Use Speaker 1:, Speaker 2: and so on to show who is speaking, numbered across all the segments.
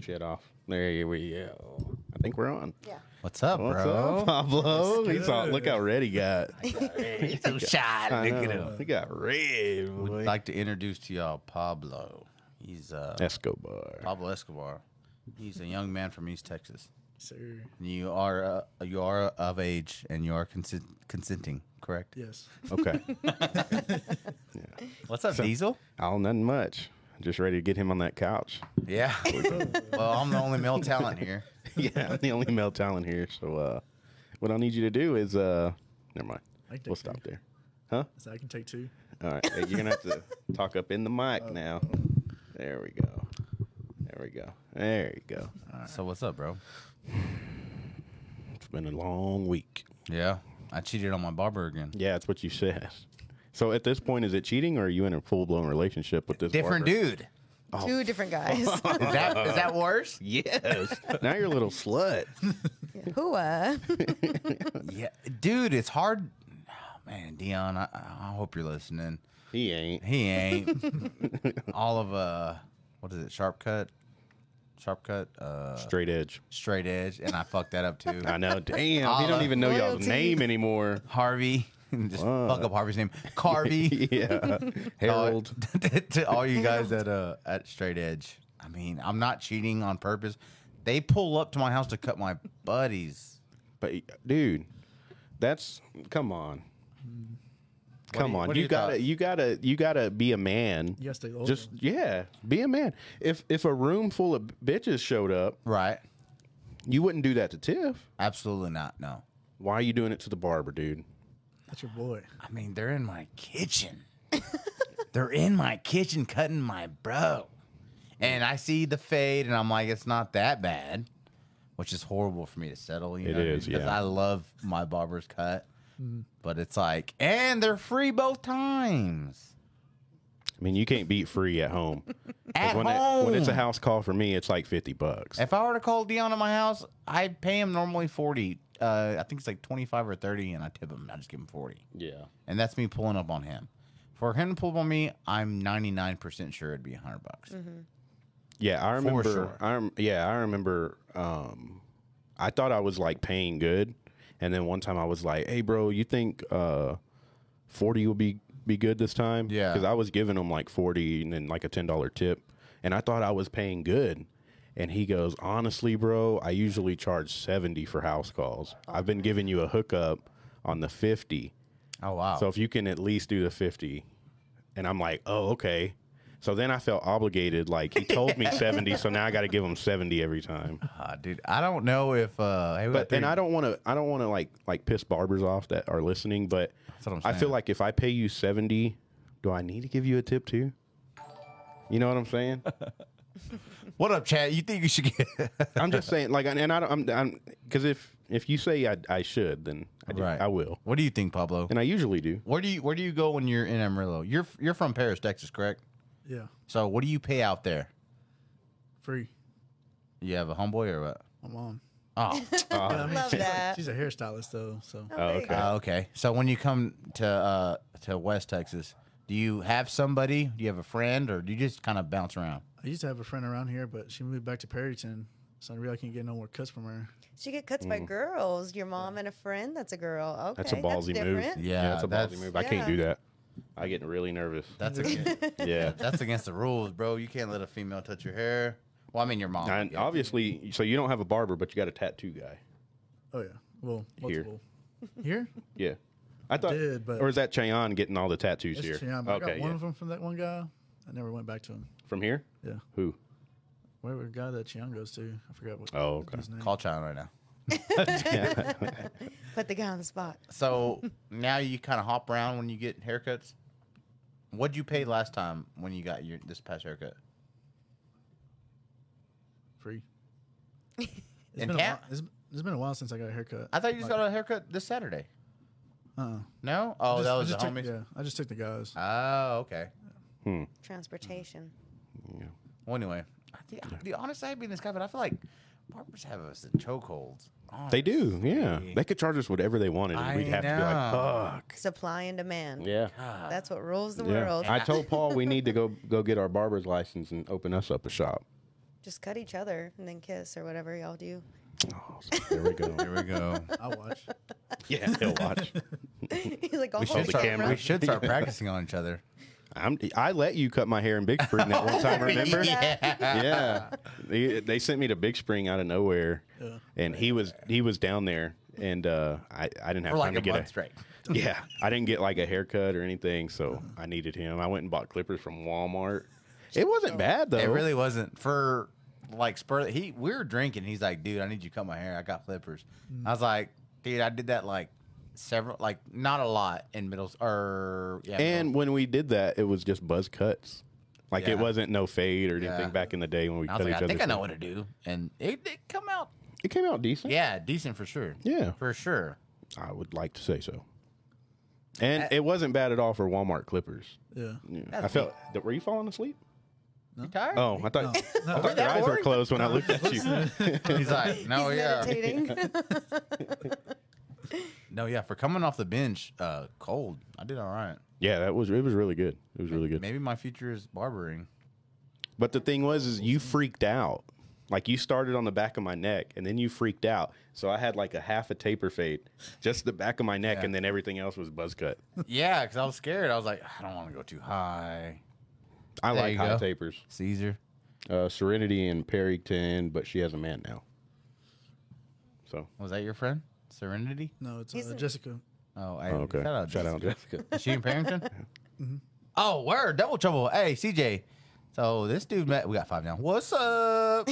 Speaker 1: shit off. There we go. I think we're on.
Speaker 2: Yeah.
Speaker 3: What's up,
Speaker 1: What's
Speaker 3: bro?
Speaker 1: up, Pablo? He saw, look how red he got.
Speaker 3: He's so shy.
Speaker 1: I
Speaker 3: Look at
Speaker 1: know.
Speaker 3: him.
Speaker 1: He got red.
Speaker 3: Would
Speaker 1: boy.
Speaker 3: like to introduce to y'all Pablo. He's uh,
Speaker 1: Escobar.
Speaker 3: Pablo Escobar. He's a young man from East Texas.
Speaker 4: Sir.
Speaker 3: You are uh, you are of age and you are consent- consenting, correct?
Speaker 4: Yes.
Speaker 1: Okay.
Speaker 3: What's up, Diesel?
Speaker 1: Oh, nothing much. Just ready to get him on that couch.
Speaker 3: Yeah. well, I'm the only male talent here.
Speaker 1: yeah, I'm the only male talent here. So, uh, what I'll need you to do is, uh, never mind.
Speaker 4: I can take
Speaker 1: We'll
Speaker 4: two.
Speaker 1: stop there.
Speaker 4: So I can take two.
Speaker 1: All right, hey, you're gonna have to talk up in the mic now. There we go. There we go. There you go.
Speaker 3: So what's up, bro?
Speaker 1: It's been a long week.
Speaker 3: Yeah, I cheated on my barber again.
Speaker 1: Yeah, that's what you said. So at this point, is it cheating, or are you in a full blown relationship with this
Speaker 3: Different
Speaker 1: barber?
Speaker 3: dude.
Speaker 1: Oh.
Speaker 2: Two different guys.
Speaker 3: Is that is that worse?
Speaker 1: Yes. now you're a little slut.
Speaker 2: Hua.
Speaker 3: yeah, dude, it's hard. Ah, Man, Dion, I, I hope you're listening.
Speaker 1: He ain't.
Speaker 3: He ain't. All of uh, what is it? Sharp cut, sharp cut, uh,
Speaker 1: Straight edge.
Speaker 3: straight edge, and I fucked that up too.
Speaker 1: I know. Damn. he don't
Speaker 3: Holla.
Speaker 1: even know y'all's
Speaker 2: Loyalty.
Speaker 1: name anymore.
Speaker 3: Harvey, just fuck up Harvey's name. Carvey.
Speaker 1: yeah. Harold.
Speaker 3: to all you guys at uh at Straight Edge. I mean, I'm not cheating on purpose. They pull up to my house to cut my buddies.
Speaker 1: But dude, that's come on. Come
Speaker 3: do you-
Speaker 1: on.
Speaker 3: what do
Speaker 1: You,
Speaker 3: you
Speaker 1: gotta
Speaker 3: thought?
Speaker 1: you gotta you gotta be a man.
Speaker 4: You gotta stay local.
Speaker 1: Just yeah, be a man. If if a room full of bitches showed up,
Speaker 3: Right.
Speaker 1: you wouldn't do that to Tiff.
Speaker 3: Absolutely not. No.
Speaker 1: Why are you doing it to the barber, dude?
Speaker 4: That's your boy.
Speaker 3: I mean, they're in my kitchen. they're in my kitchen cutting my bro. And I see the fade and I'm like, it's not that bad, which is horrible for me to settle. You
Speaker 1: It
Speaker 3: know,
Speaker 1: is,
Speaker 3: Because
Speaker 1: yeah.
Speaker 3: I love my barber's cut. But it's like, and they're free both times.
Speaker 1: I mean, you can't beat free at home. 'Cause
Speaker 3: At
Speaker 1: when,
Speaker 3: home.
Speaker 1: it- when it's a house call for me, it's like fifty bucks.
Speaker 3: If I were to call Dion at my house, I'd pay him normally forty. Uh, I think it's like twenty five or thirty, and I tip him. I just give him forty,
Speaker 1: yeah.
Speaker 3: and that's me pulling up on him. For him to pull up on me, I'm ninety nine percent sure it'd be hundred bucks.
Speaker 1: Yeah, I remember.
Speaker 3: sure.
Speaker 1: I rem- yeah, I remember. Um, I thought I was like paying good, and then one time I was like, "Hey, bro, you think uh, forty will be be good this time?"
Speaker 3: Yeah.
Speaker 1: because I was giving him like forty and then like a ten dollar tip, and I thought I was paying good. And he goes, "Honestly, bro, I usually charge seventy for house calls. I've been giving you a hookup on the fifty,
Speaker 3: Oh wow!
Speaker 1: so if you can at least do the 50, and I'm like, oh, okay. So then I felt obligated. Like he told me 70, so now I got to give him 70 every time.
Speaker 3: Ah, dude, I don't know if uh, hey, we
Speaker 1: But
Speaker 3: got
Speaker 1: and
Speaker 3: three-
Speaker 1: I don't want to. I don't want to like like piss barbers off that are listening. But
Speaker 3: That's what I'm
Speaker 1: I feel
Speaker 3: saying.
Speaker 1: like if I pay you 70, do I need to give you a tip too? You know what I'm saying?
Speaker 3: what up, Chad? You think you should get?
Speaker 1: I'm just saying, like, and I don't, I'm, because if if you say I, I should, then I, do, I will,
Speaker 3: What do you think, Pablo?
Speaker 1: and I usually do.
Speaker 3: Where do you Where do you go when you're in Amarillo? You're You're from Paris, Texas, correct?
Speaker 4: Yeah.
Speaker 3: So what do you pay out there?
Speaker 4: Free.
Speaker 3: You have a homeboy or what?
Speaker 4: My mom.
Speaker 3: Oh,
Speaker 4: Yeah, I mean,
Speaker 2: Love
Speaker 4: she's, like-
Speaker 2: that.
Speaker 4: she's a hairstylist though, so
Speaker 1: Oh,
Speaker 2: there you
Speaker 1: okay.
Speaker 2: go.
Speaker 3: Oh, okay. So when you come to uh, to West Texas, do you have somebody? Do you have a friend, or do you just kind of bounce around?
Speaker 4: I used to have a friend around here, but she moved back to Perryton, so I really can't get no more cuts from her.
Speaker 2: She get cuts by girls. Your mom and a friend. That's a girl. Okay.
Speaker 1: Mm. That's a ballsy move.
Speaker 2: different.
Speaker 3: Yeah,
Speaker 1: that's a ballsy
Speaker 3: that's-
Speaker 1: move. I can't
Speaker 2: yeah.
Speaker 1: do that. I get really nervous.
Speaker 3: That's against,
Speaker 1: yeah.
Speaker 3: that's against the rules, bro. You can't let a female touch your hair. Well, I mean your mom. I
Speaker 1: And
Speaker 3: guess.
Speaker 1: obviously, so you don't have a barber, but you got a tattoo guy.
Speaker 4: Oh yeah. Well,
Speaker 1: Here.
Speaker 4: multiple. Here?
Speaker 1: Yeah, I thought.
Speaker 4: did, but-
Speaker 1: or is that Cheyon getting all the tattoos
Speaker 4: That's
Speaker 1: here?
Speaker 4: Cheyenne, but I
Speaker 1: okay,
Speaker 4: got one
Speaker 1: yeah.
Speaker 4: of them from that one guy. I never went back to him.
Speaker 1: from here.
Speaker 4: Yeah.
Speaker 1: Who?
Speaker 4: Where the guy that Chiang goes to? I forgot what
Speaker 1: Oh, okay.
Speaker 4: his name.
Speaker 3: Call China right now.
Speaker 2: Put the guy on the spot.
Speaker 3: So now you kind of hop around when you get haircuts. What'd you pay last time when you got your this past haircut?
Speaker 4: Free. It's
Speaker 3: And
Speaker 4: been a
Speaker 3: cat?
Speaker 4: while, it's, it's been a while since I got a haircut.
Speaker 3: I thought you just got a haircut this Saturday.
Speaker 4: Uh-uh.
Speaker 3: No? Oh,
Speaker 4: Just-
Speaker 3: that
Speaker 4: I
Speaker 3: was the
Speaker 4: just took-
Speaker 3: homies.
Speaker 4: Yeah, I just took the guys.
Speaker 3: Oh, okay.
Speaker 2: Transportation.
Speaker 3: Well, anyway, I think, the honest I'd be in this guy, but I feel like barbers have us in chokeholds.
Speaker 1: They do. Yeah,
Speaker 3: Honestly.
Speaker 1: they could charge us whatever they wanted, and
Speaker 3: I
Speaker 1: we'd have to be like,
Speaker 3: know.
Speaker 1: fuck.
Speaker 2: Supply and demand.
Speaker 1: Yeah.
Speaker 2: That's what rules the
Speaker 1: Yeah.
Speaker 2: world.
Speaker 1: I told Paul we need to go go get our barber's license and open us up a shop.
Speaker 2: Just cut each other and then kiss or whatever y'all do.
Speaker 1: Oh, so there we go.
Speaker 3: Here we go.
Speaker 4: I watch.
Speaker 1: yeah, he'll watch.
Speaker 2: He's like, I'll
Speaker 1: should
Speaker 2: hold
Speaker 1: the start-
Speaker 2: the camera.
Speaker 1: camera.
Speaker 3: we should start practicing on each other.
Speaker 1: I'm, I let you cut my hair in Big Spring that one time, remember?
Speaker 3: Yeah.
Speaker 1: yeah. They, they sent me to Big Spring out of nowhere,
Speaker 4: Yeah.
Speaker 1: and he was he was down there, and uh, I I didn't have
Speaker 3: For
Speaker 1: time
Speaker 3: like
Speaker 1: to
Speaker 3: a
Speaker 1: get
Speaker 3: month straight.
Speaker 1: yeah I didn't get like a haircut or anything, so I needed him. I went and bought clippers from Walmart. It wasn't bad though.
Speaker 3: It really wasn't for like spur. He we were drinking. He's like, dude, I need you to cut my hair. I got flippers. I was like, dude, I did that like several, like not a lot in middle s- or yeah.
Speaker 1: And when we did that, it was just buzz cuts. Like
Speaker 3: Yeah.
Speaker 1: it wasn't no fade or anything
Speaker 3: Yeah.
Speaker 1: back in the day when we
Speaker 3: middle. I
Speaker 1: cut
Speaker 3: was
Speaker 1: each
Speaker 3: like, I
Speaker 1: other.
Speaker 3: think I know what to do, and it, it come out
Speaker 1: It came out decent.
Speaker 3: yeah decent for sure.
Speaker 1: Yeah.
Speaker 3: for sure.
Speaker 1: I would like to say so. And it wasn't bad at all for Walmart clippers.
Speaker 4: Yeah.
Speaker 1: Yeah.
Speaker 3: That's
Speaker 1: I felt. th- Were you falling asleep?
Speaker 3: You tired?
Speaker 1: Oh, I thought, I thought your
Speaker 3: that
Speaker 1: eyes were
Speaker 3: boring?
Speaker 1: closed when I looked at you.
Speaker 3: He's like, no,
Speaker 2: He's
Speaker 3: Oh, yeah,
Speaker 2: meditating.
Speaker 3: no, yeah. For coming off the bench, uh, cold. I did all right.
Speaker 1: Yeah, that was it. Was really good. It was really good.
Speaker 3: Maybe my future is barbering.
Speaker 1: But the thing was, is you freaked out. Like you started on the back of my neck, and then you freaked out. So I had like a half a taper fade, just the back of my neck,
Speaker 3: Yeah.
Speaker 1: and then everything else was buzz cut.
Speaker 3: yeah, because I was scared. I was like, I don't want to go too high.
Speaker 1: I
Speaker 3: There
Speaker 1: like
Speaker 3: you
Speaker 1: high
Speaker 3: go.
Speaker 1: tapers.
Speaker 3: Caesar.
Speaker 1: Uh, Serenity and Perryton, but she has a man now. So
Speaker 3: Was that your friend? Serenity?
Speaker 4: No, it's
Speaker 2: He's
Speaker 4: uh,
Speaker 2: in-
Speaker 4: Jessica.
Speaker 3: Oh, hey,
Speaker 1: okay,
Speaker 3: Shout out.
Speaker 1: shout out
Speaker 3: Jessica.
Speaker 1: Jessica.
Speaker 3: Is she in Parrington? Oh, word. Double trouble. Hey, CJ. So this dude met. We got five now. What's up?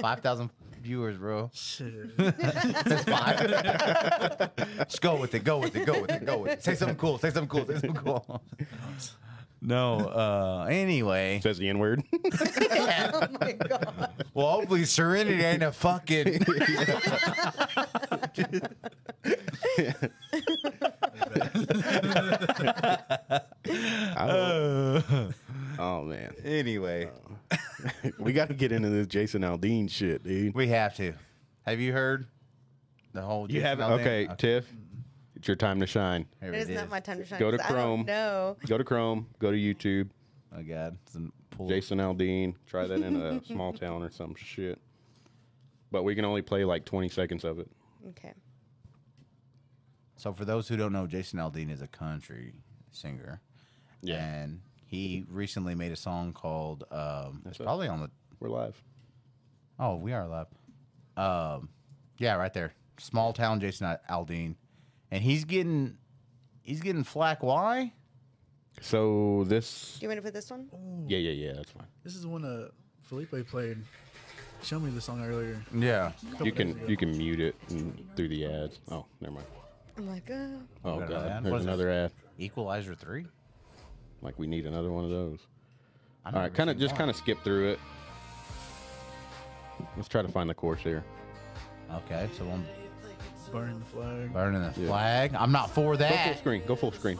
Speaker 3: 5,000 viewers, bro.
Speaker 4: Shit.
Speaker 3: That's five. Just go with it. Go with it. Go with it. Go with it. Say something cool. Say something cool. Say something cool. No. Uh. Anyway.
Speaker 1: Says the N word.
Speaker 2: oh my god.
Speaker 3: Well, hopefully Serenity ain't a fucking.
Speaker 1: oh man,
Speaker 3: anyway,
Speaker 1: we got to get into this Jason Aldean shit, dude.
Speaker 3: we have to. Have you heard the whole?
Speaker 1: You
Speaker 3: Jason
Speaker 1: have
Speaker 3: Aldean?
Speaker 1: okay, Tiff. It's your time to shine.
Speaker 3: Here
Speaker 2: It is not my time to shine.
Speaker 1: Go to
Speaker 2: 'cause I don't
Speaker 1: Chrome.
Speaker 2: know.
Speaker 1: Go to Chrome. Go to YouTube.
Speaker 3: Oh God, some pool.
Speaker 1: Jason Aldean. Try that in a small town or some shit. But we can only play like 20 seconds of it.
Speaker 2: Okay.
Speaker 3: So for those who don't know, Jason Aldean is a country singer.
Speaker 1: Yeah.
Speaker 3: And he recently made a song called um it's
Speaker 1: it.
Speaker 3: probably on the
Speaker 1: We're live.
Speaker 3: Oh, we are live. Um yeah, right there. Small town Jason Aldean. And he's getting he's getting flack why?
Speaker 1: So this.
Speaker 2: Do you want me to put this one?
Speaker 1: Yeah, yeah, yeah. That's fine.
Speaker 4: This is the one uh, Felipe played. Showed me the song earlier.
Speaker 3: Yeah.
Speaker 1: You can you can mute it and, through the ads. Oh, never mind.
Speaker 2: I'm like, oh.
Speaker 1: Oh
Speaker 3: Got an
Speaker 1: god,
Speaker 3: ad?
Speaker 1: there's
Speaker 3: What's that?
Speaker 1: another ad.
Speaker 3: Equalizer 3?
Speaker 1: Like we need another one of those.
Speaker 3: I've
Speaker 1: All right,
Speaker 3: never
Speaker 1: kind of
Speaker 3: seen
Speaker 1: just
Speaker 3: one.
Speaker 1: kind of skip through it. Let's try to find the course here.
Speaker 3: Okay, so I'm
Speaker 4: Burn the flag.
Speaker 3: burning the flag. I'm not for
Speaker 1: Go full
Speaker 3: that.
Speaker 1: screen. Go full screen.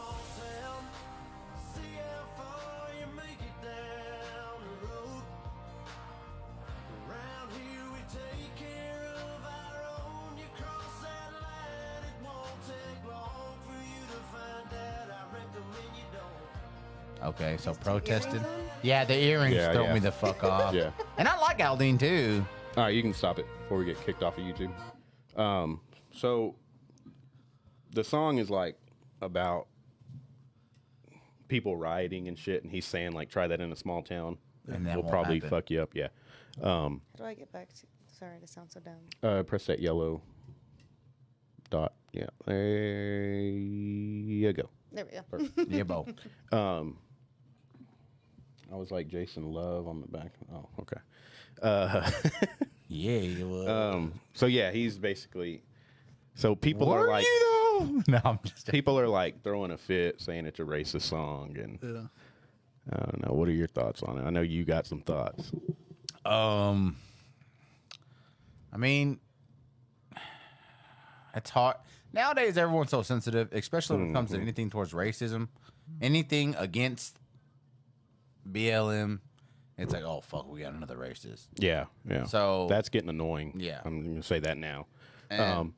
Speaker 3: Okay, so
Speaker 2: Earring
Speaker 3: protested.
Speaker 2: on?
Speaker 3: Yeah, the earrings
Speaker 1: Yeah,
Speaker 3: throw
Speaker 1: yeah.
Speaker 3: me the fuck off.
Speaker 1: Yeah.
Speaker 3: And I like Aldean too.
Speaker 1: All right, you can stop it before we get kicked off of YouTube. Um, so the song is like about people rioting and shit, and he's saying like, try that in a small town.
Speaker 3: And that
Speaker 1: we'll
Speaker 3: won't
Speaker 1: probably
Speaker 3: happen.
Speaker 1: fuck you up. Yeah. Um,
Speaker 2: How do I get back to? Sorry to sound so dumb.
Speaker 1: uh, press that yellow dot. Yeah, there you go.
Speaker 2: There we go.
Speaker 3: Yeah, bo.
Speaker 1: Um, I was like Jason Love on the back. Oh, okay. Uh,
Speaker 3: Yeah, you would.
Speaker 1: um, so yeah, he's basically. So people
Speaker 3: Were
Speaker 1: are like
Speaker 3: you though? No, I'm just.
Speaker 1: people are like throwing a fit, saying it's a racist song, and
Speaker 4: Yeah.
Speaker 1: I don't know. What are your thoughts on it? I know you got some thoughts.
Speaker 3: Um, I mean, it's hard nowadays. Everyone's so sensitive, especially when it comes to anything towards racism, anything against BLM. It's like, oh fuck, we got another racist.
Speaker 1: Yeah, yeah.
Speaker 3: So-
Speaker 1: that's getting annoying.
Speaker 3: Yeah.
Speaker 1: I'm gonna say that now.
Speaker 3: And-
Speaker 1: um,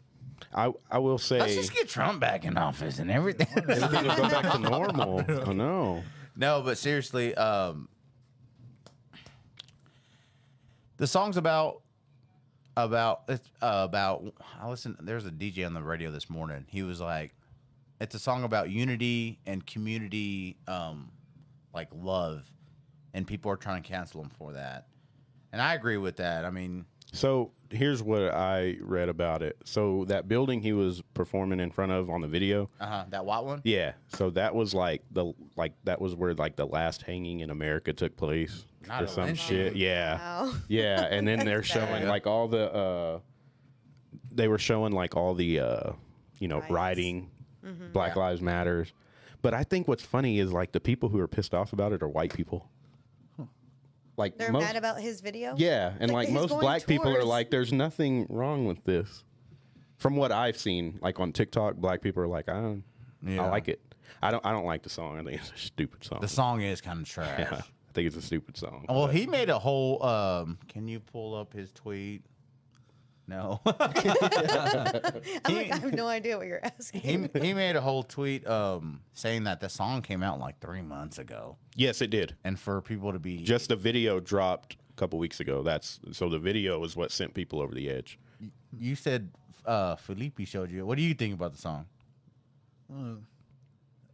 Speaker 1: I I will say
Speaker 3: Let's just get Trump back in office and everything.
Speaker 1: everything will go back to normal. I know.
Speaker 3: No, but seriously, um, the song's about about it's uh, about I listen. There's a DJ on the radio this morning. He was like, "It's a song about unity and community, um, like love," and people are trying to cancel him for that. And I agree with that. I mean,
Speaker 1: So here's what I read about it. So that building he was performing in front of on the video,
Speaker 3: uh that white one.
Speaker 1: yeah. So that was like the like that was where like the last hanging in America took place
Speaker 3: Not
Speaker 1: or
Speaker 3: a
Speaker 1: some
Speaker 3: lynching.
Speaker 1: shit. Yeah.
Speaker 2: Wow.
Speaker 1: Yeah, and then they're
Speaker 2: That's
Speaker 1: showing
Speaker 2: bad.
Speaker 1: like all the uh they were showing like all the uh you know,
Speaker 2: Riots. Mm-hmm.
Speaker 1: rioting Black Lives Matters. But I think what's funny is like the people who are pissed off about it are white people. Like
Speaker 2: They're
Speaker 1: most
Speaker 2: mad about his video.
Speaker 1: Yeah, and like
Speaker 2: Like, he's
Speaker 1: most
Speaker 2: going
Speaker 1: black people are
Speaker 2: towards-
Speaker 1: like there's nothing wrong with this. From what I've seen like on TikTok, black people are like I don't
Speaker 3: Yeah.
Speaker 1: I like it. I don't I don't like the song. I think it's a stupid song.
Speaker 3: The song is kind of trash.
Speaker 1: Yeah, I think it's a stupid song.
Speaker 3: Well, he made a whole. Um, can you pull up his tweet? No.
Speaker 2: I'm like, I have no idea what you're asking.
Speaker 3: he, he made a whole tweet um, saying that the song came out like three months ago,
Speaker 1: yes, it did.
Speaker 3: and for people to be
Speaker 1: just the video dropped a couple weeks ago. That's so the video is what sent people over the edge.
Speaker 3: you said uh, Felipe showed you. What do you think about the song?
Speaker 4: Uh,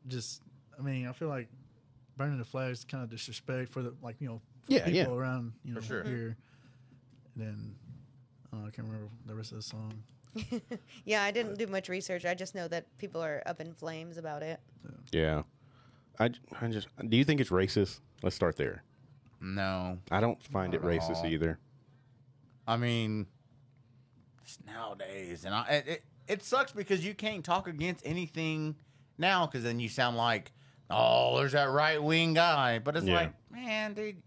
Speaker 4: just, I mean, I feel like burning the flag is kind of disrespect for the like you know for
Speaker 1: Yeah,
Speaker 4: people
Speaker 1: yeah.
Speaker 4: around you know
Speaker 3: sure.
Speaker 4: here. And then uh, I, don't know, I can't remember the rest of the song.
Speaker 2: yeah, I didn't do much research. I just know that people are up in flames about it.
Speaker 1: Yeah. I, I just do you think it's racist? Let's start there.
Speaker 3: No,
Speaker 1: I don't find it
Speaker 3: Not at
Speaker 1: racist
Speaker 3: all.
Speaker 1: either.
Speaker 3: I mean, it's nowadays, and I, it, it it sucks because you can't talk against anything now because then you sound like oh, there's that right wing guy, but it's
Speaker 1: Yeah.
Speaker 3: like man, dude,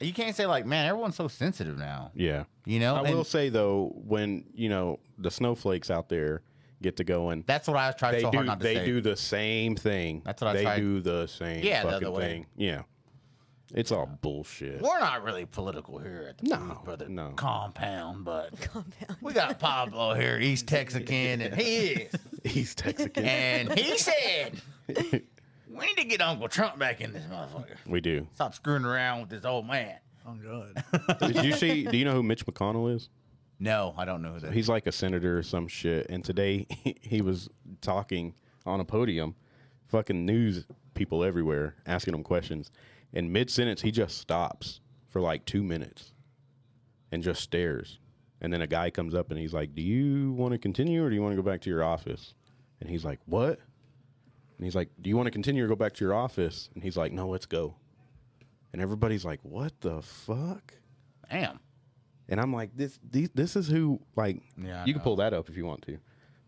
Speaker 3: you can't say like man, everyone's so sensitive now,
Speaker 1: Yeah.
Speaker 3: you know.
Speaker 1: I
Speaker 3: Oh, And
Speaker 1: will say though, when you know the snowflakes out there get to going,
Speaker 3: that's what I tried
Speaker 1: they
Speaker 3: so
Speaker 1: do
Speaker 3: hard not to
Speaker 1: they
Speaker 3: say.
Speaker 1: do the same thing.
Speaker 3: That's what I
Speaker 1: they
Speaker 3: tried-
Speaker 1: do the same
Speaker 3: Yeah, the
Speaker 1: fucking
Speaker 3: other way.
Speaker 1: thing. Yeah. It's all bullshit.
Speaker 3: We're not really political here at the
Speaker 1: No,
Speaker 3: Blues Brother
Speaker 1: no.
Speaker 3: compound, but we got Pablo here, East Texican, and he is.
Speaker 1: He's Texican.
Speaker 3: And he said, we need to get Uncle Trump back in this motherfucker.
Speaker 1: we do.
Speaker 3: Stop screwing around with this old man.
Speaker 4: Oh God,
Speaker 1: Did you see do you know who Mitch McConnell is?
Speaker 3: No, I don't know who that is.
Speaker 1: he's like a senator or some shit. And today he was talking on a podium, fucking news people everywhere asking him questions. And mid sentence, he just stops for like two minutes and just stares. And then a guy comes up and he's like, Do you want to continue or do you want to go back to your office? And he's like, What? And he's like, Do you want to continue or go back to your office? And he's like, No, let's go. And everybody's like, What the fuck?
Speaker 3: Damn.
Speaker 1: And I'm like, this these, this is who like
Speaker 3: Yeah, I
Speaker 1: you can
Speaker 3: know.
Speaker 1: pull that up if you want to.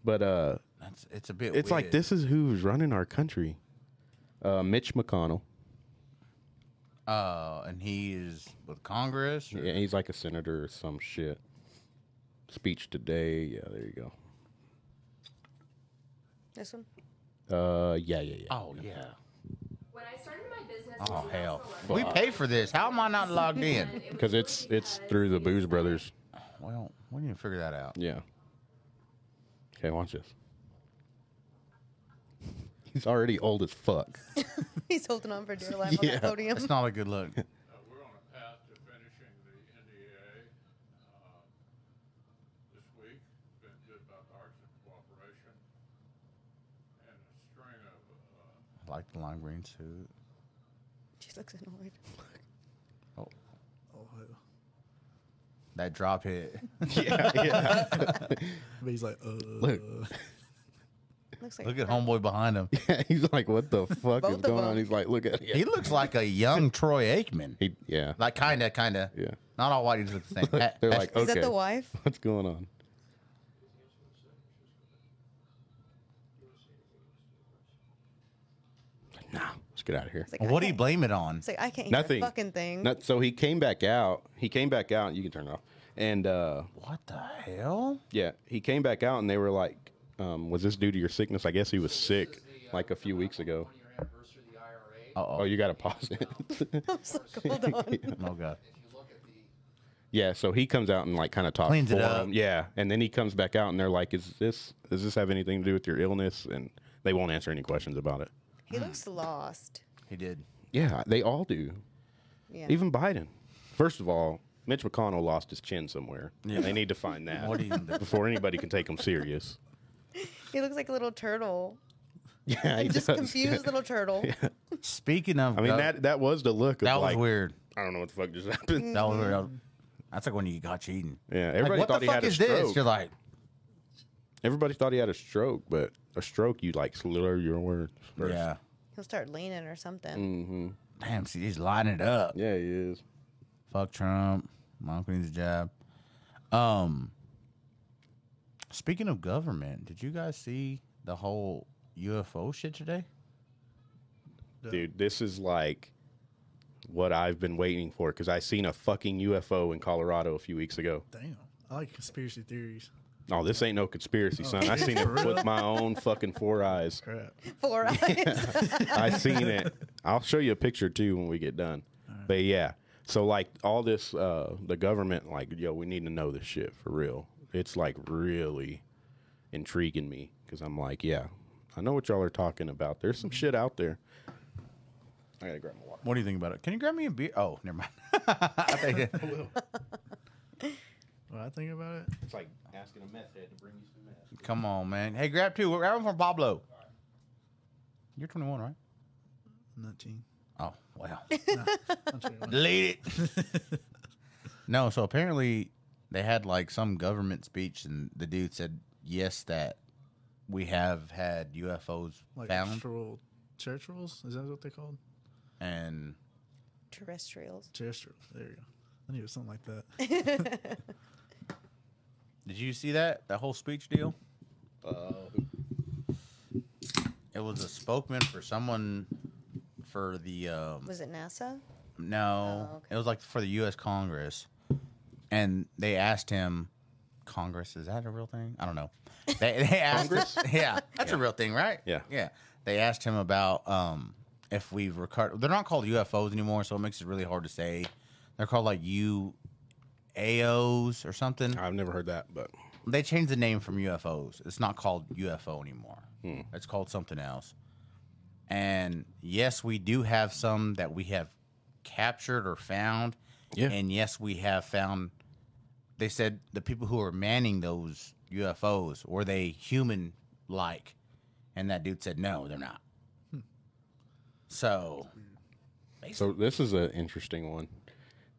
Speaker 1: But uh
Speaker 3: That's, it's a bit
Speaker 1: it's like
Speaker 3: weird.
Speaker 1: this is who's running our country. Uh Mitch McConnell.
Speaker 3: Uh, and he is with Congress? or-
Speaker 1: Yeah, he's like a senator or some shit. Speech today. Yeah, there you
Speaker 2: This one.
Speaker 1: go. Uh yeah, yeah, yeah.
Speaker 3: Oh, yeah.
Speaker 5: When I started my business,
Speaker 3: Oh, hell.
Speaker 5: We
Speaker 3: We pay for this. How am I not logged in?
Speaker 1: Cuz it's it's through the Booze Brothers.
Speaker 3: Well, we need to figure that out.
Speaker 1: Yeah. Okay, watch this. He's already old as fuck.
Speaker 2: He's holding on for dear life on
Speaker 1: Yeah.
Speaker 2: that podium.
Speaker 3: It's not a good look.
Speaker 6: Uh, We're on a path to finishing the NDA uh, this week. It's Been good bipartisan cooperation and a string of uh,
Speaker 3: I like the lime green suit.
Speaker 2: She looks annoyed.
Speaker 3: Oh,
Speaker 4: oh, hell.
Speaker 3: that drop hit.
Speaker 1: yeah, yeah.
Speaker 4: but he's like, uh,
Speaker 1: Look.
Speaker 2: Looks like
Speaker 3: Look at homeboy behind him.
Speaker 1: he's like, what the fuck
Speaker 2: Both
Speaker 1: is
Speaker 2: of
Speaker 1: going
Speaker 2: them.
Speaker 1: on? He's like, look at him.
Speaker 3: He looks like a young Troy Aikman.
Speaker 1: He, yeah.
Speaker 3: Like kinda, kinda.
Speaker 1: Yeah.
Speaker 3: Not all white dudes look the same. Ha-
Speaker 1: They're
Speaker 3: hash-
Speaker 1: like,
Speaker 2: Is that
Speaker 1: okay.
Speaker 2: the wife?
Speaker 1: What's going on? Nah, let's get out of here.
Speaker 2: It's like, mm. I
Speaker 3: what do you
Speaker 2: can't-
Speaker 3: blame it on?
Speaker 2: It's like I can't hear
Speaker 1: Nothing.
Speaker 2: a fucking thing.
Speaker 1: Not, so he came back out. He came back out. You can turn it off. And uh,
Speaker 3: What the hell?
Speaker 1: yeah, he came back out, and they were like, um, "Was this due to your sickness?" I guess he was sick, like a few weeks ago.
Speaker 7: Your anniversary of the IRA,
Speaker 3: Uh
Speaker 1: Oh,
Speaker 3: oh.
Speaker 1: you got to pause it.
Speaker 2: I was like, hold on.
Speaker 3: Oh god.
Speaker 7: if you look at the
Speaker 1: yeah, so he comes out and like kind of talks
Speaker 3: Cleans it
Speaker 1: for
Speaker 3: up.
Speaker 1: him. Yeah, and then he comes back out, and they're like, "Is this? Does this have anything to do with your illness?" And they won't answer any questions about it.
Speaker 2: he looks lost.
Speaker 3: He did.
Speaker 1: Yeah, they all do.
Speaker 2: Yeah.
Speaker 1: Even Biden. First of all, Mitch McConnell lost his chin somewhere.
Speaker 3: Yeah.
Speaker 1: They need to find that
Speaker 3: What do you do?
Speaker 1: before anybody can take him serious.
Speaker 2: He looks like a little turtle.
Speaker 1: Yeah, he
Speaker 2: Just
Speaker 1: does.
Speaker 2: confused little turtle.
Speaker 3: Speaking of,
Speaker 1: I mean
Speaker 3: gov-
Speaker 1: that that was the look. Of
Speaker 3: that was
Speaker 1: like,
Speaker 3: weird.
Speaker 1: I don't know what the fuck just happened.
Speaker 3: That was weird. That's like when you got cheating.
Speaker 1: Yeah,
Speaker 3: Like,
Speaker 1: everybody
Speaker 3: what
Speaker 1: thought he
Speaker 3: the fuck
Speaker 1: had a
Speaker 3: is
Speaker 1: stroke.
Speaker 3: this? You're like,
Speaker 1: everybody thought he had a stroke, but a stroke you like slur your words. First.
Speaker 3: yeah,
Speaker 2: He'll start leaning or something.
Speaker 1: Mm-hmm.
Speaker 3: damn, see, he's lining it up.
Speaker 1: Yeah, he is.
Speaker 3: Fuck Trump. My uncle needs a job. Um, speaking of government, did you guys see the whole UFO shit today?
Speaker 1: Dude, this is like what I've been waiting for because I seen a fucking UFO in Colorado a few weeks ago.
Speaker 4: Damn. I like conspiracy theories.
Speaker 1: No, this ain't no conspiracy,
Speaker 2: Oh.
Speaker 1: son. I
Speaker 4: dude,
Speaker 1: seen it
Speaker 4: for real?
Speaker 1: with my own fucking four eyes.
Speaker 4: Crap.
Speaker 1: Mm.
Speaker 2: Four eyes.
Speaker 1: I seen it. I'll show you a picture too when we get done. But yeah, so like all this, uh, the government, like, yo, we need to know this shit for real. It's like really intriguing me because I'm like, yeah, I know what y'all are talking about. There's some shit out there. I gotta grab my water.
Speaker 3: What do you think about it? Can you grab me a beer? Oh, never mind. I think-
Speaker 4: What I think about it?
Speaker 1: It's like asking a meth head to bring you some meth.
Speaker 3: Come on, man. Hey, grab two. Grab one from Pablo. You're 21, right?
Speaker 4: 19.
Speaker 3: Oh, wow.
Speaker 4: I'm sure it was.
Speaker 3: Delete it. no, so apparently they had like some government speech, and the dude said, yes, that we have had UFOs
Speaker 4: like
Speaker 3: found.
Speaker 4: terrestrial church rules? Is that what they're called?
Speaker 3: And
Speaker 2: Terrestrials.
Speaker 4: Terrestrial. There you go. I knew it was something like that.
Speaker 3: did you see that? That whole speech deal? It was a spokesman for someone for the. Um,
Speaker 2: Was it NASA?
Speaker 3: No,
Speaker 2: Oh, okay.
Speaker 3: it was like for the U.S. Congress, and they asked him, "Congress is that a real thing? I don't know." They, they asked,
Speaker 1: Congress?
Speaker 3: yeah, that's a real thing, right?
Speaker 1: Yeah.
Speaker 3: yeah. They asked him about um, if we've recovered. They're not called UFOs anymore, so it makes it really hard to say. They're called like UAOs or something.
Speaker 1: I've never heard that, but
Speaker 3: They changed the name from UFOs. It's not called UFO anymore.
Speaker 1: Hmm.
Speaker 3: It's called something else. And yes, we do have some that we have captured or found.
Speaker 1: Yeah.
Speaker 3: And yes, we have found. They said the people who are manning those UFOs were they human like, and that dude said no, they're not. So
Speaker 1: So this is an interesting one.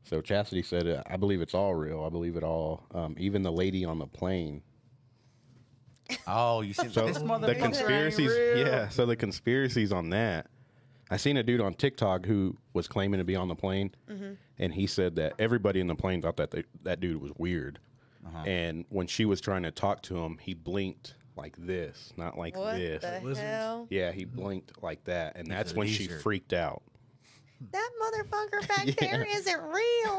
Speaker 1: So Chastity said, uh, "I believe it's all real. I believe it all. Um, even the lady on the plane.
Speaker 3: oh, you see
Speaker 1: So
Speaker 3: this
Speaker 1: the
Speaker 3: motherfucker ain't
Speaker 1: conspiracies.
Speaker 3: real.
Speaker 1: Yeah. So the conspiracies on that. I seen a dude on TikTok who was claiming to be on the plane, and he said that everybody in the plane thought that they, that dude was weird. And when she was trying to talk to him, he blinked like this, not like
Speaker 2: What
Speaker 1: this.
Speaker 2: the
Speaker 4: Lizards.
Speaker 2: hell?
Speaker 1: Yeah, he blinked like that, and that's
Speaker 3: a
Speaker 1: when she
Speaker 3: lizard.
Speaker 1: freaked out.
Speaker 2: That motherfucker back there isn't real.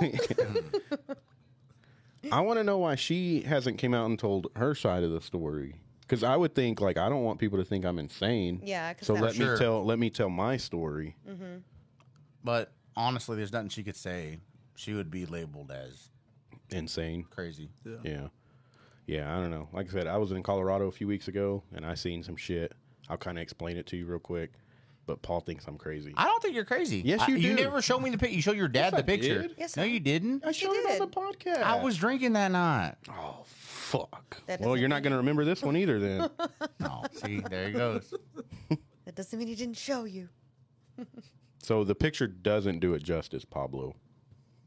Speaker 1: I want to know why she hasn't came out and told her side of the story. Because I would think like I don't want people to think I'm insane.
Speaker 2: Yeah, 'cause
Speaker 1: So
Speaker 2: that
Speaker 1: let
Speaker 2: was-
Speaker 1: me
Speaker 3: Sure.
Speaker 1: tell let me tell my story.
Speaker 3: But honestly, there's nothing she could say. She would be labeled as
Speaker 1: Insane.
Speaker 3: crazy.
Speaker 1: Yeah. Yeah, I don't know. Like I said, I was in Colorado a few weeks ago and I seen some shit. I'll kind of explain it to you real quick. But Paul thinks I'm crazy.
Speaker 3: I don't think you're crazy.
Speaker 1: Yes,
Speaker 3: I-
Speaker 1: you
Speaker 3: You
Speaker 1: do.
Speaker 3: never showed me the picture. You showed your dad
Speaker 1: I
Speaker 3: the picture.
Speaker 1: did.
Speaker 2: Yes,
Speaker 3: no,
Speaker 2: I-
Speaker 3: you didn't.
Speaker 1: I showed
Speaker 2: You
Speaker 1: it on
Speaker 2: did.
Speaker 1: the podcast.
Speaker 3: I was drinking that night.
Speaker 1: oh fuck.
Speaker 2: That
Speaker 1: Well,
Speaker 2: doesn't
Speaker 1: you're not
Speaker 2: mean-
Speaker 1: going to remember this one either then.
Speaker 3: No, see, there he goes.
Speaker 2: that doesn't mean he didn't show you.
Speaker 1: so the picture doesn't do it justice, Pablo.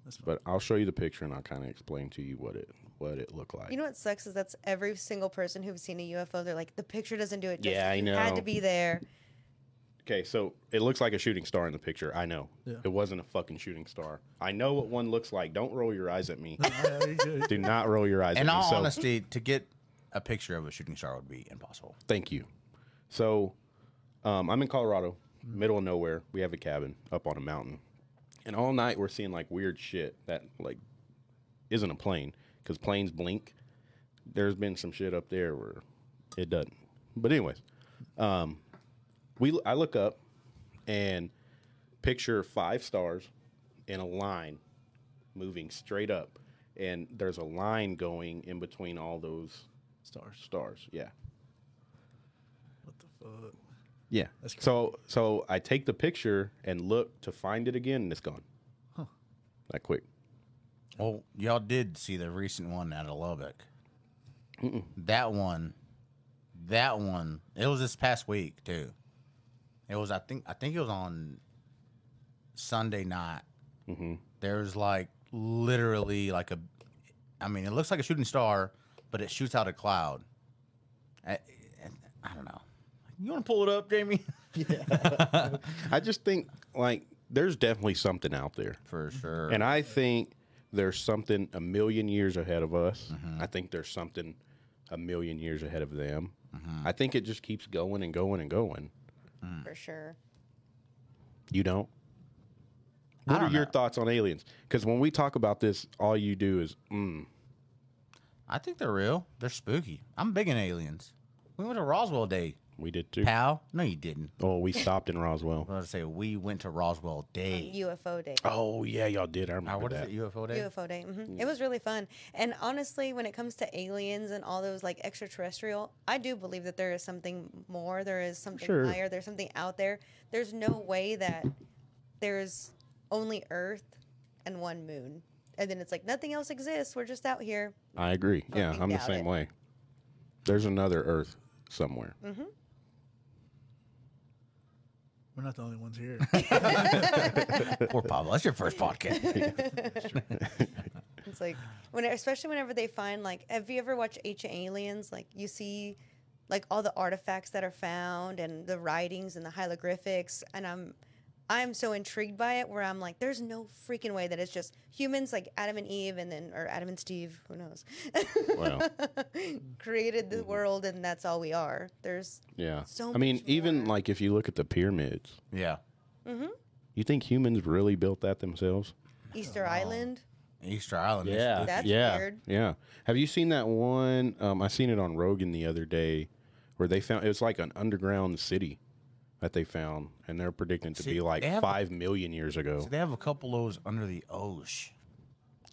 Speaker 4: That's fine.
Speaker 1: But I'll show you the picture and I'll kind of explain to you what it what it looked like.
Speaker 2: You know what sucks is that's every single person who's seen a UFO. They're like, the picture doesn't do it. Justice.
Speaker 1: Yeah, I
Speaker 2: You Had
Speaker 1: know.
Speaker 2: to be there.
Speaker 1: Okay, so it looks like a shooting star in the picture. I know.
Speaker 4: Yeah.
Speaker 1: It wasn't a fucking shooting star. I know what one looks like. Don't roll your eyes at me.
Speaker 4: Yeah, you good.
Speaker 1: Do not roll your eyes
Speaker 3: In
Speaker 1: at me.
Speaker 3: all
Speaker 1: So,
Speaker 3: honesty, to get a picture of a shooting star would be impossible.
Speaker 1: thank you. So, um, I'm in Colorado, middle of nowhere. We have a cabin up on a mountain. And all night we're seeing like weird shit that like isn't a plane because planes blink. There's been some shit up there where it doesn't. But anyways, um, we I look up and picture five stars in a line moving straight up, and there's a line going in between all those
Speaker 4: Stars.
Speaker 1: stars. Yeah,
Speaker 4: What the fuck?
Speaker 1: yeah.
Speaker 4: That's crazy.
Speaker 1: so so I take the picture and look to find it again, and it's gone. That quick.
Speaker 3: Well, y'all did see the recent one out of Lubbock. That one, that one. It was this past week too. It was I think I think it was on Sunday night. There's like literally like a, I mean, it looks like a shooting star, but it shoots out a cloud. I, I don't know. You want to pull it up, Jamie?
Speaker 1: I just think like there's definitely something out there.
Speaker 3: For sure.
Speaker 1: And I think there's something a million years ahead of us. I think there's something a million years ahead of them. I think it just keeps going and going and going. Mm.
Speaker 2: for sure.
Speaker 1: You don't?
Speaker 3: I
Speaker 1: What are
Speaker 3: don't
Speaker 1: your
Speaker 3: know.
Speaker 1: thoughts on aliens? Because when we talk about this, all you do is, mm,
Speaker 3: I think they're real. They're spooky. I'm big in aliens. We went to Roswell Day.
Speaker 1: we did too.
Speaker 3: Pal? No, you didn't.
Speaker 1: Oh, we stopped in
Speaker 3: I
Speaker 1: Roswell.
Speaker 3: was about to say we went to Roswell Day.
Speaker 2: UFO day.
Speaker 1: Oh, yeah, y'all did. I remember
Speaker 3: Now, what is
Speaker 1: that.
Speaker 3: it? UFO Day.
Speaker 2: UFO day. hmm It was really fun. And honestly, when it comes to aliens and all those like extraterrestrial, I do believe that there is something more. There is something
Speaker 1: Sure.
Speaker 2: higher. There's something out there. There's no way that there's only Earth and one moon. And then it's like nothing else exists. We're just out here.
Speaker 1: I agree. Yeah,
Speaker 2: Fucking
Speaker 1: I'm the
Speaker 2: doubt
Speaker 1: same
Speaker 2: it.
Speaker 1: way. There's another Earth somewhere.
Speaker 4: We're not the only ones here.
Speaker 3: Poor Pablo. That's your first podcast.
Speaker 2: It's like when, especially whenever they find like, have you ever watched Ancient Aliens? Like you see, like all the artifacts that are found and the writings and the hieroglyphics, and I'm, I'm so intrigued by it. Where I'm like, there's no freaking way that it's just humans, like Adam and Eve, and then or Adam and Steve, who knows,
Speaker 1: Well,
Speaker 2: created the world, and that's all we are. There's
Speaker 1: yeah.
Speaker 2: So
Speaker 1: I mean,
Speaker 2: much
Speaker 1: even
Speaker 2: more.
Speaker 1: like if you look at the pyramids,
Speaker 3: yeah.
Speaker 2: mm-hmm,
Speaker 1: you think humans really built that themselves?
Speaker 2: Easter Island.
Speaker 3: Easter Island. is spooky.
Speaker 2: That's
Speaker 1: yeah,
Speaker 2: weird.
Speaker 1: Yeah. Have you seen that one? Um, I seen it on Rogan the other day, where they found it was like an underground city that they found, and they're predicting to
Speaker 3: See,
Speaker 1: be like
Speaker 3: they have-
Speaker 1: five million years ago.
Speaker 3: So they have a couple of those under the ocean.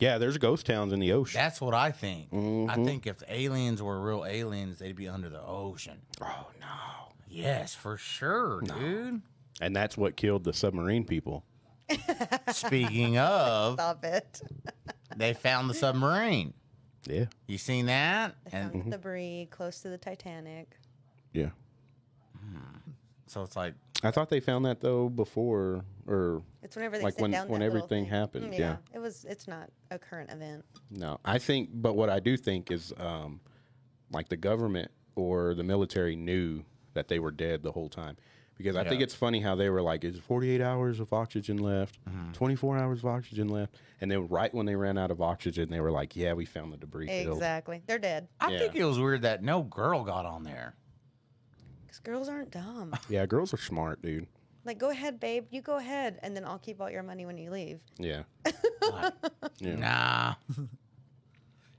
Speaker 1: yeah, there's ghost towns in the ocean.
Speaker 3: That's what I think. I
Speaker 2: Mm-hmm.
Speaker 3: think if the aliens were real aliens, they'd be under the ocean.
Speaker 1: oh no!
Speaker 3: Yes, for sure, dude.
Speaker 1: And that's what killed the submarine people.
Speaker 3: Speaking of,
Speaker 2: Stop it.
Speaker 3: they found the submarine.
Speaker 1: Yeah,
Speaker 3: You seen that?
Speaker 2: Found
Speaker 3: And
Speaker 2: the debris close to the Titanic.
Speaker 1: yeah.
Speaker 3: so it's like,
Speaker 1: I thought they found that though before, or
Speaker 2: It's whenever they
Speaker 1: Like
Speaker 2: sit
Speaker 1: when-
Speaker 2: down. that
Speaker 1: when
Speaker 2: little
Speaker 1: everything
Speaker 2: thing.
Speaker 1: happened,
Speaker 2: Mm,
Speaker 1: yeah.
Speaker 2: It was. It's not a current event.
Speaker 1: No, I think, but what I do think is, um, like the government or the military knew that they were dead the whole time, because I think
Speaker 3: Yeah.
Speaker 1: it's funny how they were like, "Is 48 hours of oxygen left? 24 hours of oxygen left?" And then right when they ran out of oxygen, they were like, "Yeah, we found the debris field."
Speaker 2: Exactly. They're dead.
Speaker 3: I
Speaker 1: Yeah.
Speaker 3: think it was weird that no girl got on there.
Speaker 2: Because girls aren't dumb.
Speaker 1: Yeah, girls are smart, dude.
Speaker 2: like, go ahead, babe. You go ahead. And then I'll keep all your money when you leave.
Speaker 1: Yeah,
Speaker 3: Like,
Speaker 1: Yeah.
Speaker 3: Nah.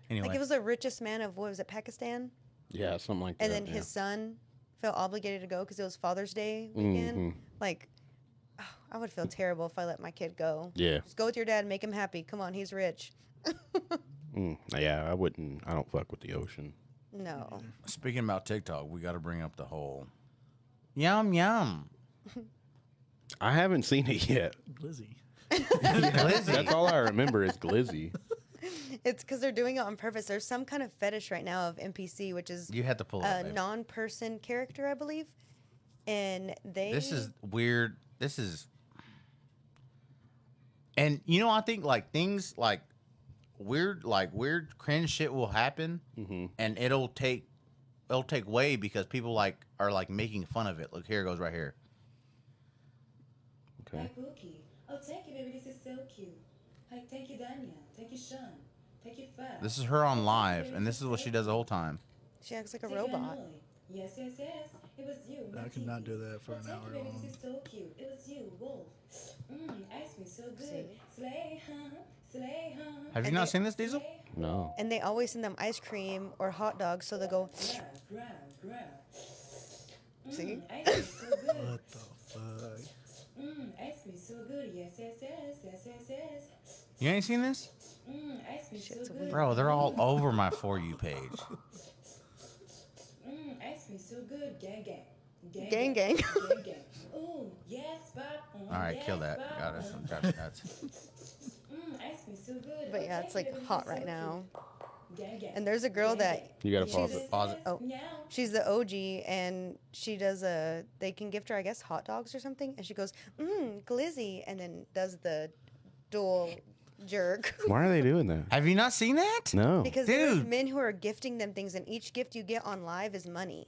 Speaker 3: anyway,
Speaker 2: Like, it was the richest man of, what was it, Pakistan?
Speaker 1: yeah, something like
Speaker 2: And
Speaker 1: that.
Speaker 2: then his son felt obligated to go because it was Father's Day
Speaker 1: yeah.
Speaker 2: weekend.
Speaker 1: Mhm.
Speaker 2: Like, oh, I would feel terrible if I let my kid go.
Speaker 1: Yeah,
Speaker 2: Just go with your dad. Make him happy. Come on. He's rich.
Speaker 1: Mm. yeah. I wouldn't. I don't fuck with the ocean.
Speaker 2: No.
Speaker 3: speaking about TikTok, we got to bring up the whole yum yum.
Speaker 1: I haven't seen it yet.
Speaker 4: Glizzy.
Speaker 3: Glizzy.
Speaker 1: That's all I remember is Glizzy.
Speaker 2: It's because they're doing it on purpose. There's some kind of fetish right now of NPC, which is
Speaker 3: You had to pull it
Speaker 2: a
Speaker 3: up. babe.
Speaker 2: non person character, I believe. And they.
Speaker 3: This is weird. This is. And you know, I think like things like weird, like weird cringe shit will happen,
Speaker 1: Mm-hmm.
Speaker 3: and it'll take it'll take way because people like are like making fun of it. Look, here it goes right here.
Speaker 1: Okay.
Speaker 8: Hi, Pookie. Oh, thank you, baby. This is so cute. Hi, thank you, Daniel. Thank you, Sean. Thank you, Fab.
Speaker 3: This is her on live, and this is what she does the whole time.
Speaker 2: she acts like a
Speaker 8: Thank you,
Speaker 2: robot.
Speaker 8: Emily. Yes, yes, yes. It was you.
Speaker 4: I
Speaker 8: not
Speaker 4: could not
Speaker 8: Tiki.
Speaker 4: do that for
Speaker 8: oh,
Speaker 4: an
Speaker 8: thank
Speaker 4: hour
Speaker 8: you, baby.
Speaker 4: long.
Speaker 8: This is so cute. It was you, Wolf. Mmm, you iced me so good. Slay, huh? Slay, huh?
Speaker 3: Have you
Speaker 2: And
Speaker 3: not
Speaker 2: they-
Speaker 3: seen this, Diesel?
Speaker 8: Slay,
Speaker 1: No.
Speaker 2: and they always send them ice cream or hot dogs, so they go.
Speaker 8: growl, growl, growl.
Speaker 2: See?
Speaker 8: Mm, iced me so good.
Speaker 4: What the fuck?
Speaker 8: Mmm, iced me so good. Yes, yes, yes. Yes, yes, yes.
Speaker 3: You ain't seen this,
Speaker 8: Mmm, iced me
Speaker 2: Shit's
Speaker 8: so
Speaker 2: weird.
Speaker 8: good.
Speaker 3: bro? They're all over my for you page.
Speaker 8: Mmm, ice cream so good, gang gang.
Speaker 2: Gang, gang.
Speaker 8: gang gang. Ooh, yes, Bob.
Speaker 3: All right, kill that. Got us. Got us.
Speaker 8: Mm, ice cream so good.
Speaker 2: But yeah,
Speaker 8: Okay,
Speaker 2: it's like
Speaker 8: baby,
Speaker 2: hot
Speaker 8: so
Speaker 2: right
Speaker 8: cute.
Speaker 2: now.
Speaker 8: Yeah, yeah.
Speaker 2: And there's a girl that
Speaker 1: You gotta pause
Speaker 8: This
Speaker 1: it.
Speaker 8: is
Speaker 3: Pause it.
Speaker 8: us
Speaker 2: Oh.
Speaker 8: Now.
Speaker 2: She's the OG, and she does a. They can gift her, I guess, hot dogs or something, and she goes, "Mmm, glizzy," and then does the dual jerk.
Speaker 1: Why are they doing that?
Speaker 3: Have you not seen that?
Speaker 1: No.
Speaker 2: because there's
Speaker 3: Oh, Dude.
Speaker 2: men who are gifting them things, and each gift you get on live is money.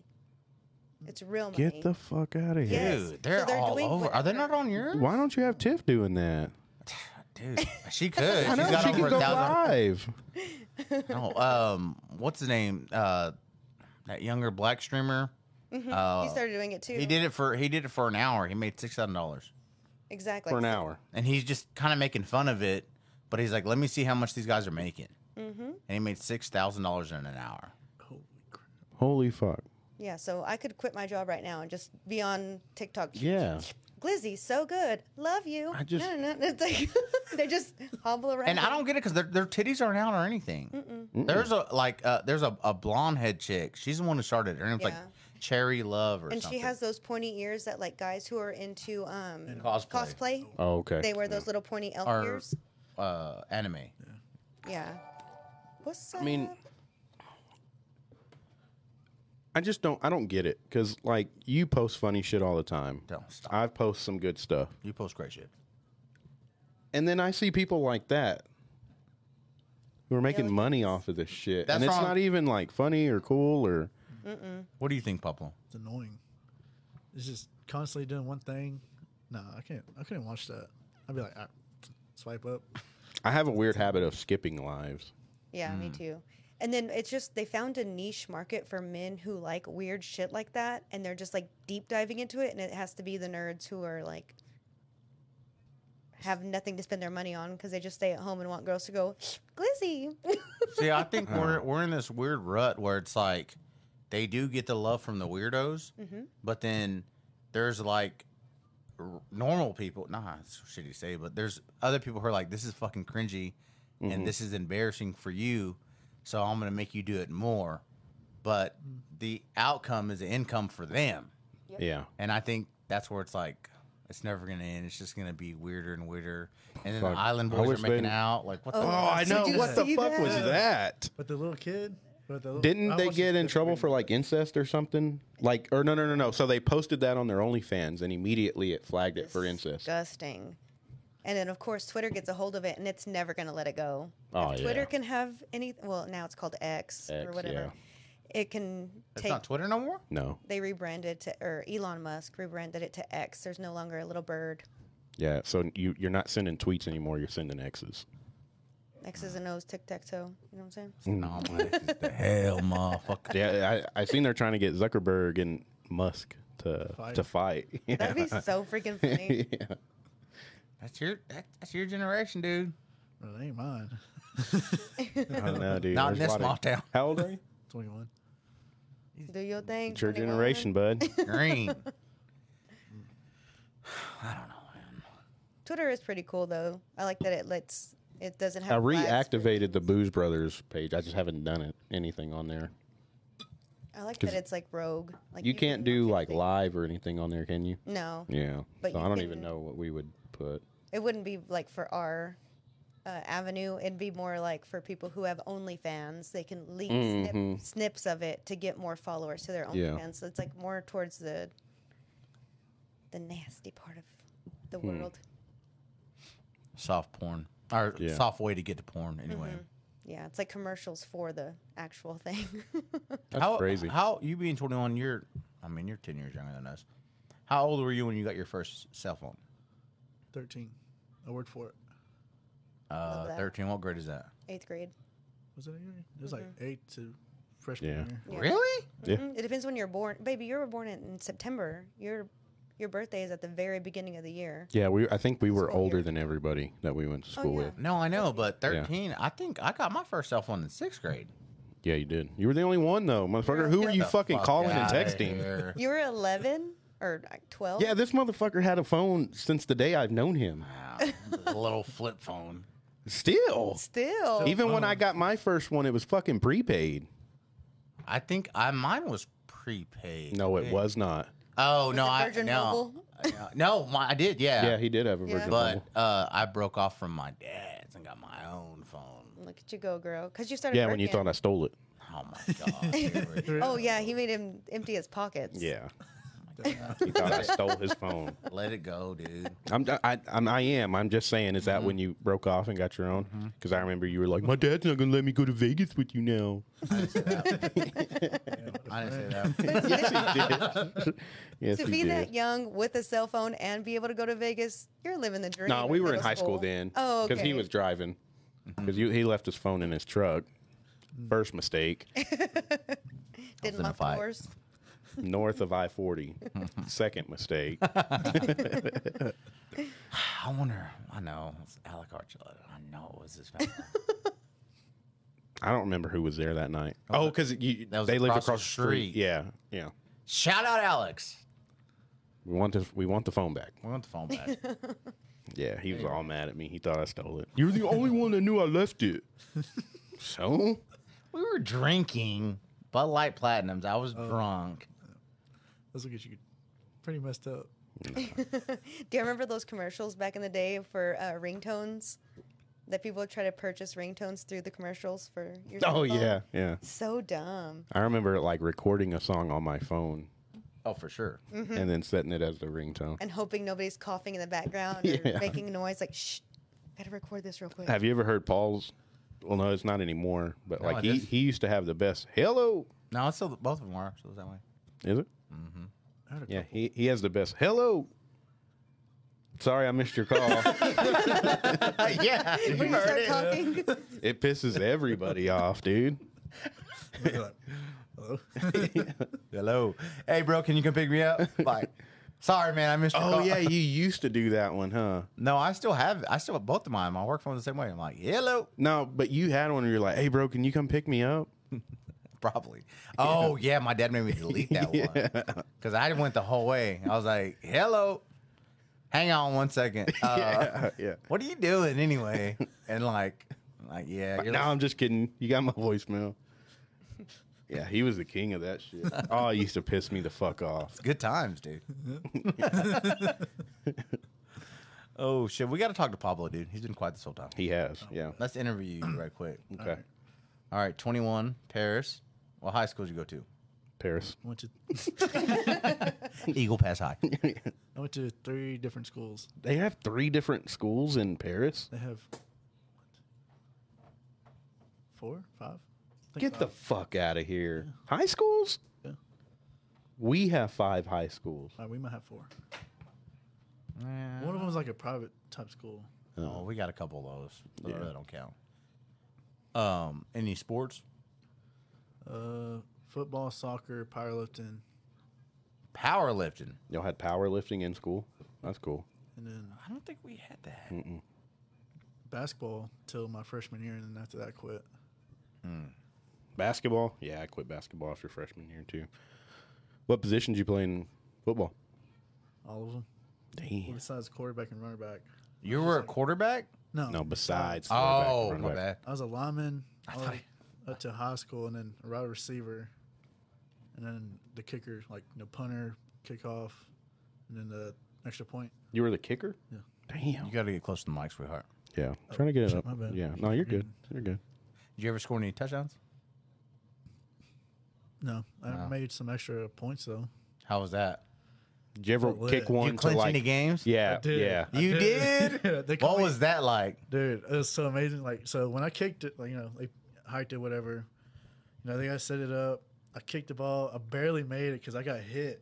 Speaker 2: It's real money.
Speaker 1: Get the fuck out of here.
Speaker 2: Yes.
Speaker 3: Dude, they're,
Speaker 2: So they're
Speaker 3: all
Speaker 2: doing
Speaker 3: over.
Speaker 2: what-
Speaker 3: Are they not on yours?
Speaker 1: Why don't you have Tiff doing that?
Speaker 3: Dude, she could.
Speaker 1: I know
Speaker 3: She's got
Speaker 1: she
Speaker 3: over
Speaker 1: can
Speaker 3: a
Speaker 1: go
Speaker 3: thousand-
Speaker 1: live.
Speaker 3: No, um, what's his name? Uh, that younger black streamer. Uh,
Speaker 2: he started doing it too.
Speaker 3: he did it for he did it for an hour. He made six thousand dollars,
Speaker 2: exactly
Speaker 1: for an hour.
Speaker 3: and he's just kind of making fun of it. But he's like, "Let me see how much these guys are making."
Speaker 2: Mm-hmm.
Speaker 3: And he made six thousand dollars in an hour.
Speaker 4: Holy crap.
Speaker 1: Holy fuck.
Speaker 2: Yeah, so I could quit my job right now and just be on TikTok.
Speaker 1: Yeah.
Speaker 2: Glizzy, so good. Love you.
Speaker 1: I just-
Speaker 2: no, no, no. It's like they just hobble around.
Speaker 3: And I don't get it because their, their titties aren't out or anything. There's a like uh, there's a, a blonde head chick. She's the one who started. it. Her name's like
Speaker 2: Yeah.
Speaker 3: Cherry Love or
Speaker 2: and
Speaker 3: something.
Speaker 2: she has those pointy ears that like guys who are into um
Speaker 3: Cosplay.
Speaker 2: cosplay,
Speaker 1: Oh, okay.
Speaker 2: they wear those little pointy elf
Speaker 3: Or-
Speaker 2: ears.
Speaker 3: uh, anime.
Speaker 2: Yeah. What's up?
Speaker 1: I mean, I just don't. I don't get it because like you post funny shit all the time.
Speaker 3: Don't stop.
Speaker 1: I post some good stuff,
Speaker 3: You post great shit.
Speaker 1: and then I see people like that who are making
Speaker 2: like-
Speaker 1: money off of this shit,
Speaker 3: That's
Speaker 1: and it's
Speaker 3: wrong.
Speaker 1: not even like funny or cool or.
Speaker 3: What do you think, Pablo?
Speaker 4: It's annoying. It's just constantly doing one thing. No, I can't. I couldn't watch that. I'd be like, I, swipe up.
Speaker 1: I have a weird habit of skipping lives.
Speaker 2: yeah, me
Speaker 1: Mm.
Speaker 2: too. And then it's just they found a niche market for men who like weird shit like that, and they're just like deep diving into it, and it has to be the nerds who are like have nothing to spend their money on because they just stay at home and want girls to go glizzy.
Speaker 3: See, I think we're we're in this weird rut where it's like they do get the love from the weirdos,
Speaker 2: Mm-hmm.
Speaker 3: but then there's like r- normal people. Nah, it's shitty to say, but there's other people who are like, this is fucking cringy,
Speaker 1: Mm-hmm.
Speaker 3: and this is embarrassing for you, so I'm gonna make you do it more. But
Speaker 2: Mm-hmm.
Speaker 3: the outcome is the income for them,
Speaker 1: Yeah.
Speaker 3: and I think that's where it's like. It's never gonna end. It's just gonna be weirder and weirder. And then
Speaker 1: Fuck.
Speaker 3: the island
Speaker 1: I
Speaker 3: boys are
Speaker 1: wish they
Speaker 3: making
Speaker 1: didn't-
Speaker 3: out. Like what? the
Speaker 2: Oh,
Speaker 1: I
Speaker 2: Did you see that?
Speaker 1: that?
Speaker 4: But the little kid. But the little,
Speaker 1: Didn't
Speaker 4: I
Speaker 1: they
Speaker 4: watched
Speaker 1: get
Speaker 4: it
Speaker 1: in
Speaker 4: different
Speaker 1: trouble
Speaker 4: way.
Speaker 1: for like incest or something? Like, or no, no, no, no. So they posted that on their OnlyFans, and immediately it flagged it for incest.
Speaker 2: disgusting. And then of course Twitter gets a hold of it, and it's never going to let it go.
Speaker 1: Oh,
Speaker 2: If Twitter
Speaker 1: yeah.
Speaker 2: can have any. Well, now it's called X, or
Speaker 1: X,
Speaker 2: whatever. It can
Speaker 3: It's
Speaker 2: take.
Speaker 3: not Twitter no more.
Speaker 1: No,
Speaker 2: they rebranded to, or Elon Musk rebranded it to X. There's no longer a little bird.
Speaker 1: yeah. So you you're not sending tweets anymore. You're sending X's.
Speaker 2: X's and O's, tic tac toe. You know what I'm saying?
Speaker 1: Mm.
Speaker 3: No, man, this is the hell, motherfucker.
Speaker 1: Yeah, I I seen they're trying to get Zuckerberg and Musk to
Speaker 4: Fight.
Speaker 1: to fight.
Speaker 2: That'd be so freaking funny.
Speaker 1: yeah.
Speaker 3: That's your that, that's your generation, dude.
Speaker 4: Well, it ain't mine.
Speaker 1: I don't know, dude.
Speaker 3: Not in
Speaker 1: There's
Speaker 3: this
Speaker 1: a lot of-
Speaker 3: lockdown.
Speaker 1: How old are you?
Speaker 4: 21.
Speaker 2: Do your thing.
Speaker 1: It's your
Speaker 2: 21.
Speaker 1: generation, bud.
Speaker 3: Green.
Speaker 2: Twitter is pretty cool though. I like that it lets. It doesn't
Speaker 1: I
Speaker 2: have. flags for-
Speaker 1: reactivated the Booze Brothers page. I just haven't done it anything on there.
Speaker 2: I like
Speaker 1: 'cause
Speaker 2: that it's like rogue. Like
Speaker 1: You can't
Speaker 2: can
Speaker 1: do
Speaker 2: watch
Speaker 1: like
Speaker 2: anything.
Speaker 1: live or anything on there, can you?
Speaker 2: No,
Speaker 1: Yeah.
Speaker 2: But
Speaker 1: so
Speaker 2: you
Speaker 1: I don't
Speaker 2: can-
Speaker 1: even know what we would put.
Speaker 2: it wouldn't be like for our uh, avenue. It'd be more like for people who have OnlyFans. They can leak snip, snips of it to get more followers to their OnlyFans.
Speaker 1: Mm-hmm. Yeah.
Speaker 2: So it's like more towards the the nasty part of the
Speaker 1: Hmm.
Speaker 2: world.
Speaker 3: soft porn or
Speaker 1: Yeah.
Speaker 3: soft way to get to porn.
Speaker 2: Mm-hmm.
Speaker 3: Anyway,
Speaker 2: Yeah, it's like commercials for the actual thing.
Speaker 1: That's
Speaker 3: how
Speaker 1: crazy.
Speaker 3: How you being twenty one? You're, I mean, you're ten years younger than us. How old were you when you got your first cell phone?
Speaker 4: 13. I worked for it.
Speaker 3: Uh,
Speaker 2: that.
Speaker 3: thirteen. What grade is that?
Speaker 2: Eighth grade.
Speaker 4: Was it a year? It was like 8 to freshman
Speaker 1: Yeah.
Speaker 4: year.
Speaker 2: Yeah.
Speaker 3: Really?
Speaker 1: Yeah.
Speaker 2: Mm, It depends when you're born, baby. You were born in, in September. Your your birthday is at the very beginning of the year.
Speaker 1: Yeah, we. I think we were
Speaker 2: School
Speaker 1: older
Speaker 2: year.
Speaker 1: than everybody that we went to school
Speaker 2: yeah.
Speaker 1: with.
Speaker 3: No, I know, but
Speaker 1: Yeah.
Speaker 3: thirteen. I think I got my first cell phone in sixth grade.
Speaker 1: Yeah, you did. You were the only one though, motherfucker. Who were you
Speaker 3: The
Speaker 1: fucking
Speaker 3: fuck
Speaker 1: calling and
Speaker 3: outta
Speaker 1: texting?
Speaker 3: here.
Speaker 2: You were 11 or like 12.
Speaker 1: Yeah, this motherfucker had a phone since the day I've known him.
Speaker 3: Wow, the little flip phone.
Speaker 1: Still,
Speaker 2: Still.
Speaker 1: even when I got my first one, it was fucking prepaid.
Speaker 3: I think I mine was prepaid.
Speaker 1: No, it
Speaker 3: Yeah.
Speaker 1: was not.
Speaker 3: Oh no,
Speaker 2: it
Speaker 3: I
Speaker 2: Virgin
Speaker 3: no,
Speaker 2: Mobile?
Speaker 3: I- no, my, I did, yeah.
Speaker 1: Yeah, he did have a
Speaker 2: Yeah.
Speaker 1: Virgin
Speaker 3: but
Speaker 1: Mobile.
Speaker 3: uh, I broke off from my dad's and and got my own phone.
Speaker 2: Look at you go, girl. Because you started.
Speaker 1: Yeah, when you
Speaker 2: working.
Speaker 1: thought I stole it.
Speaker 3: Oh my god. here we go.
Speaker 2: Oh yeah, he made him empty his pockets.
Speaker 1: Yeah. Oh he thought I stole his phone.
Speaker 3: Let it go, dude.
Speaker 1: I'm, I, I'm, I am. I'm just saying, is that when you broke off and got your own? Because I remember you were like, my dad's not going to let me go to Vegas with you now.
Speaker 3: I didn't say that.
Speaker 1: yes,
Speaker 2: To
Speaker 1: you
Speaker 2: be
Speaker 1: did.
Speaker 2: that young with a cell phone and be able to go to Vegas, you're living the dream.
Speaker 1: No, we were in
Speaker 2: middle
Speaker 1: high school, then.
Speaker 2: Oh, okay.
Speaker 1: Because he was driving. Because he left his phone in his truck. First mistake.
Speaker 2: didn't
Speaker 3: in a
Speaker 2: lock the
Speaker 3: fight.
Speaker 2: doors.
Speaker 1: north of I 40. Second mistake.
Speaker 3: I wonder. I know. It's Alec Archuleta. I know it was his family.
Speaker 1: I don't remember who was there that night. Oh, because they
Speaker 3: That was
Speaker 1: lived
Speaker 3: across the
Speaker 1: across the street.
Speaker 3: street.
Speaker 1: Yeah, yeah.
Speaker 3: Shout out, Alex.
Speaker 1: We want to. We want the phone back.
Speaker 3: We want the phone back.
Speaker 1: Yeah, he was all mad at me. He thought I stole it. You're the only one that knew I left it. so
Speaker 3: we were drinking Bud Light Platinums. I
Speaker 1: Oh.
Speaker 3: was drunk.
Speaker 4: This will get you pretty messed up.
Speaker 2: Do you remember those commercials back in the day for uh, ringtones? That people would try to purchase ringtones through the commercials for your. cell
Speaker 1: Oh
Speaker 2: phone?
Speaker 1: yeah, yeah.
Speaker 2: So dumb.
Speaker 1: I remember like recording a song on my phone
Speaker 3: Oh, for sure.
Speaker 1: and then setting it as the ringtone.
Speaker 2: And hoping nobody's coughing in the background or
Speaker 1: Yeah.
Speaker 2: making noise like shh. Better record this real quick.
Speaker 1: Have you ever heard Paul's? Well, no, it's not anymore. But
Speaker 3: I
Speaker 1: like he,
Speaker 3: just-
Speaker 1: he used to have the best. Hello,
Speaker 3: No, it's still both of them are still that way.
Speaker 1: is it?
Speaker 4: I heard a
Speaker 1: Yeah, he, he has the best. Hello. Sorry, I missed your call.
Speaker 3: yeah, you
Speaker 2: When you
Speaker 3: heard
Speaker 2: start
Speaker 3: it.
Speaker 2: talking,
Speaker 1: it pisses everybody off, dude.
Speaker 4: couple like, hello.
Speaker 3: Hello. Hey, bro, can you come pick me up? Like, sorry, man, I missed your
Speaker 1: Oh
Speaker 3: call.
Speaker 1: yeah, you used to do that one, huh?
Speaker 3: No, I still have. I still have both of mine. My work phone the same way. I'm like, hello,
Speaker 1: No, but you had one where you're like, "Hey, bro, can you come pick me up?"
Speaker 3: probably. Oh yeah, my dad made me delete that one because I went the whole way. I was like, hello, hang on one second. Uh,
Speaker 1: yeah, yeah.
Speaker 3: What are you doing anyway? And like, I'm like yeah.
Speaker 1: But
Speaker 3: you're
Speaker 1: no,
Speaker 3: like-
Speaker 1: I'm just kidding. You got my voicemail. Yeah, he was the king of that shit. oh, he used to piss me the fuck off.
Speaker 3: Good times, dude. oh shit, we got to talk to Pablo, dude. He's been quiet this whole time.
Speaker 1: He has, yeah.
Speaker 3: Let's interview you right quick.
Speaker 1: Okay,
Speaker 3: All right, 21, Paris. What high school did you go to?
Speaker 1: Paris.
Speaker 4: I went to
Speaker 3: Eagle Pass High.
Speaker 4: I went to three different schools.
Speaker 1: They have three different schools in Paris.
Speaker 4: They have what? Four, five. I think
Speaker 1: Get the
Speaker 4: five.
Speaker 1: fuck out of here. High schools?
Speaker 4: Yeah.
Speaker 1: We have five high schools.
Speaker 4: All right, we might have four. One of them was like a private type school.
Speaker 3: Oh, we got a couple of those. Those really don't count. Um, any sports?
Speaker 4: Uh, football, soccer, powerlifting,
Speaker 3: Powerlifting.
Speaker 1: Y'all had powerlifting in school. That's cool.
Speaker 4: and then
Speaker 3: I don't think we had that.
Speaker 4: basketball till my freshman year, and then after that, I quit.
Speaker 1: Basketball? Yeah, I quit basketball after freshman year too. What positions you play in football?
Speaker 4: All of them,
Speaker 1: Damn.
Speaker 4: besides quarterback and running back.
Speaker 3: You were a quarterback?
Speaker 4: No,
Speaker 1: No, besides. quarterback and
Speaker 3: Oh,
Speaker 1: running
Speaker 3: my
Speaker 1: back.
Speaker 3: bad.
Speaker 4: I was a lineman all the
Speaker 3: thought
Speaker 4: way up to high school, and then a wide receiver, and then the kicker, like the punter, kickoff, and then the extra point.
Speaker 1: You were the kicker?
Speaker 4: Yeah.
Speaker 1: Damn.
Speaker 3: You got to get close to the mic, sweetheart.
Speaker 1: Yeah. I'm trying to get it
Speaker 4: shit,
Speaker 1: up.
Speaker 4: my bad.
Speaker 1: Yeah. No, you're good. You're good.
Speaker 3: Did you ever score any touchdowns?
Speaker 4: No, I made some extra points though.
Speaker 3: How was that?
Speaker 1: Did you ever
Speaker 4: What?
Speaker 1: kick
Speaker 4: You
Speaker 1: one
Speaker 3: you
Speaker 1: to
Speaker 3: clinch
Speaker 1: like?
Speaker 3: any games?
Speaker 1: Yeah.
Speaker 4: did.
Speaker 1: Yeah.
Speaker 4: I
Speaker 3: You
Speaker 4: did.
Speaker 3: did?
Speaker 4: Yeah, they call
Speaker 3: what
Speaker 4: me-
Speaker 3: was that like?
Speaker 4: Dude, it was so amazing. Like, so when I kicked it, like, you know, they hiked it, whatever. You know, they guys set it up. I kicked the ball. I barely made it because I got hit.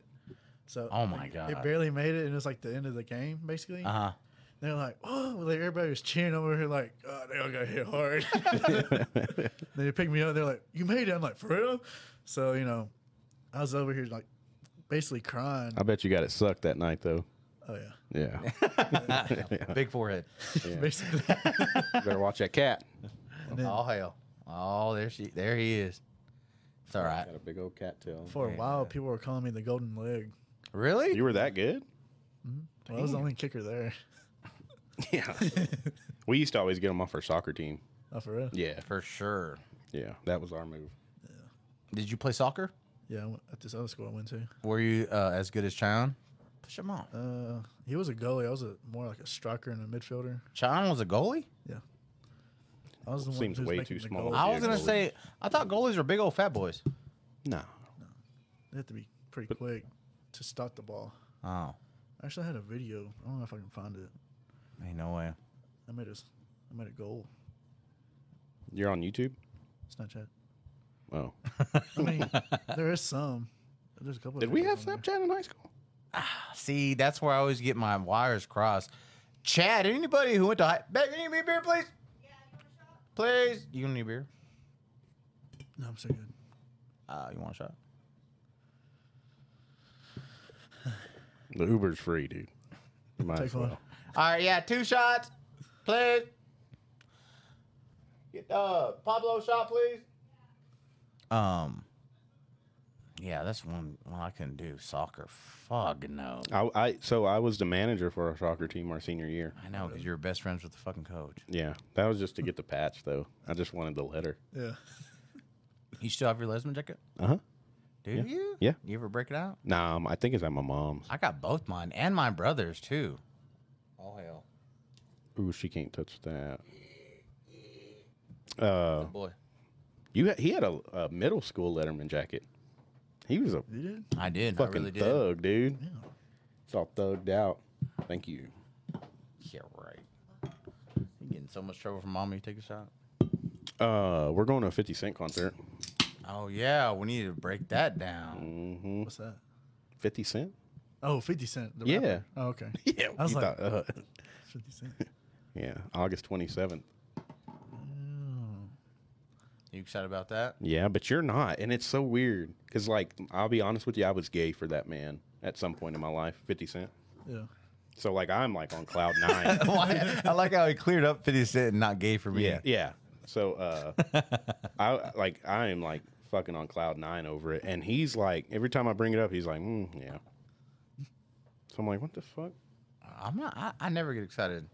Speaker 4: So,
Speaker 3: Oh my
Speaker 4: like,
Speaker 3: God.
Speaker 4: it barely made it, and it's like the end of the game, basically.
Speaker 3: Uh huh.
Speaker 4: They're like, oh, like everybody was cheering over here, like, oh, they all got hit hard. then they picked me up. They're like, you made it. I'm like, for real? So, you know, I was over here like basically crying.
Speaker 1: I bet you got it sucked that night though.
Speaker 4: Oh yeah,
Speaker 1: Yeah.
Speaker 3: Big forehead.
Speaker 4: basically.
Speaker 1: Better watch that cat.
Speaker 4: And then
Speaker 3: All hell. Oh, there she. There he is. It's all right.
Speaker 1: Got a big old cat tail.
Speaker 4: for a while, people were calling me the golden leg.
Speaker 3: Really?
Speaker 1: You were that good?
Speaker 4: Well, I was the only kicker there.
Speaker 1: Yeah. we used to always get them off our soccer team.
Speaker 4: Oh, for real?
Speaker 1: Yeah.
Speaker 3: For sure.
Speaker 1: Yeah. That was our move.
Speaker 3: Did you play soccer?
Speaker 4: Yeah, I went- at this other school I went to.
Speaker 3: Were you uh, as good as Chon? Push him on.
Speaker 4: Uh, he was a goalie. I was a more like a striker and a midfielder.
Speaker 3: Chon was a goalie.
Speaker 4: Yeah, I was the one
Speaker 1: Seems
Speaker 4: who's
Speaker 1: way
Speaker 4: making
Speaker 1: too
Speaker 4: the
Speaker 1: small.
Speaker 4: goals.
Speaker 3: I was
Speaker 1: Yeah,
Speaker 3: gonna
Speaker 1: goalie.
Speaker 3: say I thought goalies were big old fat boys.
Speaker 1: No.
Speaker 4: They have to be pretty quick to stop the ball.
Speaker 3: Oh,
Speaker 4: Actually, I had a video. I don't know if I can find it.
Speaker 3: ain't no way.
Speaker 4: I made a, s- I made a goal.
Speaker 1: You're on YouTube?
Speaker 4: Snapchat.
Speaker 1: Oh.
Speaker 4: I mean, there is some. There's a couple. of
Speaker 1: Did we have
Speaker 4: videos on there.
Speaker 1: Snapchat in high school?
Speaker 3: See, that's where I always get my wires crossed. Chad, anybody who went to high, Beck, you need me a beer, please? Please, you gonna need a beer?
Speaker 4: No, I'm so good.
Speaker 3: Uh, you want a shot?
Speaker 1: The Uber's free, dude. You Might
Speaker 4: Take
Speaker 1: as well.
Speaker 4: one.
Speaker 3: All right, yeah, two shots, please. Get uh Pablo a shot, please. Um. Yeah, that's one one I couldn't do. Soccer, fuck no.
Speaker 1: I, I so I was the manager for our soccer team our senior year.
Speaker 3: I know because you're best friends with the fucking coach.
Speaker 1: Yeah, that was just to get the patch though. I just wanted the letter.
Speaker 4: Yeah.
Speaker 3: You still have your Lesman jacket?
Speaker 1: Uh
Speaker 4: Uh-huh.
Speaker 1: huh.
Speaker 3: Do you?
Speaker 1: Yeah.
Speaker 3: You ever break it out?
Speaker 1: Nah, um, I think it's at my mom's.
Speaker 3: I got both mine and my brother's too. Oh hell,
Speaker 1: Ooh, she can't touch that. Uh,
Speaker 3: boy!
Speaker 1: you had, he had a, a middle school Letterman jacket. He was a
Speaker 4: You did?
Speaker 3: I did. I
Speaker 1: fucking
Speaker 3: really did.
Speaker 1: thug, dude. It's all thugged out. Thank you.
Speaker 3: Yeah, right. You getting so much trouble from mommy? You take a shot.
Speaker 1: Uh, we're going to a Fifty Cent concert.
Speaker 3: Oh yeah, we need to break that down.
Speaker 1: Mm-hmm.
Speaker 4: What's that?
Speaker 1: Fifty Cent.
Speaker 4: Oh, 50 Cent. the
Speaker 1: Yeah.
Speaker 4: rapper. Oh, okay.
Speaker 1: Yeah,
Speaker 4: I was
Speaker 1: you
Speaker 4: like-
Speaker 1: uh,
Speaker 4: 50 Cent.
Speaker 1: yeah, August twenty seventh.
Speaker 3: You excited about that?
Speaker 1: Yeah, but you're not, and it's so weird because, like, I'll be honest with you, I was gay for that man at some point in my life, Fifty Cent.
Speaker 4: Yeah.
Speaker 1: So like, I'm like on cloud nine.
Speaker 3: I like how he cleared up 50 Cent and not gay for me.
Speaker 1: Yeah. Yeah. So uh I like I am like fucking on cloud nine over it. And he's like every time I bring it up, he's like, mm, yeah. So I'm like, what the fuck?
Speaker 3: I'm not. I, I never get excited.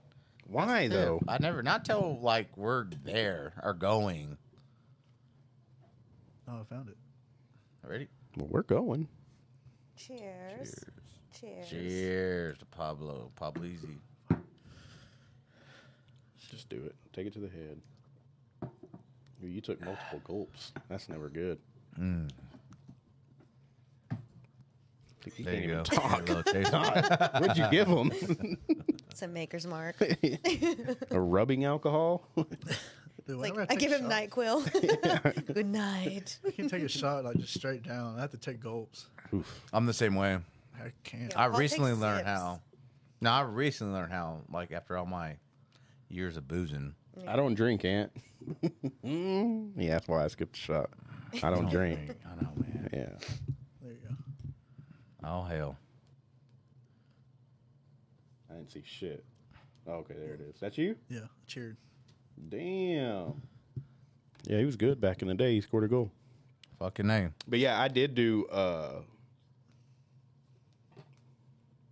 Speaker 1: Why though?
Speaker 3: I never. Not till like we're there or going.
Speaker 4: Oh, I found it.
Speaker 3: Ready?
Speaker 1: Well, we're going.
Speaker 2: Cheers. Cheers.
Speaker 3: Cheers to Pablo. Pablo easy.
Speaker 1: Just do it. Take it to the head. Ooh, You took multiple gulps. That's never good.
Speaker 3: Mm.
Speaker 1: You
Speaker 3: There
Speaker 1: can't
Speaker 3: you go.
Speaker 1: even talk.
Speaker 3: A little taste.
Speaker 1: What'd you give him?
Speaker 2: It's a maker's mark.
Speaker 1: A rubbing alcohol?
Speaker 4: Dude,
Speaker 2: like
Speaker 4: whenever
Speaker 2: I
Speaker 4: take
Speaker 2: give him
Speaker 4: shots,
Speaker 2: Nyquil. Good night.
Speaker 4: I can't take a shot like just straight down. I have to take gulps.
Speaker 3: I'm the same way.
Speaker 4: I can't.
Speaker 2: Yeah.
Speaker 3: I
Speaker 2: I'll take
Speaker 3: recently learned
Speaker 2: sips.
Speaker 3: how. No, I recently learned how. Like after all my years of boozing,
Speaker 1: I don't drink, Aunt. Mm, yeah, that's why I skipped a shot. I don't drink.
Speaker 3: I know, man.
Speaker 1: Yeah.
Speaker 4: There you go.
Speaker 3: Oh hell.
Speaker 1: I didn't see shit. Oh, Okay, there it is. That's you?
Speaker 4: Yeah. Cheered.
Speaker 1: Damn. Yeah, he was good back in the day. He scored a goal.
Speaker 3: Fucking name.
Speaker 1: But yeah, I did do uh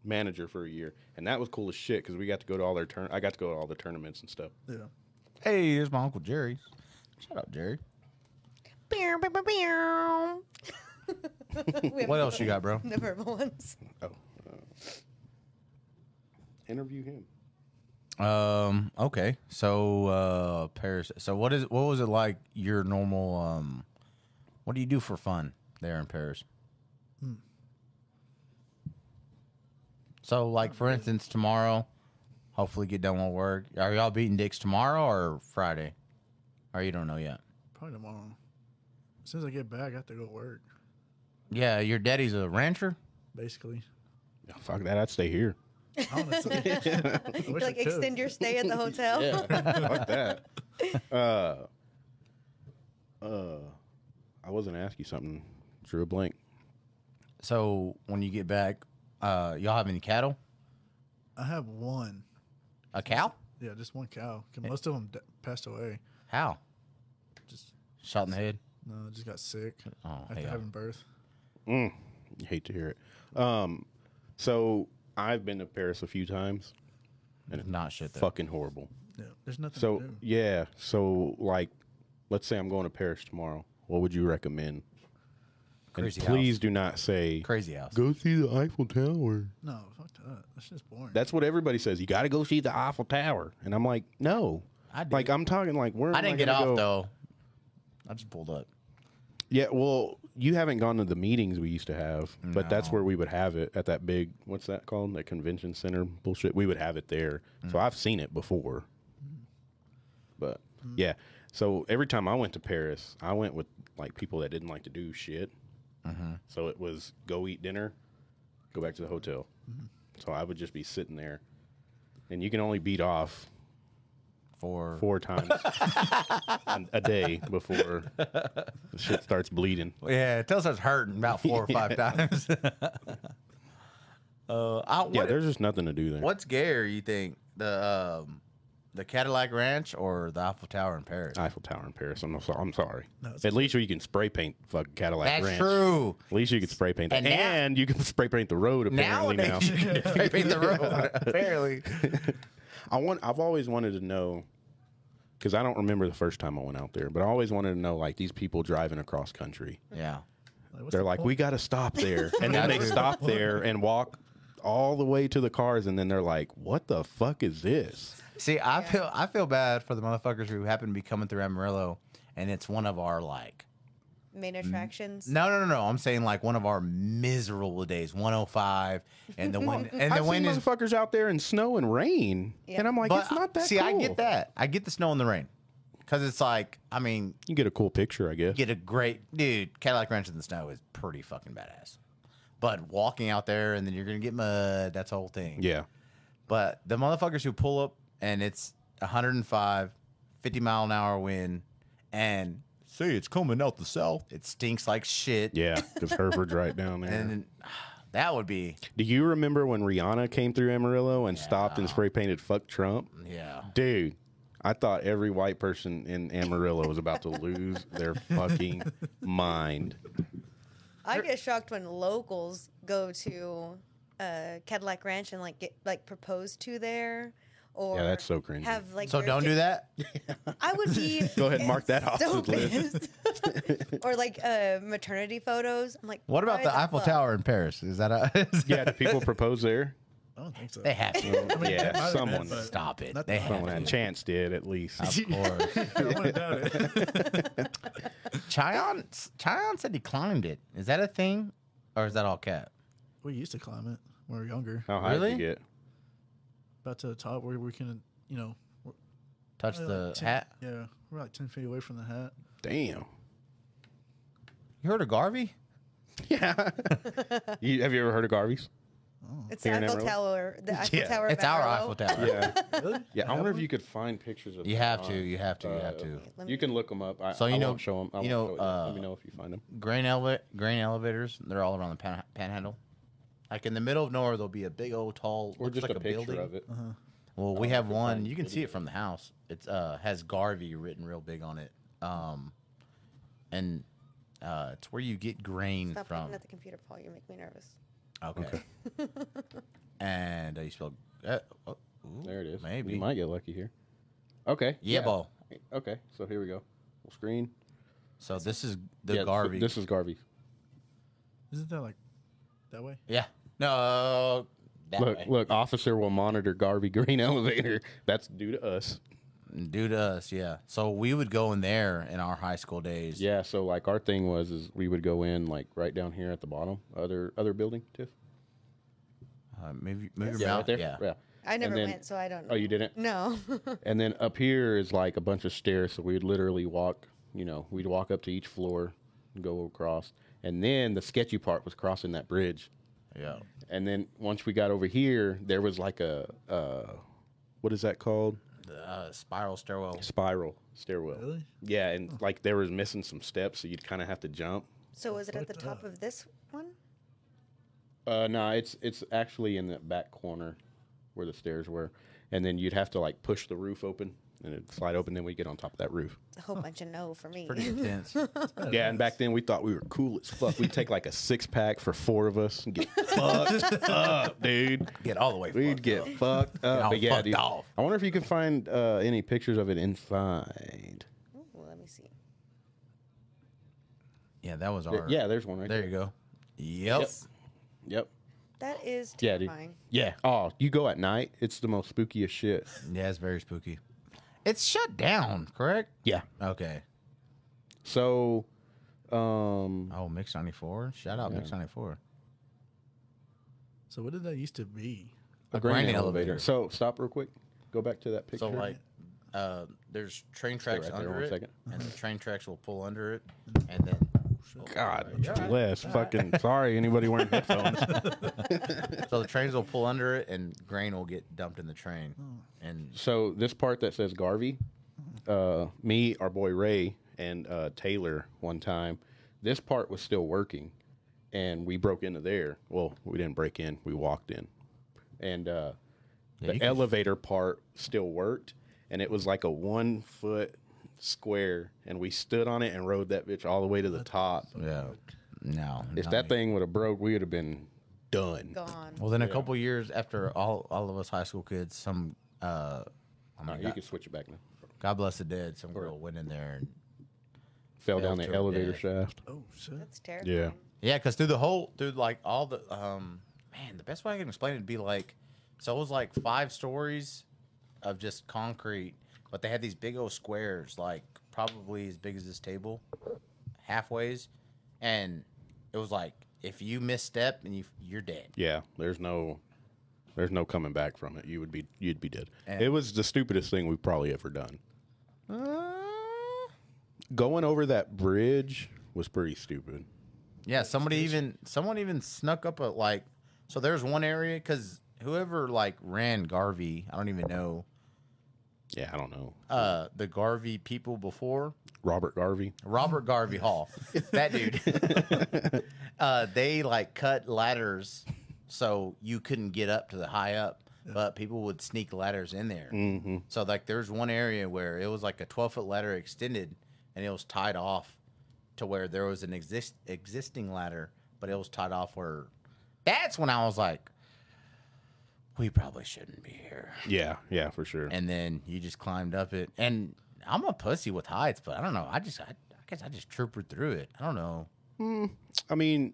Speaker 1: manager for a year, and that was cool as shit because we got to go to all their turn. I got to go to all the tournaments and stuff.
Speaker 4: Yeah.
Speaker 3: Hey, here's my uncle Jerry. Shut up, Jerry.
Speaker 2: Pew, pew, pew, pew. We haven't
Speaker 3: What else you got, bro?
Speaker 2: done The verbal ones.
Speaker 1: Oh, uh, interview him.
Speaker 3: Um. Okay. So, uh, Paris. So, what is? What was it like? Your normal. Um. What do you do for fun there in Paris? So, like for instance, tomorrow, hopefully get done with work. Are y'all beating dicks tomorrow or Friday? Or you don't know yet?
Speaker 4: Probably tomorrow. As soon as I get back, I have to go to work,
Speaker 3: Yeah, your daddy's a rancher.
Speaker 4: basically.
Speaker 1: Oh, fuck that. I'd stay here.
Speaker 4: Honestly. I wish I
Speaker 2: like
Speaker 4: could.
Speaker 2: extend your stay at the hotel.
Speaker 1: fuck that. Uh, uh, I wasn't asking you something. Drew a blank.
Speaker 3: So when you get back, uh, y'all have any cattle?
Speaker 4: I have one.
Speaker 3: A cow?
Speaker 4: Yeah, just one cow. 'Cause
Speaker 2: Eh.
Speaker 4: Most of them d- passed away.
Speaker 3: How?
Speaker 4: Just
Speaker 3: Shot in the head.
Speaker 4: no, just got sick
Speaker 3: Oh,
Speaker 4: after
Speaker 3: yeah.
Speaker 4: having birth.
Speaker 1: You hate to hear it. Um, so I've been to Paris a few times.
Speaker 3: Not shit. Though.
Speaker 1: Fucking horrible.
Speaker 4: Yeah, there's nothing.
Speaker 1: So
Speaker 4: to do.
Speaker 1: yeah, so like, let's say I'm going to Paris tomorrow. What would you recommend? And
Speaker 3: Crazy
Speaker 1: please do not say
Speaker 3: Crazy house.
Speaker 1: go see the Eiffel Tower.
Speaker 4: no, fuck that. That's just boring.
Speaker 1: That's what everybody says. You got to go see the Eiffel Tower, and I'm like, no.
Speaker 3: I did.
Speaker 1: Like I'm talking like where am
Speaker 3: I didn't get
Speaker 1: gonna
Speaker 3: off
Speaker 1: go?
Speaker 3: though. I just pulled up.
Speaker 1: Yeah, well, you haven't gone to the meetings we used to have, but that's
Speaker 3: No.
Speaker 1: where we would have it at that big what's that called? That convention center bullshit. We would have it there. So I've seen it before. But yeah. So every time I went to Paris, I went with like people that didn't like to do shit. So it was go eat dinner, go back to the hotel. So I would just be sitting there, and you can only beat off
Speaker 3: For,
Speaker 1: four times a- a day before the shit starts bleeding.
Speaker 3: yeah, it tells us hurting about four or five times. uh, I, what,
Speaker 1: Yeah, there's just nothing to do there.
Speaker 3: what's gayer? You think the um, the Cadillac Ranch or the Eiffel Tower in Paris?
Speaker 1: Eiffel Tower in Paris. I'm, so, I'm sorry.
Speaker 4: No, it's
Speaker 1: At least you can spray paint fucking Cadillac
Speaker 3: That's
Speaker 1: Ranch.
Speaker 3: true.
Speaker 1: At least you can spray paint that.
Speaker 3: And
Speaker 1: And,
Speaker 3: now-
Speaker 1: you can spray paint the road apparently
Speaker 3: Nowadays,
Speaker 1: now.
Speaker 3: you can scrape in the road. Apparently,
Speaker 1: I want I've always wanted to know because I don't remember the first time I went out there, but I always wanted to know like these people driving across country.
Speaker 3: yeah.
Speaker 4: what's
Speaker 1: They're
Speaker 4: the
Speaker 1: like,
Speaker 4: point?
Speaker 1: we got to stop there. And then
Speaker 3: That's
Speaker 1: they
Speaker 3: true.
Speaker 1: stop there and walk all the way to the cars. And then they're like, what the fuck is this?
Speaker 3: See, I feel I feel bad for the motherfuckers who happen to be coming through Amarillo, and it's one of our like
Speaker 2: Main attractions.
Speaker 3: no no no no. I'm saying like one of our miserable days, 105, and the wind and the
Speaker 1: I've seen
Speaker 3: wind is.
Speaker 1: motherfuckers out there in snow and rain.
Speaker 2: Yeah.
Speaker 1: And I'm like,
Speaker 3: but-
Speaker 1: it's not that
Speaker 3: see, I
Speaker 1: cool."
Speaker 3: get that. I get the snow and the rain, because it's like I mean,
Speaker 1: You get a cool picture, I guess.
Speaker 3: get a great dude. Cadillac Ranch in the snow is pretty fucking badass. But walking out there and then you're gonna get mud. That's the whole thing.
Speaker 1: Yeah.
Speaker 3: But the motherfuckers who pull up and it's 105, 50 mile an hour wind, and say it's coming out the south, it stinks like shit.
Speaker 1: Yeah, because Hereford's right down there.
Speaker 3: And then, that would be,
Speaker 1: Do you remember when Rihanna came through Amarillo and stopped and spray painted "fuck Trump"?
Speaker 3: yeah.
Speaker 1: Dude, I thought every white person in Amarillo was about to lose their fucking mind.
Speaker 2: I get shocked when locals go to uh, Cadillac Ranch and like get like proposed to there, or
Speaker 1: Yeah, that's so cringy.
Speaker 2: Have like
Speaker 3: So
Speaker 2: their
Speaker 3: don't
Speaker 2: da-
Speaker 3: do that.
Speaker 2: I would be
Speaker 1: Go ahead and mark that off
Speaker 2: so
Speaker 1: the list.
Speaker 2: pissed. or like uh, maternity photos. I'm like,
Speaker 3: What about
Speaker 2: why
Speaker 3: the Eiffel
Speaker 2: fuck?
Speaker 3: Tower in Paris? Is that a. is
Speaker 1: Yeah,
Speaker 3: that-
Speaker 1: do people propose there?
Speaker 4: I don't think so.
Speaker 3: They have to.
Speaker 4: I
Speaker 1: Yeah,
Speaker 4: mean, it might have been,
Speaker 1: someone
Speaker 4: but
Speaker 3: Stop it.
Speaker 4: Not-
Speaker 3: They have
Speaker 1: Someone had
Speaker 3: to.
Speaker 1: chance did at least.
Speaker 3: Of course.
Speaker 4: I wouldn't doubt it.
Speaker 3: Chion, Chion said he climbed it. Is that a thing? Or is that all cap?
Speaker 4: we used to climb it when we were younger,
Speaker 1: How high
Speaker 3: Really?
Speaker 1: did you get?
Speaker 4: about to the top where we can, you know, we're
Speaker 3: Touch
Speaker 4: like
Speaker 3: the
Speaker 4: 10
Speaker 3: hat.
Speaker 4: Yeah, we're like ten feet away from the hat.
Speaker 1: Damn.
Speaker 3: You heard of Garvey?
Speaker 1: Yeah. you, have you ever heard of Garvey's?
Speaker 2: It's the
Speaker 1: Here in
Speaker 2: Eiffel
Speaker 1: Amarillo?
Speaker 2: Tower. The Eiffel
Speaker 1: Yeah.
Speaker 2: Tower. of
Speaker 3: It's our
Speaker 2: Amarillo.
Speaker 3: Eiffel Tower.
Speaker 1: Yeah.
Speaker 4: Really?
Speaker 1: Yeah. I wonder if you could find pictures of.
Speaker 3: You have
Speaker 1: Rihanna.
Speaker 3: to. You have to. You have
Speaker 1: Uh,
Speaker 3: to.
Speaker 2: Let
Speaker 1: You
Speaker 2: me-
Speaker 1: can look them up. I,
Speaker 3: So
Speaker 1: I
Speaker 3: you know-
Speaker 1: won't show them. I
Speaker 3: you
Speaker 1: won't show
Speaker 3: know,
Speaker 1: you.
Speaker 3: uh,
Speaker 1: Let me know if you find them.
Speaker 3: grain eleva- grain elevators. They're all around the pan- panhandle. Like in the middle of nowhere, there'll be a big old tall,
Speaker 1: Or
Speaker 3: looks
Speaker 1: just
Speaker 3: like
Speaker 1: a, picture
Speaker 3: building. Uh-huh.
Speaker 1: of it.
Speaker 3: Well, we have
Speaker 1: could
Speaker 3: one.
Speaker 1: find
Speaker 3: You can see it from the house. It's uh has Garvey written real big on it. Um, and uh, it's where you get grain
Speaker 2: Stop
Speaker 3: from.
Speaker 2: looking at the computer, Paul. You make me nervous.
Speaker 3: Okay. and uh, you spell. Uh, oh, ooh,
Speaker 1: There it is.
Speaker 3: Maybe.
Speaker 1: You might get lucky here. Okay.
Speaker 3: Yeah, ball.
Speaker 1: Okay. So here we go. Full screen.
Speaker 3: So this is the
Speaker 1: Yeah, so
Speaker 3: Garvey.
Speaker 1: This is Garvey.
Speaker 4: Isn't that like that way?
Speaker 3: yeah. No. That
Speaker 1: look,
Speaker 3: way.
Speaker 1: look. Officer will monitor Garvey Green Elevator. That's due to us.
Speaker 3: Due to us, yeah. So we would go in there in our high school days.
Speaker 1: Yeah. So like our thing was is we would go in like right down here at the bottom. Other other building, Tiff.
Speaker 3: Uh, move your- move your
Speaker 1: Yeah,
Speaker 3: mouth.
Speaker 1: right there.
Speaker 3: Yeah.
Speaker 2: I
Speaker 1: And
Speaker 2: never
Speaker 1: then-
Speaker 2: went, so I don't.
Speaker 1: Oh, you didn't.
Speaker 2: No.
Speaker 1: And then up here is like a bunch of stairs. So we'd literally walk, you know, we'd walk up to each floor and go across. And then the sketchy part was crossing that bridge.
Speaker 3: Yeah.
Speaker 1: And then once we got over here, there was like a, uh, what is that called?
Speaker 3: The, uh, spiral stairwell.
Speaker 1: Spiral stairwell.
Speaker 4: Really?
Speaker 1: Yeah. And like there was missing some steps. So you'd kind of have to jump.
Speaker 2: so was it at the
Speaker 4: Fucked
Speaker 2: top
Speaker 4: up.
Speaker 2: of this one?
Speaker 1: Uh, no, it's, it's actually in the back corner where the stairs were. And then you'd have to like push the roof open and it'd slide open. Then we'd get on top of that roof.
Speaker 2: It's a whole bunch of no for me.
Speaker 3: Pretty intense.
Speaker 1: Yeah, and back then we thought we were cool as fuck. We'd take like a six pack for four of us and get fucked up, dude.
Speaker 3: Get all the way.
Speaker 1: We'd
Speaker 3: fucked
Speaker 1: get
Speaker 3: up.
Speaker 1: fucked up.
Speaker 3: all
Speaker 1: But yeah,
Speaker 3: fucked
Speaker 1: dude,
Speaker 3: off.
Speaker 1: I wonder if you can find uh, any pictures of it inside.
Speaker 2: Ooh, let me see.
Speaker 3: Yeah, that was
Speaker 1: Th-
Speaker 3: our.
Speaker 1: Yeah, there's one right
Speaker 3: There
Speaker 1: there.
Speaker 3: you go. Yep.
Speaker 1: Yep.
Speaker 2: That is
Speaker 1: Yeah, dude.
Speaker 2: terrifying.
Speaker 1: Yeah. Oh, you go at night. It's the most spookiest shit.
Speaker 3: Yeah, it's very spooky. It's shut down, correct?
Speaker 1: Yeah.
Speaker 3: Okay.
Speaker 1: So, um,
Speaker 3: Oh, Mix 94. Shout out Mix 94.
Speaker 4: So what did that used to be?
Speaker 1: a
Speaker 3: grain
Speaker 1: grain
Speaker 3: elevator.
Speaker 1: elevator. So stop real quick. Go back to that picture.
Speaker 3: So like, uh, there's train tracks
Speaker 1: right there,
Speaker 3: under
Speaker 1: one
Speaker 3: it,
Speaker 1: second.
Speaker 3: and the train tracks will pull under it, and then
Speaker 1: God bless. Fucking sorry, anybody wearing headphones.
Speaker 3: so the trains will pull under it, and grain will get dumped in the train, and
Speaker 1: so this part that says Garvey, uh, me, our boy Ray, and uh, Taylor one time, this part was still working, and we broke into there. Well, we didn't break in; we walked in, and uh, the elevator part still worked, and it was like a one foot square, and we stood on it and rode that bitch all the way to the top.
Speaker 3: yeah, no.
Speaker 1: If
Speaker 3: not
Speaker 1: that
Speaker 3: me.
Speaker 1: thing would have broke, we would have been done.
Speaker 2: Gone.
Speaker 3: well, then a couple years after all, all of us high school kids, some uh, oh my
Speaker 1: You
Speaker 3: God,
Speaker 1: can switch it back now.
Speaker 3: God bless the dead. Some girl went in there, and
Speaker 1: Fell down
Speaker 3: Failed
Speaker 1: the
Speaker 3: to-
Speaker 1: elevator
Speaker 3: yeah.
Speaker 1: shaft.
Speaker 4: Oh shit!
Speaker 2: That's terrifying.
Speaker 3: Yeah, because through the whole, through like all the, um, man, the best way I can explain it would be like, so it was like five stories of just concrete, but they had these big old squares, like probably as big as this table, halfways, and it was like if you misstep and you you're dead.
Speaker 1: Yeah, there's no, there's no coming back from it. You would be, you'd be dead.
Speaker 3: And-
Speaker 1: it was the stupidest thing we've probably ever done.
Speaker 3: Uh.
Speaker 1: Going over that bridge was pretty stupid.
Speaker 3: Yeah, somebody even someone even snuck up a like. So there's one area because whoever like ran Garvey, I don't even know
Speaker 1: Yeah, I don't know.
Speaker 3: uh the Garvey people before.
Speaker 1: Robert Garvey.
Speaker 3: Robert Garvey Hall, that dude. uh, they like cut ladders so you couldn't get up to the high up, but people would sneak ladders in there.
Speaker 1: Mm.
Speaker 3: Mm-hmm. So like, there's one area where it was like a 12 foot ladder extended, and it was tied off to where there was an exist existing ladder, but it was tied off where. That's when I was like, we probably shouldn't be here
Speaker 1: Yeah, yeah, for sure.
Speaker 3: and then you just climbed up it. And I'm a pussy with heights, but I don't know. I just, I, I guess I just troopered through it. I don't know.
Speaker 1: I mean,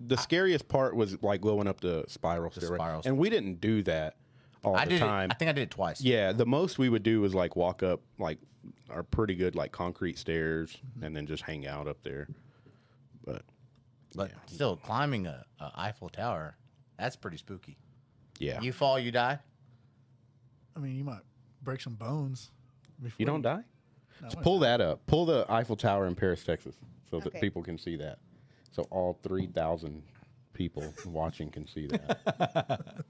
Speaker 1: the scariest part was like going up the spiral stairway,
Speaker 3: spiral
Speaker 1: and we didn't do that all
Speaker 3: I
Speaker 1: the
Speaker 3: did.
Speaker 1: time.
Speaker 3: It, I think I did it twice.
Speaker 1: Yeah, the most we would do is like walk up like our pretty good like concrete stairs
Speaker 3: Mm-hmm.
Speaker 1: and then just hang out up there. But
Speaker 3: but still climbing a, a Eiffel Tower, that's pretty spooky.
Speaker 1: yeah.
Speaker 3: You fall, you die.
Speaker 4: I mean, you might break some bones. Before
Speaker 1: You don't die?
Speaker 4: No,
Speaker 1: So
Speaker 4: wait.
Speaker 1: pull that up. Pull the Eiffel Tower in Paris, Texas, so that
Speaker 2: Okay.
Speaker 1: people can see that. So all 3,000 people watching can see that.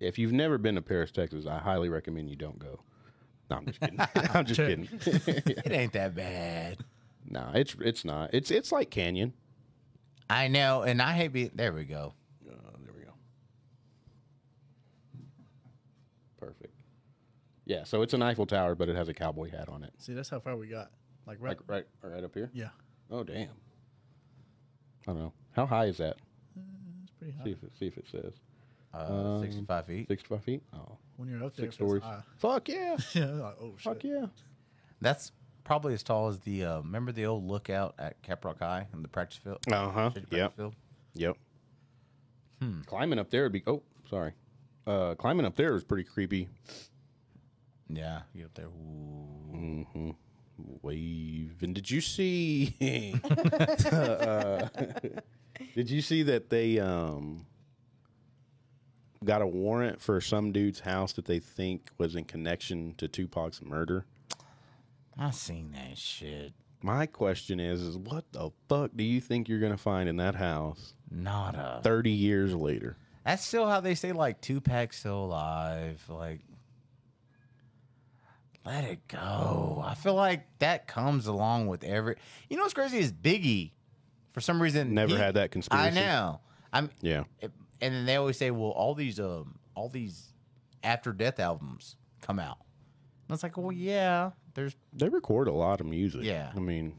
Speaker 1: if you've never been to Paris, Texas, I highly recommend you don't go. No, I'm just kidding. I'm just
Speaker 4: Check.
Speaker 1: kidding.
Speaker 3: It ain't that bad.
Speaker 1: no, it's it's not. It's it's like Canyon.
Speaker 3: I know, and I hate being. There we go.
Speaker 1: Uh, there we go. Perfect. Yeah, so it's an Eiffel Tower, but it has a cowboy hat on it.
Speaker 4: See, that's how far we got. Like right.
Speaker 1: Like right, right up here.
Speaker 4: yeah,
Speaker 1: Oh damn. I don't know. How high is that?
Speaker 4: it's pretty high.
Speaker 1: See if it, see if it says
Speaker 3: Uh,
Speaker 1: Um,
Speaker 3: 65 feet.
Speaker 1: sixty-five feet. Oh,
Speaker 4: when you're up there,
Speaker 1: six
Speaker 4: it feels
Speaker 1: stories.
Speaker 4: high.
Speaker 1: Fuck yeah!
Speaker 4: Yeah, like, oh shit.
Speaker 1: Fuck yeah!
Speaker 3: That's probably as tall as the. Uh, remember the old lookout at Caprock High in the practice field?
Speaker 1: Uh huh.
Speaker 3: Practice
Speaker 1: Yep.
Speaker 3: field?
Speaker 1: Yep.
Speaker 4: Hmm.
Speaker 1: Climbing up there would be. Oh, sorry. Uh, climbing up there is pretty creepy.
Speaker 3: Yeah. You up there? Ooh.
Speaker 1: Wave. And did you see? uh, did you see that they um got a warrant for some dude's house that they think was in connection to Tupac's murder?
Speaker 3: I seen that shit.
Speaker 1: My question is, is what the fuck do you think you're gonna find in that house
Speaker 3: Nada.
Speaker 1: thirty years later?
Speaker 3: That's still how they say like Tupac's still alive. Like, let it go. I feel like that comes along with every. You know what's crazy is Biggie. For some reason,
Speaker 1: Never
Speaker 3: he-
Speaker 1: had that
Speaker 3: I
Speaker 1: conspiracy.
Speaker 3: know. I'm,
Speaker 1: Yeah.
Speaker 3: and then they always say, well, all these um, all these after death albums come out. And it's like, well, yeah, there's
Speaker 1: They record a lot of music.
Speaker 3: Yeah.
Speaker 1: I mean,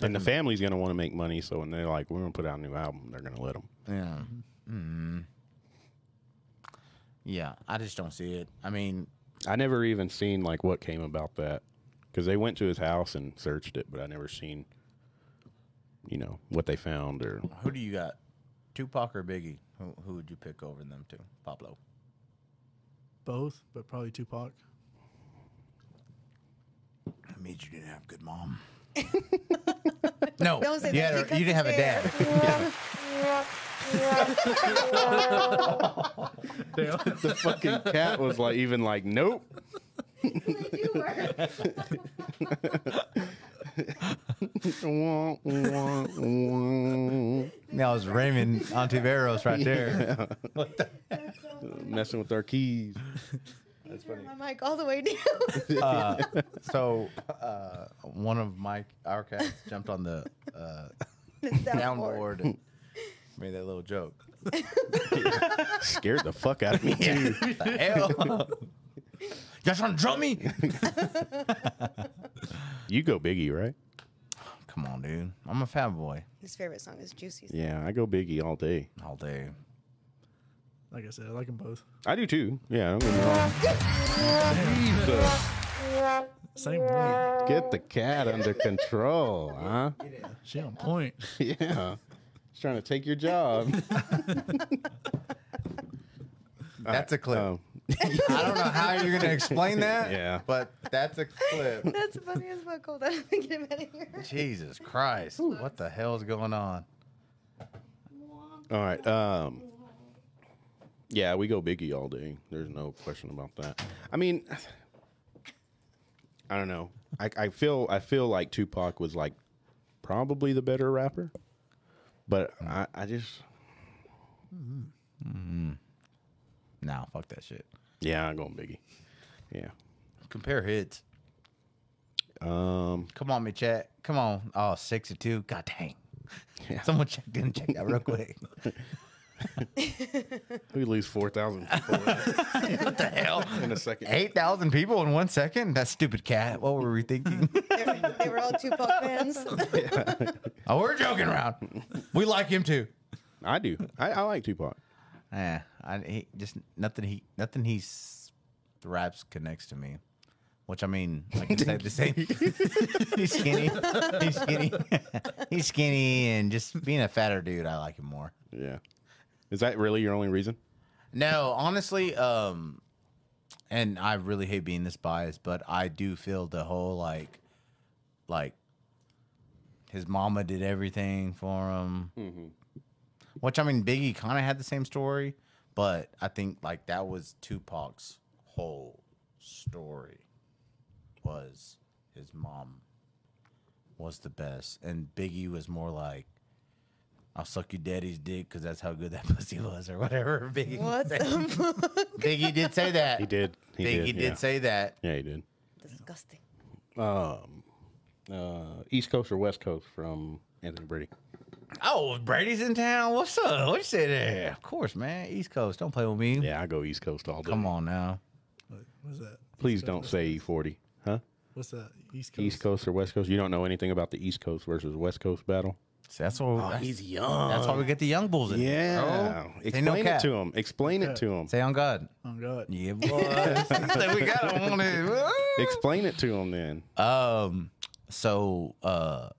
Speaker 1: and the family's gonna want to make money, so when they're like, "We're gonna put out a new album," they're gonna let them.
Speaker 3: Yeah. Mm. Yeah, I just don't see it. I mean,
Speaker 1: I never even seen like what came about that because they went to his house and searched it, but I never seen, you know, what they found or
Speaker 3: Who do you got? Tupac or Biggie? Who, who would you pick over them two? Pablo.
Speaker 4: both, but probably Tupac.
Speaker 3: That means you didn't have a good mom. no,
Speaker 2: Don't say
Speaker 3: you,
Speaker 2: that,
Speaker 3: had a-
Speaker 2: because
Speaker 3: you didn't have a
Speaker 2: there-
Speaker 3: dad.
Speaker 4: Damn.
Speaker 1: The fucking cat was like, even like, nope. Wah, wah, wah.
Speaker 3: That was Raymond Ontiveros right there.
Speaker 1: Messing with our keys.
Speaker 2: Turn my mic all the way down.
Speaker 3: So uh, one of my our cats jumped on the uh, downboard and made that little joke.
Speaker 1: Scared the fuck out of me too.
Speaker 3: the hell? Y'all trying to drop me?
Speaker 1: You go Biggie, right?
Speaker 3: Come on, dude. I'm a fat boy
Speaker 2: His favorite song is Juicy.
Speaker 1: Yeah, I go Biggie all day.
Speaker 3: all day.
Speaker 4: Like I said, I like them both.
Speaker 1: I do too. Yeah, don't get me wrong.
Speaker 4: Same one.
Speaker 1: Get the cat under control, huh?
Speaker 4: She on point.
Speaker 1: Yeah. He's trying to take your job.
Speaker 3: That's a clip.
Speaker 1: Um,
Speaker 3: I don't know how you're gonna explain that.
Speaker 1: Yeah.
Speaker 3: But that's a clip.
Speaker 2: That's funny as fuck. Hold on, let me get him out of here.
Speaker 3: Jesus Christ! What the hell's going on?
Speaker 1: all right. Um, yeah, we go Biggie all day. There's no question about that. I mean, I don't know. I, I feel I feel like Tupac was like probably the better rapper, but I, I just
Speaker 3: Nah, fuck that shit.
Speaker 1: yeah, I'm going Biggie. Yeah.
Speaker 3: Compare hits.
Speaker 1: Um,
Speaker 3: Come on, me chat. Come on. Oh, six or two. God dang. Someone check in, check that real quick.
Speaker 1: we lose four thousand people
Speaker 3: what the hell?
Speaker 1: in a second.
Speaker 3: Eight thousand people in one second? That stupid cat. What were we thinking?
Speaker 2: They were, they were all Tupac fans.
Speaker 3: oh, we're joking around. We like him too.
Speaker 1: I do. I, I like Tupac.
Speaker 3: Yeah, Eh, I he, just nothing. He nothing. He s- raps connects to me, which I mean, I can say the same. he's skinny. He's skinny. he's skinny, and just being a fatter dude, I like him more.
Speaker 1: Yeah. Is that really your only reason?
Speaker 3: No, honestly, um, and I really hate being this biased, but I do feel the whole like, like, his mama did everything for him. Which I mean, Biggie kind of had the same story, but I think like that was Tupac's whole story was his mom was the best, and Biggie was more like. I'll suck your daddy's dick because that's how good that pussy was, or whatever. Biggie
Speaker 2: What the fuck?
Speaker 3: Biggie did say that.
Speaker 1: He did. He
Speaker 3: Biggie
Speaker 1: did.
Speaker 3: did,
Speaker 1: yeah.
Speaker 3: say that.
Speaker 1: Yeah, he did.
Speaker 2: Disgusting.
Speaker 1: Um, uh, East Coast or West Coast from Anthony Brady.
Speaker 3: Oh, Brady's in town. What's up? What you say there? Of course, man. East Coast. Don't play with me.
Speaker 1: Yeah, I go East Coast all day.
Speaker 3: Come on now.
Speaker 4: What was that?
Speaker 1: Please don't say E40. Huh?
Speaker 4: What's that? East Coast.
Speaker 1: East Coast or West Coast? You don't know anything about the East Coast versus West Coast battle?
Speaker 3: See, that's why. that's,
Speaker 1: Oh, young.
Speaker 3: that's why we get the young bulls in.
Speaker 1: yeah.
Speaker 3: bro. Say
Speaker 1: Explain
Speaker 3: no
Speaker 1: it
Speaker 3: cap.
Speaker 1: to him. Explain it to him.
Speaker 3: Say on God.
Speaker 4: Oh God.
Speaker 3: Yeah, boy. Say we got him on it.
Speaker 1: Explain it to him then.
Speaker 3: Um, so uh,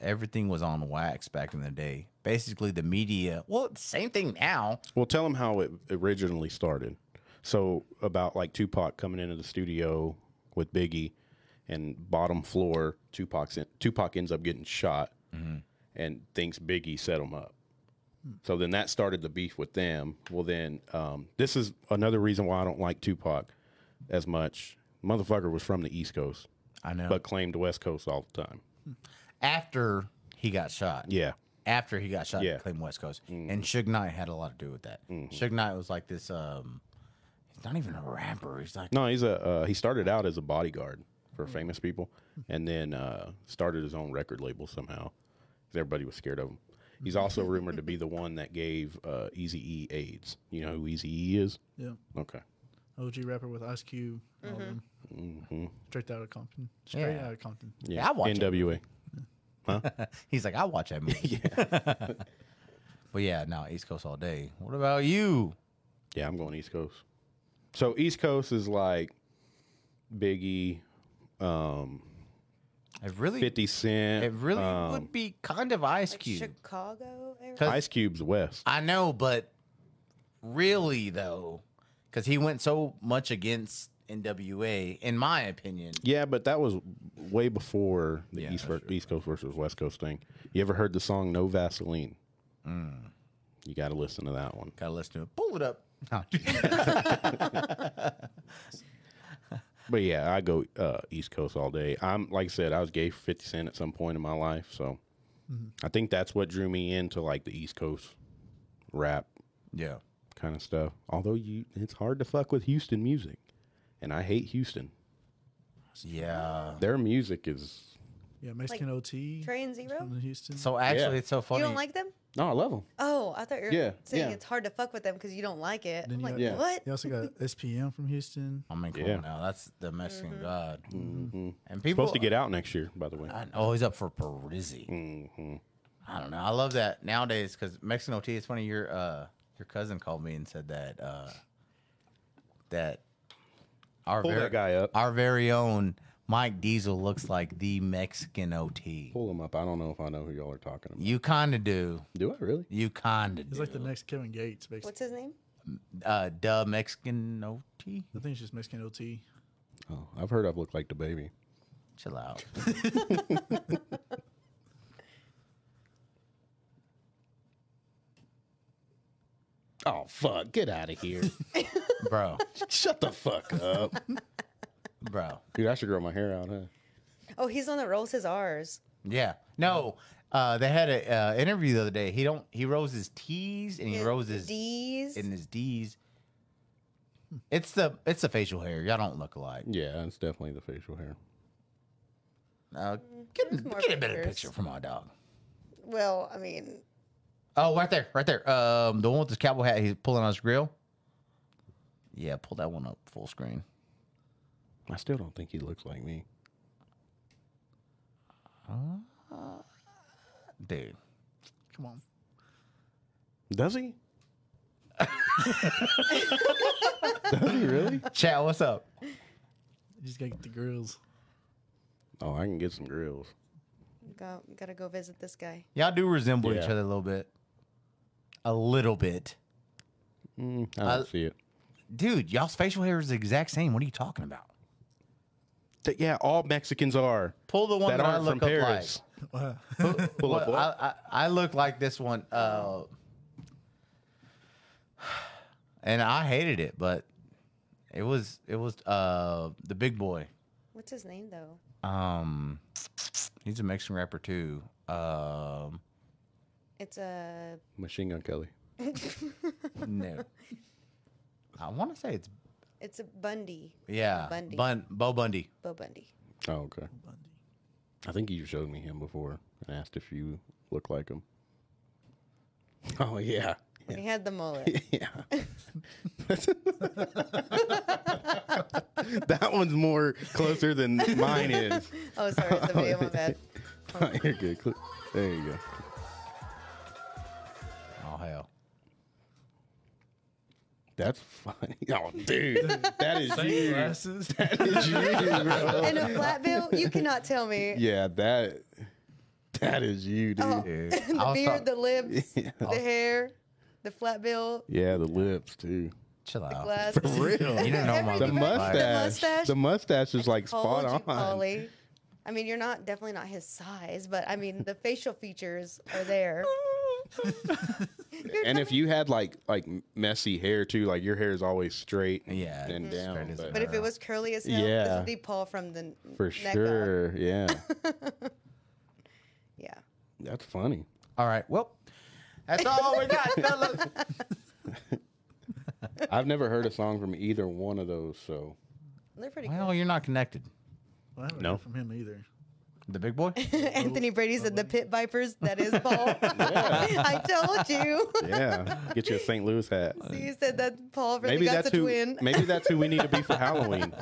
Speaker 3: everything was on wax back in the day. Basically, the media. Well, same thing now.
Speaker 1: Well, tell him how it originally started. So about like Tupac coming into the studio with Biggie, and bottom floor, Tupac's in, Tupac ends up getting shot, and thinks Biggie set him up. So then that started the beef with them. Well, then um, this is another reason why I don't like Tupac as much. Motherfucker was from the East Coast,
Speaker 3: I know.
Speaker 1: but claimed West Coast all the time.
Speaker 3: after he got shot.
Speaker 1: Yeah,
Speaker 3: after he got shot
Speaker 1: Yeah. Mm. Mm-hmm.
Speaker 3: in Clayton West Coast. And Suge Knight had a lot to do with that. Suge Knight was like this. um He's not even a rapper. He's like
Speaker 1: no, he's a uh, he started out as a bodyguard for
Speaker 3: Mm-hmm.
Speaker 1: famous people, and then uh, started his own record label somehow. 'cause Everybody was scared of him. He's
Speaker 3: Mm-hmm.
Speaker 1: also rumored to be the one that gave uh, Easy E AIDS. You know who Easy E is?
Speaker 4: Yeah.
Speaker 1: Okay.
Speaker 4: OG rapper with Ice Cube. all of them. Straight out of Compton. Straight
Speaker 3: Yeah.
Speaker 4: out of Compton.
Speaker 1: Mm-hmm. Yeah,
Speaker 3: I watch it.
Speaker 1: NWA.
Speaker 3: he's like I watch that movie. but yeah, no East Coast all day. What about you?
Speaker 1: Yeah, I'm going East Coast. So East Coast is like Biggie, um,
Speaker 3: It really,
Speaker 1: Fifty Cent.
Speaker 3: it really
Speaker 1: um,
Speaker 3: would be kind of Ice
Speaker 2: Like
Speaker 3: Cube.
Speaker 2: Chicago. area?
Speaker 3: Cause-
Speaker 1: Ice Cube's West.
Speaker 3: I know, but really though, because he went so much against NWA, in my opinion.
Speaker 1: Yeah, but that was way before the
Speaker 3: Yeah,
Speaker 1: East,
Speaker 3: that's
Speaker 1: ver- East Coast versus West Coast thing. You ever heard the song No Vaseline?
Speaker 3: Mm.
Speaker 1: You got to listen to that one.
Speaker 3: Gotta listen to it. Pull it up. No.
Speaker 1: But yeah, I go uh, East Coast all day. I'm like I said, I was gay for Fifty Cent at some point in my life, so
Speaker 3: Mm-hmm.
Speaker 1: I think that's what drew me into like the East Coast rap
Speaker 3: yeah.
Speaker 1: kind of stuff. Although you, it's hard to fuck with Houston music, and I hate Houston.
Speaker 3: Yeah.
Speaker 1: Their music is
Speaker 4: Yeah, Mexican OT
Speaker 2: Trey and Zero?
Speaker 4: in Houston.
Speaker 3: So actually,
Speaker 1: Yeah.
Speaker 3: it's so funny.
Speaker 2: You don't like them?
Speaker 1: no, I love them.
Speaker 2: Oh, I thought you were
Speaker 1: Yeah,
Speaker 2: saying
Speaker 1: yeah.
Speaker 2: it's hard to fuck with them because you don't like it. I'm
Speaker 4: you
Speaker 2: like,
Speaker 4: got-
Speaker 1: Yeah.
Speaker 2: what?
Speaker 4: You also got SPM from Houston.
Speaker 3: I mean, come
Speaker 1: Yeah.
Speaker 3: on now. That's the Mexican God.
Speaker 1: Mhm.
Speaker 3: And people
Speaker 1: Supposed to get out next year, by the way.
Speaker 3: I know he's up for Parizzi.
Speaker 1: hmm
Speaker 3: I don't know. I love that nowadays because Mexican OT. It's funny. Your uh, your cousin called me and said that uh, that our
Speaker 1: Pull
Speaker 3: ver-
Speaker 1: that guy up.
Speaker 3: our very own Mike Diesel looks like the Mexican OT.
Speaker 1: Pull them up. I don't know if I know who y'all are talking about.
Speaker 3: You kind of do.
Speaker 1: Do I really?
Speaker 3: You kind of
Speaker 4: He's
Speaker 3: do.
Speaker 4: like the next Kevin Gates, basically.
Speaker 2: What's his name?
Speaker 3: uh, duh Mexican OT.
Speaker 4: I think it's just Mexican OT.
Speaker 1: Oh, I've heard I've looked like the baby.
Speaker 3: Chill out.
Speaker 1: Oh fuck! Get out of here!
Speaker 3: bro,
Speaker 1: Shut the fuck up,
Speaker 3: bro.
Speaker 1: dude. I should grow my hair out, huh?
Speaker 2: Oh, he's the one that rolls his R's.
Speaker 3: Yeah. No. Uh, they had a uh, interview the other day. He don't. He rolls his T's and he
Speaker 2: His
Speaker 3: rolls his
Speaker 2: D's.
Speaker 3: in his D's. It's the it's the facial hair. Y'all don't look alike.
Speaker 2: Mm,
Speaker 1: Yeah, it's definitely the facial hair.
Speaker 3: Uh, get
Speaker 2: there's more
Speaker 3: get a better
Speaker 2: pictures.
Speaker 3: picture from my dog.
Speaker 2: well, I mean,
Speaker 3: Oh, right there, right there. Um, the one with the cowboy hat. He's pulling on his grill. Yeah, pull that one up full screen.
Speaker 1: I still don't think he looks like me.
Speaker 3: Dude,
Speaker 4: Come on.
Speaker 1: Does he? Does he really?
Speaker 3: chat. What's up?
Speaker 4: You just gotta get the grills.
Speaker 1: Oh, I can get some grills.
Speaker 2: go, gotta go visit this guy.
Speaker 3: Y'all do resemble each
Speaker 1: Yeah.
Speaker 3: other a little bit. A little bit,
Speaker 1: Mm, I don't
Speaker 3: I-
Speaker 1: see it.
Speaker 3: dude. Y'all's facial hair is the exact same. What are you talking about?
Speaker 1: Th- yeah, all Mexicans are
Speaker 3: Pull the one that,
Speaker 1: that
Speaker 3: I
Speaker 1: aren't
Speaker 3: look
Speaker 1: from
Speaker 3: up
Speaker 1: Paris.
Speaker 3: like.
Speaker 1: Pull up
Speaker 3: Well,
Speaker 1: what?
Speaker 3: I, I, I look like this one, uh, and I hated it, but it was it was uh, the big boy.
Speaker 2: What's his name though?
Speaker 3: Um, he's a Mexican rapper too. Um,
Speaker 2: It's a
Speaker 1: Machine Gun Kelly.
Speaker 3: no, I want to say it's
Speaker 2: it's a Bundy.
Speaker 3: yeah,
Speaker 2: Bundy.
Speaker 3: Bun Bo Bundy.
Speaker 2: Bo Bundy.
Speaker 1: Oh, okay. I think you showed me him before and asked if you look like him. Oh yeah,
Speaker 2: He had the mullet.
Speaker 1: yeah. that one's more closer than mine is.
Speaker 2: oh, sorry, it's the video. My bad.
Speaker 1: You're good. Cl- There you go.
Speaker 3: Oh hell,
Speaker 1: That's funny. Oh, dude, that is
Speaker 4: Same
Speaker 1: you.
Speaker 4: glasses.
Speaker 1: That is you, bro.
Speaker 2: In a flat bill, you cannot tell me.
Speaker 1: Oh, Yeah, that that is you, dude.
Speaker 2: Oh.
Speaker 3: dude! I
Speaker 2: The
Speaker 3: was
Speaker 2: beard,
Speaker 3: talk-
Speaker 2: the lips,
Speaker 1: Yeah.
Speaker 2: the hair, the flat bill,
Speaker 1: Yeah, the lips too.
Speaker 3: chill out.
Speaker 2: glasses.
Speaker 1: Real.
Speaker 3: You don't know my
Speaker 1: The
Speaker 2: Everything.
Speaker 3: look like.
Speaker 1: mustache.
Speaker 2: mustache.
Speaker 1: The mustache is like
Speaker 2: Told
Speaker 1: spot
Speaker 2: you,
Speaker 1: on.
Speaker 2: Polly. I mean, you're not definitely not his size, but I mean, the facial features are there. You're
Speaker 1: And if
Speaker 2: talking-
Speaker 1: you had like like messy hair too, like your hair is always straight and,
Speaker 3: Yeah,
Speaker 1: and
Speaker 3: straight
Speaker 1: down.
Speaker 3: as a
Speaker 1: But,
Speaker 2: but if it was curly as hell, this
Speaker 1: Yeah.
Speaker 2: would be Paul from the n-
Speaker 1: for
Speaker 2: neck up.
Speaker 1: sure, yeah,
Speaker 2: Yeah.
Speaker 1: that's funny.
Speaker 3: All right, well, that's all we got, fellas.
Speaker 1: I've never heard a song from either one of those. So
Speaker 2: They're pretty
Speaker 3: Well, you're not connected.
Speaker 4: Well, I haven't
Speaker 1: No.
Speaker 4: heard from him either.
Speaker 3: The big boy.
Speaker 2: good. Anthony Brady said the pit vipers. That is Paul. I told you.
Speaker 1: yeah, get you a St. Louis hat.
Speaker 2: you said that Paul really
Speaker 1: Maybe
Speaker 2: got
Speaker 1: that's
Speaker 2: the
Speaker 1: who.
Speaker 2: twin.
Speaker 1: Maybe that's who we need to be for Halloween.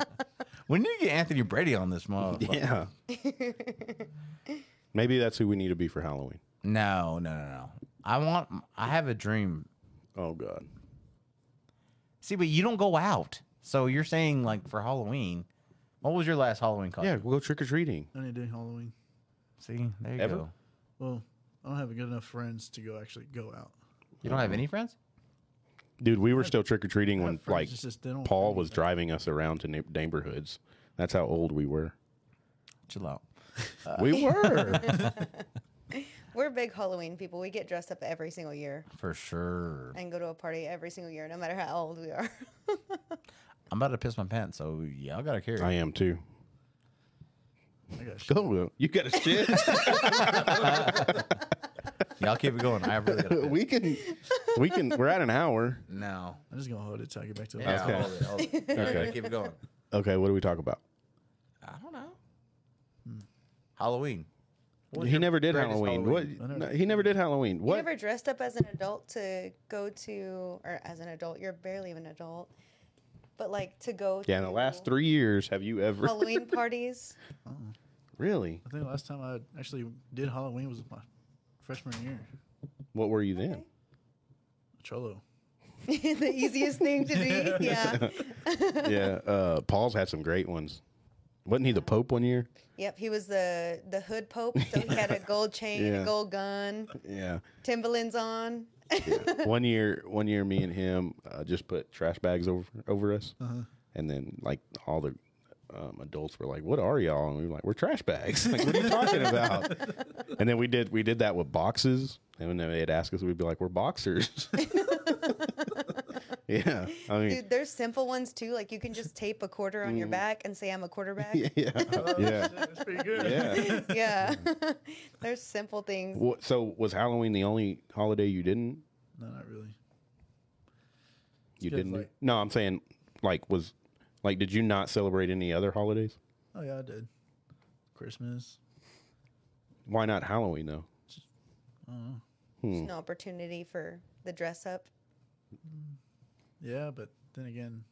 Speaker 3: We need to get Anthony Brady on this motherfucker.
Speaker 1: Yeah. Maybe that's who we need to be for Halloween.
Speaker 3: No, no, no, no. I want. I have a dream.
Speaker 1: Oh God.
Speaker 3: See, but you don't go out, so you're saying like for Halloween. What was your last Halloween costume?
Speaker 1: Yeah, we'll go trick or treating.
Speaker 4: I need to do Halloween.
Speaker 3: See, there you
Speaker 1: Ever?
Speaker 3: go.
Speaker 4: Well, I don't have good enough friends to go actually go out.
Speaker 3: You don't have any friends?
Speaker 1: Dude, we were still trick or treating when
Speaker 4: friends
Speaker 1: like
Speaker 4: that just didn't
Speaker 1: Paul
Speaker 4: bring
Speaker 1: was
Speaker 4: it.
Speaker 1: driving us around to neigh- neighborhoods. That's how old we were.
Speaker 3: Chill out.
Speaker 1: Uh, we were.
Speaker 2: We're big Halloween people. We get dressed up every single year
Speaker 3: For sure.
Speaker 2: and go to a party every single year, no matter how old we are.
Speaker 3: I'm about to piss my pants, so y'all gotta carry.
Speaker 1: I am too.
Speaker 4: I got shit.
Speaker 1: Go. Will. You got a shit.
Speaker 3: Y'all keep it going. I really gotta piss.
Speaker 1: we can. We can. We're at an hour.
Speaker 3: no.
Speaker 4: I'm just gonna hold it till I get back to the
Speaker 3: Yeah,
Speaker 4: house.
Speaker 1: Okay.
Speaker 3: hold it, hold it. You gotta
Speaker 1: Okay.
Speaker 3: Keep it going.
Speaker 1: Okay. What do we talk about?
Speaker 3: I don't know. Halloween.
Speaker 1: he never did
Speaker 3: greatest
Speaker 1: Halloween.
Speaker 3: Halloween?
Speaker 1: What? no, he never did Halloween.
Speaker 2: You
Speaker 1: What?
Speaker 2: ever dressed up as an adult to go to, or as an adult, you're barely even an adult, but like to go
Speaker 1: Yeah. In
Speaker 2: to
Speaker 1: the last three years, have you ever
Speaker 2: Halloween parties.
Speaker 1: really?
Speaker 4: I think the last time I actually did Halloween was my freshman year.
Speaker 1: What were you then?
Speaker 4: Cholo.
Speaker 2: the easiest thing to do. Yeah.
Speaker 1: yeah. Uh, Paul's had some great ones. Wasn't he the Pope one year?
Speaker 2: Yep. He was the the hood pope, so he had a gold chain, and
Speaker 1: Yeah.
Speaker 2: a gold gun,
Speaker 1: Yeah.
Speaker 2: Timberlands on.
Speaker 1: one year, one year, me and him uh, just put trash bags over over us, and then like all the um, adults were like, "What are y'all?" And we were like, "We're trash bags." like, what are you talking about? and then we did we did that with boxes, and then they'd ask us, we'd be like, "We're boxers." yeah, I mean,
Speaker 2: Dude, there's simple ones too. Like you can just tape a quarter on your back and say I'm a quarterback.
Speaker 1: yeah, yeah,
Speaker 4: That's pretty good.
Speaker 1: yeah.
Speaker 2: yeah. there's simple things.
Speaker 1: Wha- So was Halloween the only holiday you didn't
Speaker 4: No, not really.
Speaker 1: you
Speaker 4: 'cause,
Speaker 1: didn't? do?
Speaker 4: like-
Speaker 1: no, I'm saying like was like did you not celebrate any other holidays?
Speaker 4: Oh yeah, I did. Christmas.
Speaker 1: Why not Halloween though?
Speaker 2: There's no opportunity for the dress up.
Speaker 4: Yeah, but then again,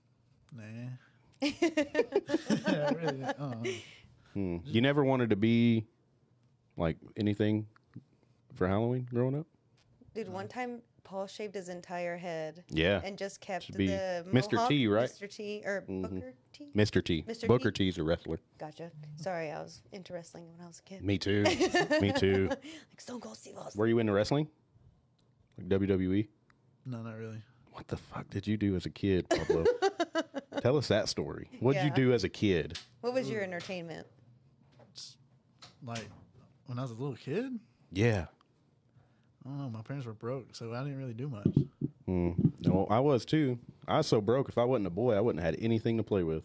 Speaker 4: nah. yeah, I really. didn't- uh-uh.
Speaker 1: Hmm. You never wanted to be like anything for Halloween growing up?
Speaker 2: Dude, one time Paul shaved his entire head.
Speaker 1: Yeah.
Speaker 2: And just kept
Speaker 1: be
Speaker 2: the
Speaker 1: Mr. T,
Speaker 2: mohawk,
Speaker 1: right? Mm-hmm.
Speaker 2: Mr. T or Booker T.
Speaker 1: Mr. T.
Speaker 2: Mr. T.
Speaker 1: Booker T is a wrestler.
Speaker 2: Gotcha. Sorry, I was into wrestling when I was a kid.
Speaker 1: Me too. Me too.
Speaker 2: Like Stone Cold Steve Austin.
Speaker 1: Were you into wrestling? Like WWE?
Speaker 4: No, not really.
Speaker 1: What the fuck did you do as a kid, Pablo? Tell us that story. What'd
Speaker 2: Yeah.
Speaker 1: you do as a kid?
Speaker 2: What was your entertainment?
Speaker 4: Like when I was a little kid,
Speaker 1: Yeah.
Speaker 4: I don't know. My parents were broke, so I didn't really do much.
Speaker 1: No, I was too. I was so broke. If I wasn't a boy, I wouldn't have had anything to play with.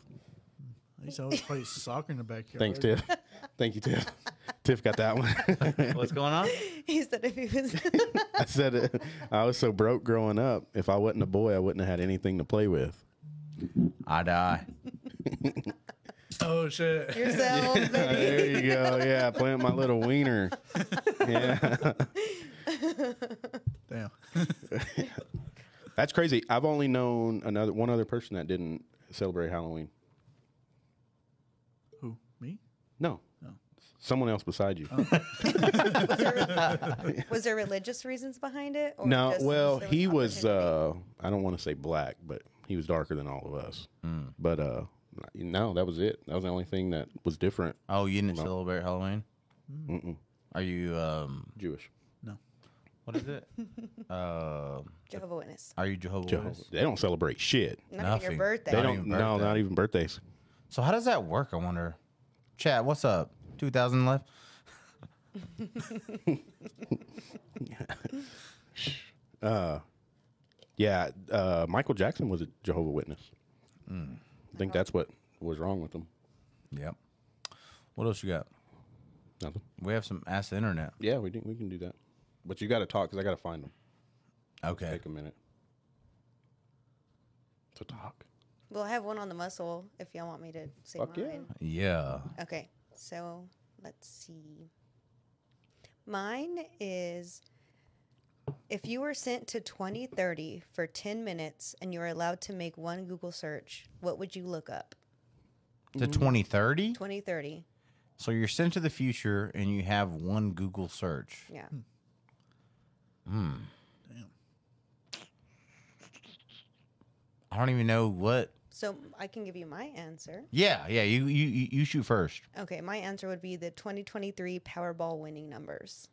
Speaker 4: I used to always play soccer in the backyard.
Speaker 1: Thanks, Tiff. Thank you, Tiff. Tiff got that one.
Speaker 3: What's going on?
Speaker 2: He said if he was
Speaker 1: I said it. I was so broke growing up. If I wasn't a boy, I wouldn't have had anything to play with.
Speaker 3: I die.
Speaker 4: Oh shit.
Speaker 2: yourself, baby.
Speaker 1: There you go. Yeah, playing with my little wiener. Yeah,
Speaker 4: Damn.
Speaker 1: that's crazy. I've only known another one other person that didn't celebrate Halloween.
Speaker 4: Who? Me?
Speaker 1: No, Oh. someone else beside you.
Speaker 2: Was there, was there religious reasons behind it? Or
Speaker 1: no,
Speaker 2: just
Speaker 1: well,
Speaker 2: there
Speaker 1: he
Speaker 2: an
Speaker 1: was.
Speaker 2: opportunity?
Speaker 1: uh I don't want to say black, but he was darker than all of us. But uh no, that was it. That was the only thing that was different.
Speaker 3: Oh, you didn't celebrate Halloween? Are you um?
Speaker 1: Jewish.
Speaker 4: No.
Speaker 3: What is it? Um,
Speaker 2: Jehovah Witness.
Speaker 3: are you Jehovah's?
Speaker 1: Jehovah.
Speaker 3: Witness?
Speaker 1: They don't celebrate shit.
Speaker 2: Not even
Speaker 3: Nothing.
Speaker 2: your birthday.
Speaker 1: They
Speaker 3: Not
Speaker 1: don't.
Speaker 3: even
Speaker 1: No,
Speaker 3: birthday.
Speaker 1: not even birthdays.
Speaker 3: So how does that work? I wonder. Chat, what's up? Two thousand left.
Speaker 1: Yeah, uh, Michael Jackson was a Jehovah Witness. I think that's what was wrong with him.
Speaker 3: Yep. What else you got?
Speaker 1: Nothing.
Speaker 3: We have some ass internet.
Speaker 1: Yeah, we do, we can do that, but you got to talk because I got to find him.
Speaker 3: Okay.
Speaker 1: Take a minute to talk.
Speaker 2: Well, I have one on the muscle if y'all want me to say
Speaker 1: Fuck yeah.
Speaker 2: mine.
Speaker 3: Yeah.
Speaker 2: Okay, so let's see. Mine is if you were sent to 2030 for 10 minutes and you were allowed to make one Google search, what would you look up?
Speaker 3: To twenty thirty.
Speaker 2: 2030.
Speaker 3: So you're sent to the future and you have one Google search.
Speaker 2: Yeah.
Speaker 1: Hmm.
Speaker 3: I don't even know what.
Speaker 2: So I can give you my answer.
Speaker 3: Yeah, yeah. You you you you shoot first.
Speaker 2: Okay, my answer would be the 2023 Powerball winning numbers.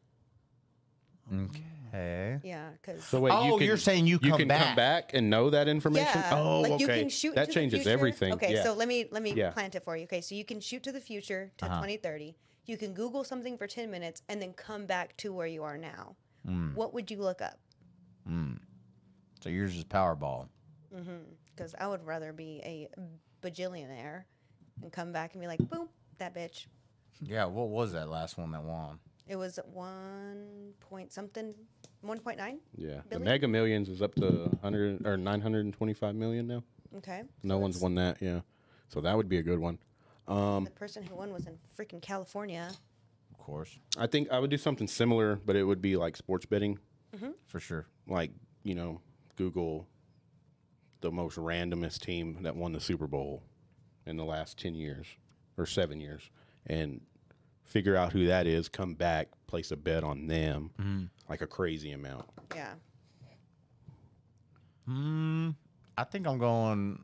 Speaker 3: Okay.
Speaker 2: Yeah, because
Speaker 1: So wait,
Speaker 3: Oh,
Speaker 1: you can,
Speaker 3: you're saying you come
Speaker 1: can
Speaker 3: back.
Speaker 1: come back and know that information?
Speaker 2: yeah,
Speaker 1: Oh,
Speaker 2: like
Speaker 1: okay.
Speaker 2: you can shoot
Speaker 1: that
Speaker 2: into the
Speaker 1: changes
Speaker 2: future.
Speaker 1: everything.
Speaker 2: Okay,
Speaker 1: yeah.
Speaker 2: so let me let me
Speaker 1: Yeah. Uh-huh.
Speaker 2: plant it for you. Okay, so you can shoot to the future to 2030. You can Google something for 10 minutes and then come back to where you are now.
Speaker 1: Hmm.
Speaker 2: What would you look up?
Speaker 3: So yours is Powerball.
Speaker 2: Because I would rather be a bajillionaire and come back and be like, boom, that bitch.
Speaker 3: Yeah. What was that last one that won?
Speaker 2: It was one point something, 1.9.
Speaker 1: yeah, the
Speaker 2: Billy?
Speaker 1: Mega Millions is up to 100 or 925 million now.
Speaker 2: Okay.
Speaker 1: No
Speaker 2: So
Speaker 1: one's
Speaker 2: that's-
Speaker 1: won that. Yeah, so that would be a good one. Um,
Speaker 2: The person who won was in freaking California.
Speaker 3: Of course,
Speaker 1: I think I would do something similar, but it would be like sports betting,
Speaker 3: for sure.
Speaker 1: like you know, Google the most randomest team that won the Super Bowl in the last 10 years or 7 years and figure out who that is, come back, place a bet on them
Speaker 3: Mm-hmm.
Speaker 1: like a crazy amount.
Speaker 2: Yeah.
Speaker 3: Hmm. I think I'm going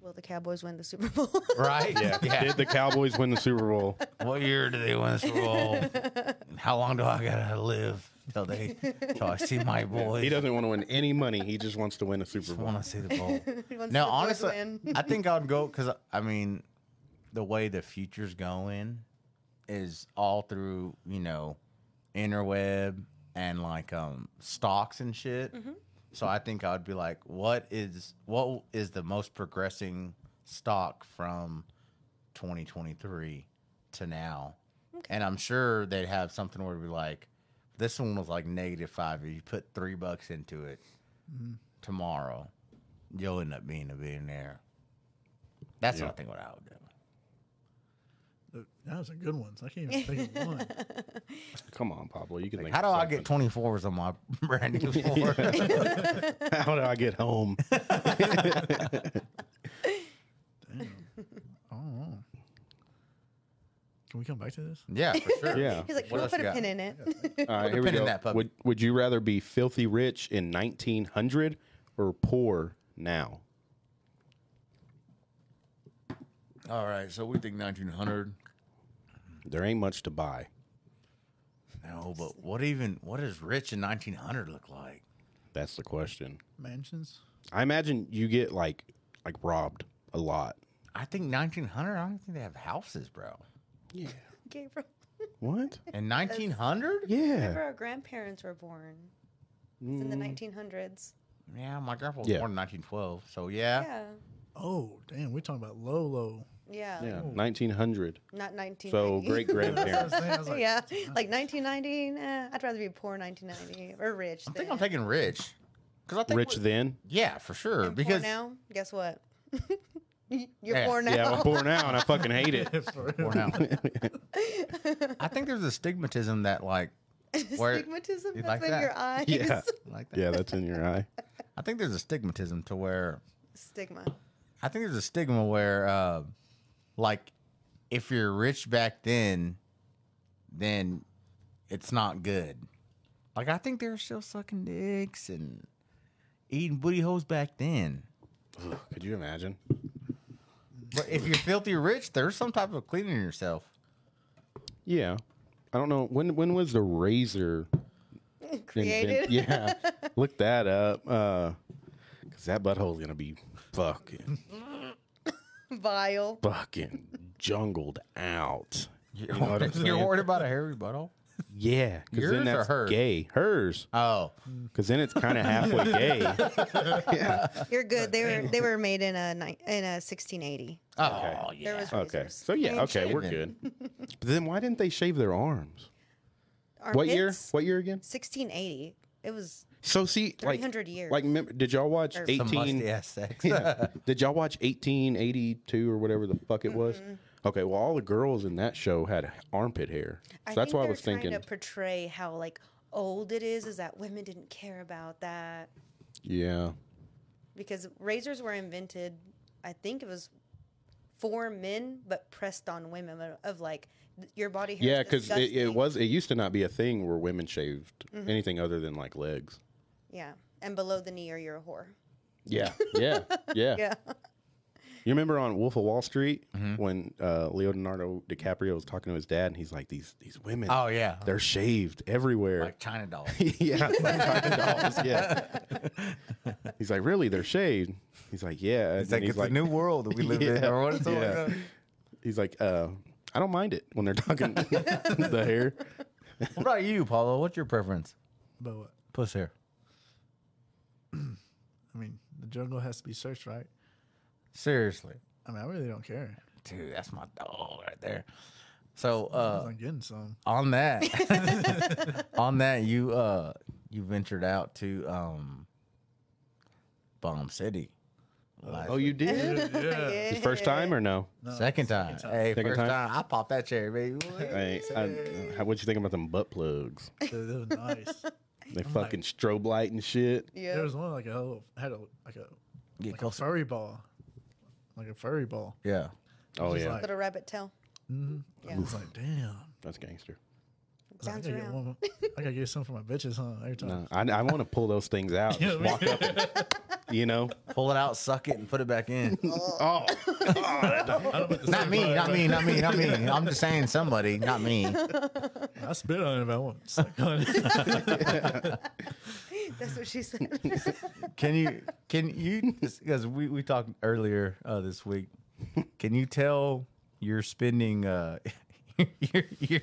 Speaker 2: Will the Cowboys win the Super Bowl?
Speaker 3: right. yeah.
Speaker 1: Did the Cowboys win the Super Bowl?
Speaker 3: What year do they win the Super Bowl? How long do I gotta live till they till I see my boys?
Speaker 1: He doesn't want to win any money. He just wants to win a Super
Speaker 3: just
Speaker 1: Bowl.
Speaker 3: want to see the bowl.
Speaker 2: He wants
Speaker 3: now,
Speaker 2: the Boys
Speaker 3: honestly,
Speaker 2: win.
Speaker 3: I think I'd go because I mean, the way the future's going is all through you know interweb and like um stocks and shit. So I think I'd be like, what is what is the most progressing stock from 2023 to now? And I'm sure they'd have something where it'd be like, this one was like negative five. If you put three bucks into it tomorrow, you'll end up being a billionaire. That's what I think what I would do.
Speaker 4: That was a good one. I can't even think of one.
Speaker 1: Come on, Pablo. You can think
Speaker 3: How do
Speaker 1: of
Speaker 3: I get 24s on my brand new Ford?
Speaker 1: something. How do I get home?
Speaker 4: Can we come back to this?
Speaker 3: yeah, for sure.
Speaker 1: Yeah.
Speaker 2: He's like,
Speaker 3: What
Speaker 2: we'll
Speaker 3: else
Speaker 2: put
Speaker 3: you
Speaker 2: a
Speaker 3: got?
Speaker 2: pin in it.
Speaker 1: All right, here
Speaker 3: a
Speaker 1: we
Speaker 3: pin in
Speaker 1: go.
Speaker 3: that puppy.
Speaker 1: would Would you rather be filthy rich in 1900 or poor now?
Speaker 3: All right, so we think 1900.
Speaker 1: There ain't much to buy.
Speaker 3: No, but what even what does rich in 1900 look like?
Speaker 1: That's the question.
Speaker 4: Mansions?
Speaker 1: I imagine you get like like robbed a lot.
Speaker 3: I think 1900. I don't think they have houses, bro.
Speaker 1: Yeah.
Speaker 2: Gabriel,
Speaker 1: What?
Speaker 3: In
Speaker 2: whenever
Speaker 3: 1900?
Speaker 1: Yeah.
Speaker 2: our grandparents were born, it's
Speaker 3: Mm.
Speaker 2: in the 1900s.
Speaker 3: Yeah, my grandpa was
Speaker 1: Yeah.
Speaker 3: born in 1912, so yeah.
Speaker 2: Yeah.
Speaker 4: Oh, damn. We're talking about low, low.
Speaker 2: Yeah.
Speaker 1: Yeah. 1900.
Speaker 2: Not 1990.
Speaker 1: So great
Speaker 4: I was
Speaker 1: grandparents.
Speaker 4: thinking, I was like,
Speaker 2: yeah. Like 1990. Nah, I'd rather be poor 1990 or rich.
Speaker 3: I think
Speaker 2: than-
Speaker 3: I'm taking rich, because I think
Speaker 1: Rich
Speaker 3: we-
Speaker 1: then?
Speaker 3: Yeah, for sure.
Speaker 2: and poor
Speaker 3: because
Speaker 2: now, guess what? You're
Speaker 3: Yeah.
Speaker 2: poor now.
Speaker 1: Yeah, I'm poor now and I fucking hate it.
Speaker 4: For real.
Speaker 3: Or now. I think there's a stigmatism that like where
Speaker 2: Stigmatism
Speaker 3: You
Speaker 2: that's
Speaker 3: like
Speaker 2: in
Speaker 3: that?
Speaker 2: your eyes.
Speaker 1: Yeah.
Speaker 3: like that.
Speaker 1: Yeah, that's in your eye.
Speaker 3: I think there's a stigmatism to where
Speaker 2: Stigma.
Speaker 3: I think there's a stigma where uh, like if you're rich back then, then it's not good. Like I think they were still sucking dicks and eating booty holes back then.
Speaker 1: Could you imagine?
Speaker 3: But if you're filthy rich, there's some type of cleaning yourself.
Speaker 1: Yeah. I don't know when when was the razor in- in-
Speaker 2: Created.
Speaker 1: yeah, look that up. Uh, Cause that butthole's gonna be fucking
Speaker 2: Vile.
Speaker 1: fucking jungled out.
Speaker 3: You're,
Speaker 1: know what I'm saying?
Speaker 3: worried about a hairy butthole?
Speaker 1: Yeah, because
Speaker 3: Yours or
Speaker 1: then that's
Speaker 3: hers?
Speaker 1: gay. Hers,
Speaker 3: Oh,
Speaker 1: because then it's kind of halfway gay.
Speaker 2: You're good. They were they were made in a ni- in a 1680.
Speaker 3: oh
Speaker 1: Okay.
Speaker 3: yeah.
Speaker 2: There was
Speaker 1: Okay,
Speaker 2: razors.
Speaker 1: so yeah,
Speaker 2: Clean
Speaker 1: okay,
Speaker 2: shaven.
Speaker 1: we're good. But then why didn't they shave their arms? What
Speaker 2: Armpits?
Speaker 1: year? What year again?
Speaker 2: 1680. It was
Speaker 1: So see, like,
Speaker 2: 300 years.
Speaker 1: like, remember- did y'all watch
Speaker 2: Or
Speaker 3: Some
Speaker 1: eighteen?
Speaker 3: musty ass sex.
Speaker 1: Yeah. Did y'all watch 1882 or whatever the fuck it was? Okay, well, all the girls in that show had armpit hair. So
Speaker 2: I
Speaker 1: that's
Speaker 2: think
Speaker 1: why I
Speaker 2: they're
Speaker 1: was thinking.
Speaker 2: trying to portray how like old it is. Is that women didn't care about that
Speaker 1: Yeah.
Speaker 2: because razors were invented. I think it was for men, but pressed on women of, of like th- your body hair. is
Speaker 1: Yeah, because it, it
Speaker 2: disgusting. Mm-hmm.
Speaker 1: was, it used to not be a thing where women shaved anything other than like legs.
Speaker 2: Yeah, and below the knee, or you're a whore.
Speaker 1: Yeah. Yeah. Yeah.
Speaker 2: Yeah.
Speaker 1: You remember on Wolf of Wall Street when uh, Leonardo DiCaprio was talking to his dad, and he's like, "These these women,
Speaker 3: Oh yeah,
Speaker 1: they're shaved everywhere."
Speaker 3: like China doll.
Speaker 1: yeah, like China dolls, yeah. He's like, "Really? They're shaved?" He's like, "Yeah." And
Speaker 3: It's like
Speaker 1: he's
Speaker 3: it's a new world that we live in,
Speaker 1: Yeah,
Speaker 3: or what it's all
Speaker 1: yeah.
Speaker 3: about.
Speaker 1: He's like, uh, "I don't mind it when they're talking the hair."
Speaker 3: What about you, Paulo? What's your preference?
Speaker 4: But what?
Speaker 3: Puss hair.
Speaker 4: I mean, the jungle has to be searched, right?
Speaker 3: Seriously,
Speaker 4: I mean, I really don't care.
Speaker 3: dude, that's my dog right there. So
Speaker 4: Sounds
Speaker 3: uh,
Speaker 4: like getting some.
Speaker 3: on that, on that, you uh, you ventured out to um, Bomb City.
Speaker 1: Oh, you did
Speaker 4: yeah.
Speaker 1: His first time or no?
Speaker 3: second time. Hey,
Speaker 1: Second
Speaker 3: first
Speaker 1: time?
Speaker 3: time. I popped that cherry, baby.
Speaker 1: Hey, I, how, what you think about them butt plugs?
Speaker 4: Dude, it was nice.
Speaker 1: They fucking strobe light and shit.
Speaker 4: There
Speaker 2: Yeah.
Speaker 4: was one like a whole, had a like a
Speaker 3: Get
Speaker 4: like a
Speaker 3: closer.
Speaker 4: furry ball, like a furry ball.
Speaker 3: Yeah.
Speaker 1: Oh
Speaker 4: Just
Speaker 1: yeah,
Speaker 4: like-
Speaker 2: Little rabbit tail. Yeah.
Speaker 4: It's like damn.
Speaker 1: that's gangster.
Speaker 4: I, was like, I
Speaker 2: Bounce
Speaker 4: gotta get
Speaker 2: around.
Speaker 4: one. I gotta get some for my bitches, huh? Every time.
Speaker 1: No, I, I want to pull those things out.
Speaker 4: You
Speaker 1: just
Speaker 4: know
Speaker 1: walk
Speaker 4: what I mean?
Speaker 1: up, and, you know.
Speaker 3: Pull it out, suck it, and put it back in.
Speaker 1: Oh,
Speaker 3: not me, not me, not me, not me. I'm just saying somebody, not me.
Speaker 4: I spit on it if I want. Suck on it.
Speaker 2: That's what she said.
Speaker 3: Can you can you because we we talked earlier uh, this week? Can you tell you're spending uh, your, your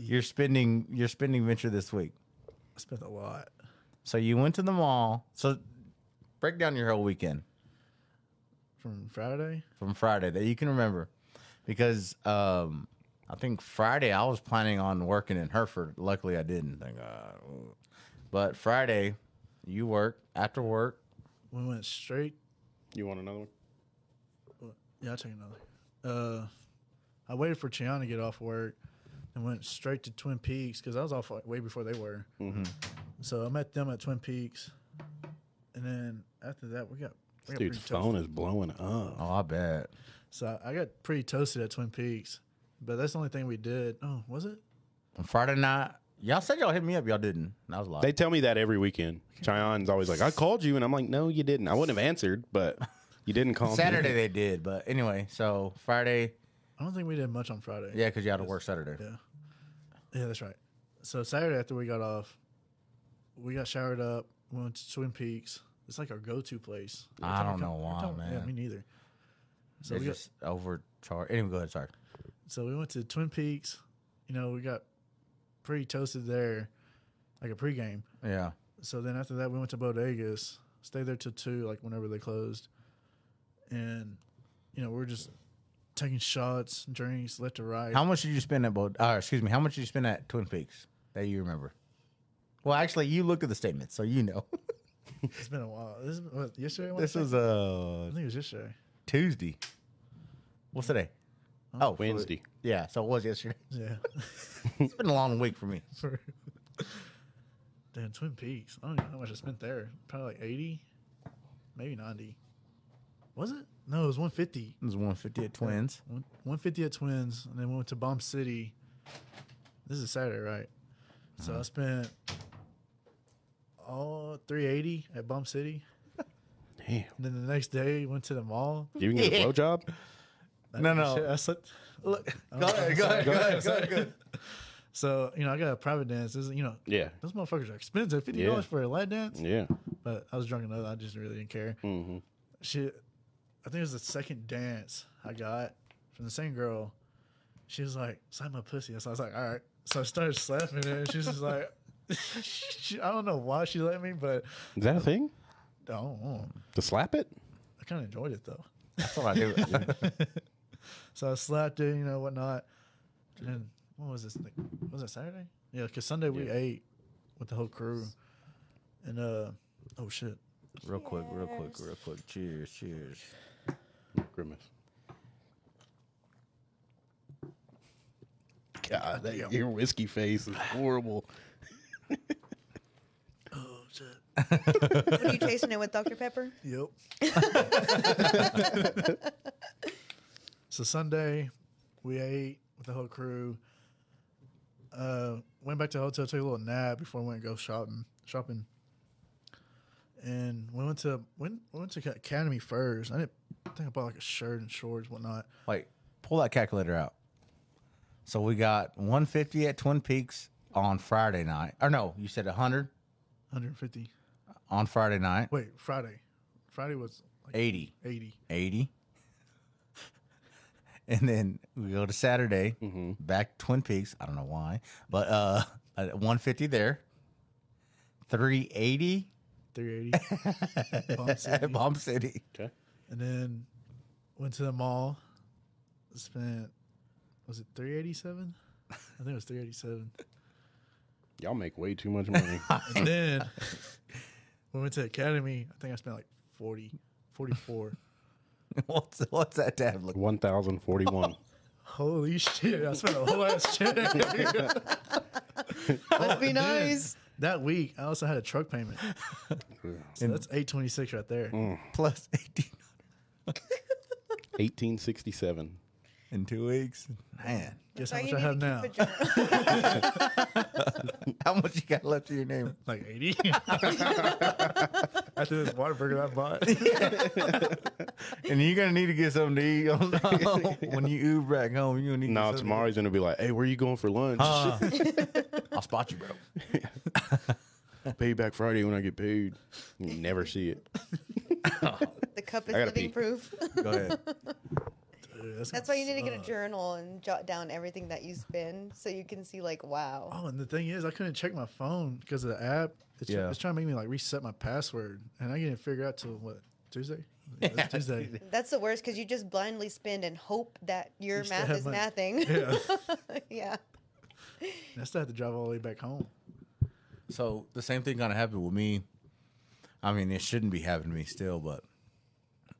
Speaker 3: your spending your spending venture this week?
Speaker 4: I spent a lot.
Speaker 3: So you went to the mall. So break down your whole weekend
Speaker 4: From Friday,
Speaker 3: from Friday that you can remember, because um, I think Friday I was planning on working in Hereford. Luckily I didn't. Thank God. But Friday, you work after work.
Speaker 4: we went straight.
Speaker 1: you want another one?
Speaker 4: Yeah, I'll take another. Uh, I waited for Chiana to get off work and went straight to Twin Peaks because I was off like, way before they were. So I met them at Twin Peaks. And then after that, we got. We
Speaker 1: This
Speaker 4: got
Speaker 1: dude's
Speaker 4: pretty
Speaker 1: phone
Speaker 4: toasted.
Speaker 1: is blowing up.
Speaker 3: Oh, I bet.
Speaker 4: So I I got pretty toasted at Twin Peaks, but that's the only thing we did. Oh, was it?
Speaker 3: on Friday night. Y'all said y'all hit me up. Y'all didn't. That was a lie.
Speaker 1: They tell me that every weekend. Chion's always like, "I called you," and I'm like, "No, you didn't. I wouldn't have answered, but you didn't call me."
Speaker 3: Saturday they did, but anyway. So Friday,
Speaker 4: I don't think we did much on Friday.
Speaker 3: yeah, because you had to work Saturday.
Speaker 4: Yeah. Yeah, that's right. So Saturday after we got off, we got showered up, went to Twin Peaks. It's like our go-to place. Every
Speaker 3: I
Speaker 4: time
Speaker 3: don't
Speaker 4: we come-
Speaker 3: know
Speaker 4: every
Speaker 3: why,
Speaker 4: time- Yeah,
Speaker 3: man.
Speaker 4: me neither. So
Speaker 3: So
Speaker 4: we,
Speaker 3: we
Speaker 4: got,
Speaker 3: just overcharged. Anyway, go ahead. Sorry.
Speaker 4: so we went to Twin Peaks. You know, we got pretty toasted there, like a pregame.
Speaker 3: Yeah.
Speaker 4: So then after that, we went to Bodegas, stayed there till two, like whenever they closed. And, you know, we were just taking shots, drinks, left to right.
Speaker 3: How much did you spend at both? Uh, excuse me. How much did you spend at Twin Peaks that you remember? Well, actually, you looked at the statement, so you know.
Speaker 4: it's been a while. This is what, yesterday. I wanna
Speaker 3: this
Speaker 4: say?
Speaker 3: was
Speaker 4: I
Speaker 3: uh
Speaker 4: think it was yesterday.
Speaker 3: Tuesday. What's today? Oh, so-
Speaker 1: Wednesday.
Speaker 3: yeah. So it was yesterday.
Speaker 4: Yeah.
Speaker 3: It's been a long week for me.
Speaker 4: for Damn, Twin Peaks. I don't even know how much I spent there. Probably like eighty, maybe ninety. Was it? No, it was one fifty.
Speaker 3: It was one fifty at Twins.
Speaker 4: One fifty at Twins, and then we went to Bomb City. This is Saturday, right?
Speaker 3: Uh-huh.
Speaker 4: So I spent all three eighty at Bomb City.
Speaker 1: Damn.
Speaker 4: And then the next day went to the mall.
Speaker 1: You can get a blowjob.
Speaker 3: No, no.
Speaker 4: Shit, I slept.
Speaker 3: Look,
Speaker 4: Oh,
Speaker 3: go ahead, go ahead, go ahead, go ahead, go ahead.
Speaker 4: So you know, I got a private dance. This is, you know,
Speaker 1: Yeah.
Speaker 4: those motherfuckers are expensive. Fifty
Speaker 1: Yeah.
Speaker 4: dollars for a light dance.
Speaker 1: Yeah.
Speaker 4: but I was drunk enough. I just really didn't care.
Speaker 1: hmm
Speaker 4: She, I think it was the second dance I got from the same girl. She was like, "Slap my pussy." So I was like, "All right." So I started slapping it, and she's just like, she, "I don't know why she let me, but
Speaker 1: Is that a thing?
Speaker 4: I don't know.
Speaker 1: To slap it?
Speaker 4: I kind of enjoyed it though."
Speaker 3: That's what I do.
Speaker 4: So I slapped it, you know, whatnot. And then, what was this? Like, was it Saturday? Yeah, because Sunday we ate with the whole crew, and uh, oh shit,
Speaker 3: Real quick, real quick, real quick. Cheers, cheers.
Speaker 1: Grimace.
Speaker 4: God, damn.
Speaker 1: Your whiskey face is horrible.
Speaker 4: oh shit,
Speaker 2: What are you tasting it with, Dr. Pepper?
Speaker 4: Yep. so Sunday, we ate with the whole crew. Uh, went back to the hotel, took a little nap before I went and go shopping. Shopping. and we went to when we went to Academy Furs. I didn't I think I bought like a shirt and shorts, whatnot.
Speaker 3: Wait, pull that calculator out. So we got 150 at Twin Peaks on Friday night. Or no, you said 100
Speaker 4: Hundred fifty.
Speaker 3: on Friday night.
Speaker 4: Wait, Friday. Friday was like
Speaker 3: 80.
Speaker 4: eighty.
Speaker 3: 80. And then we go to Saturday, back to Twin Peaks. I don't know why, but uh, uh, 150 there, 380
Speaker 4: Three eighty. Bomb City.
Speaker 3: at Bomb City.
Speaker 1: Okay.
Speaker 4: And then went to the mall. Spent was it three eighty seven? I think it was three eighty seven.
Speaker 1: Y'all make way too much money.
Speaker 4: And then we went to Academy. I think I spent like 40, 44.
Speaker 3: What's, what's that tab look?
Speaker 1: 1041.
Speaker 4: Holy shit! I spent a whole ass check.
Speaker 2: Must be nice.
Speaker 4: That week, I also had a truck payment. So that's eight twenty six right there.
Speaker 3: Plus 18
Speaker 1: 1867.
Speaker 3: in two weeks. Man,
Speaker 2: That's
Speaker 4: Guess how
Speaker 2: why
Speaker 4: much
Speaker 2: you
Speaker 4: I have
Speaker 2: need
Speaker 4: now?
Speaker 2: to keep a journal.
Speaker 3: how much you got left of your name?
Speaker 4: Like eighty. After this water burger I bought.
Speaker 3: And you're gonna need to get something to eat on, when you Uber back home. You need. to
Speaker 1: No,
Speaker 3: get something to
Speaker 1: tomorrow he's gonna be like, "Hey, where you going for lunch?
Speaker 3: eat. I'll spot you, bro.
Speaker 1: Pay back Friday when I get paid." You never see it.
Speaker 2: the cup is
Speaker 1: I gotta
Speaker 2: living
Speaker 1: pee.
Speaker 2: proof.
Speaker 3: Go ahead.
Speaker 4: Dude,
Speaker 2: That's
Speaker 4: gonna
Speaker 2: why you need to get a
Speaker 4: suck.
Speaker 2: journal and jot down everything that you spend so you can see like wow.
Speaker 4: Oh, and the thing is, I couldn't check my phone because of the app. It's, try-
Speaker 3: Yeah.
Speaker 4: it's trying to make me like reset my password, and I didn't figure out till what Tuesday. Yeah, it's Tuesday.
Speaker 2: That's the worst because you just blindly spend and hope that your
Speaker 4: You still
Speaker 2: math
Speaker 4: have
Speaker 2: is
Speaker 4: money.
Speaker 2: mathing.
Speaker 4: Yeah,
Speaker 2: yeah.
Speaker 4: And I still have to drive all the way back home.
Speaker 3: So the same thing gonna happen with me. I mean, it shouldn't be happening to me still, but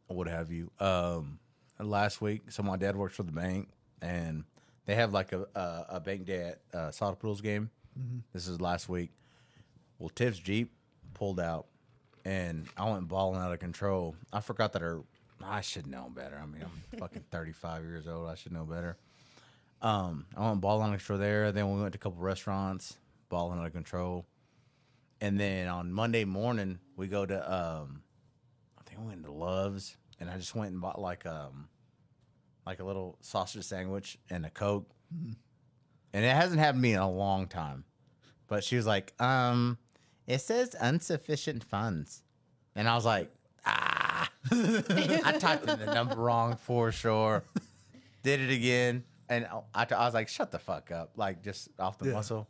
Speaker 3: what have you? Um, last week, so my dad works for the bank, and they have like a a, a bank day at uh, Solid Pools game. This is last week. Well, Tiff's Jeep pulled out, and I went balling out of control. I forgot that her. I should know better. I mean, I'm fucking 35 years old. I should know better. Um, I went balling out of control there. Then we went to a couple restaurants, balling out of control. And then on Monday morning, we go to um, I think we went to Love's, and I just went and bought like um, like a little sausage sandwich and a coke. And it hasn't happened to me in a long time, but she was like, um, it says insufficient funds, and I was like, ah, I typed in the number wrong for sure. Did it again, and I, I was like, shut the fuck up, like just off the
Speaker 4: Yeah.
Speaker 3: muscle.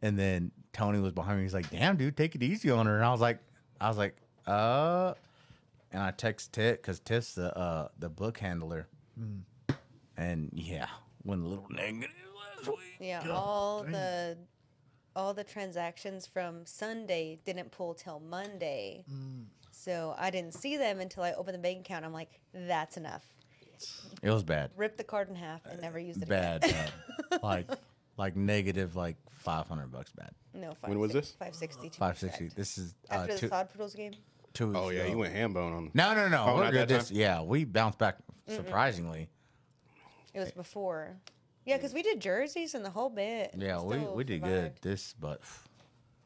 Speaker 3: And then Tony was behind me. He's like, "Damn, dude, take it easy on her." And I was like, "I was like, uh," and I text Tit because Tit's the uh the book handler, and yeah, went a little negative last week.
Speaker 2: Yeah.
Speaker 4: God
Speaker 2: all
Speaker 4: dang.
Speaker 2: the all the transactions from Sunday didn't pull till Monday.
Speaker 4: Mm.
Speaker 2: So I didn't see them until I opened the bank account. I'm like, that's enough.
Speaker 3: It was bad,
Speaker 2: Rip the card in half
Speaker 4: Uh,
Speaker 2: and never use it
Speaker 3: bad,
Speaker 2: again.
Speaker 3: bad. like like negative like five hundred bucks bad,
Speaker 2: no, five,
Speaker 1: When was this?
Speaker 2: Five sixty two.
Speaker 3: five sixty. This is uh,
Speaker 2: After
Speaker 3: two,
Speaker 2: the Todd Poodles game.
Speaker 3: two weeks
Speaker 1: Oh yeah,
Speaker 3: ago.
Speaker 1: you went ham bone on.
Speaker 3: No, no, no.
Speaker 1: Oh,
Speaker 3: we're
Speaker 1: not that
Speaker 3: good. This,
Speaker 1: time?
Speaker 3: yeah, we bounced back surprisingly.
Speaker 2: It was before. Yeah, because we did jerseys and the whole bit.
Speaker 3: Yeah, we
Speaker 2: still
Speaker 3: we did good.
Speaker 2: survived.
Speaker 3: This, but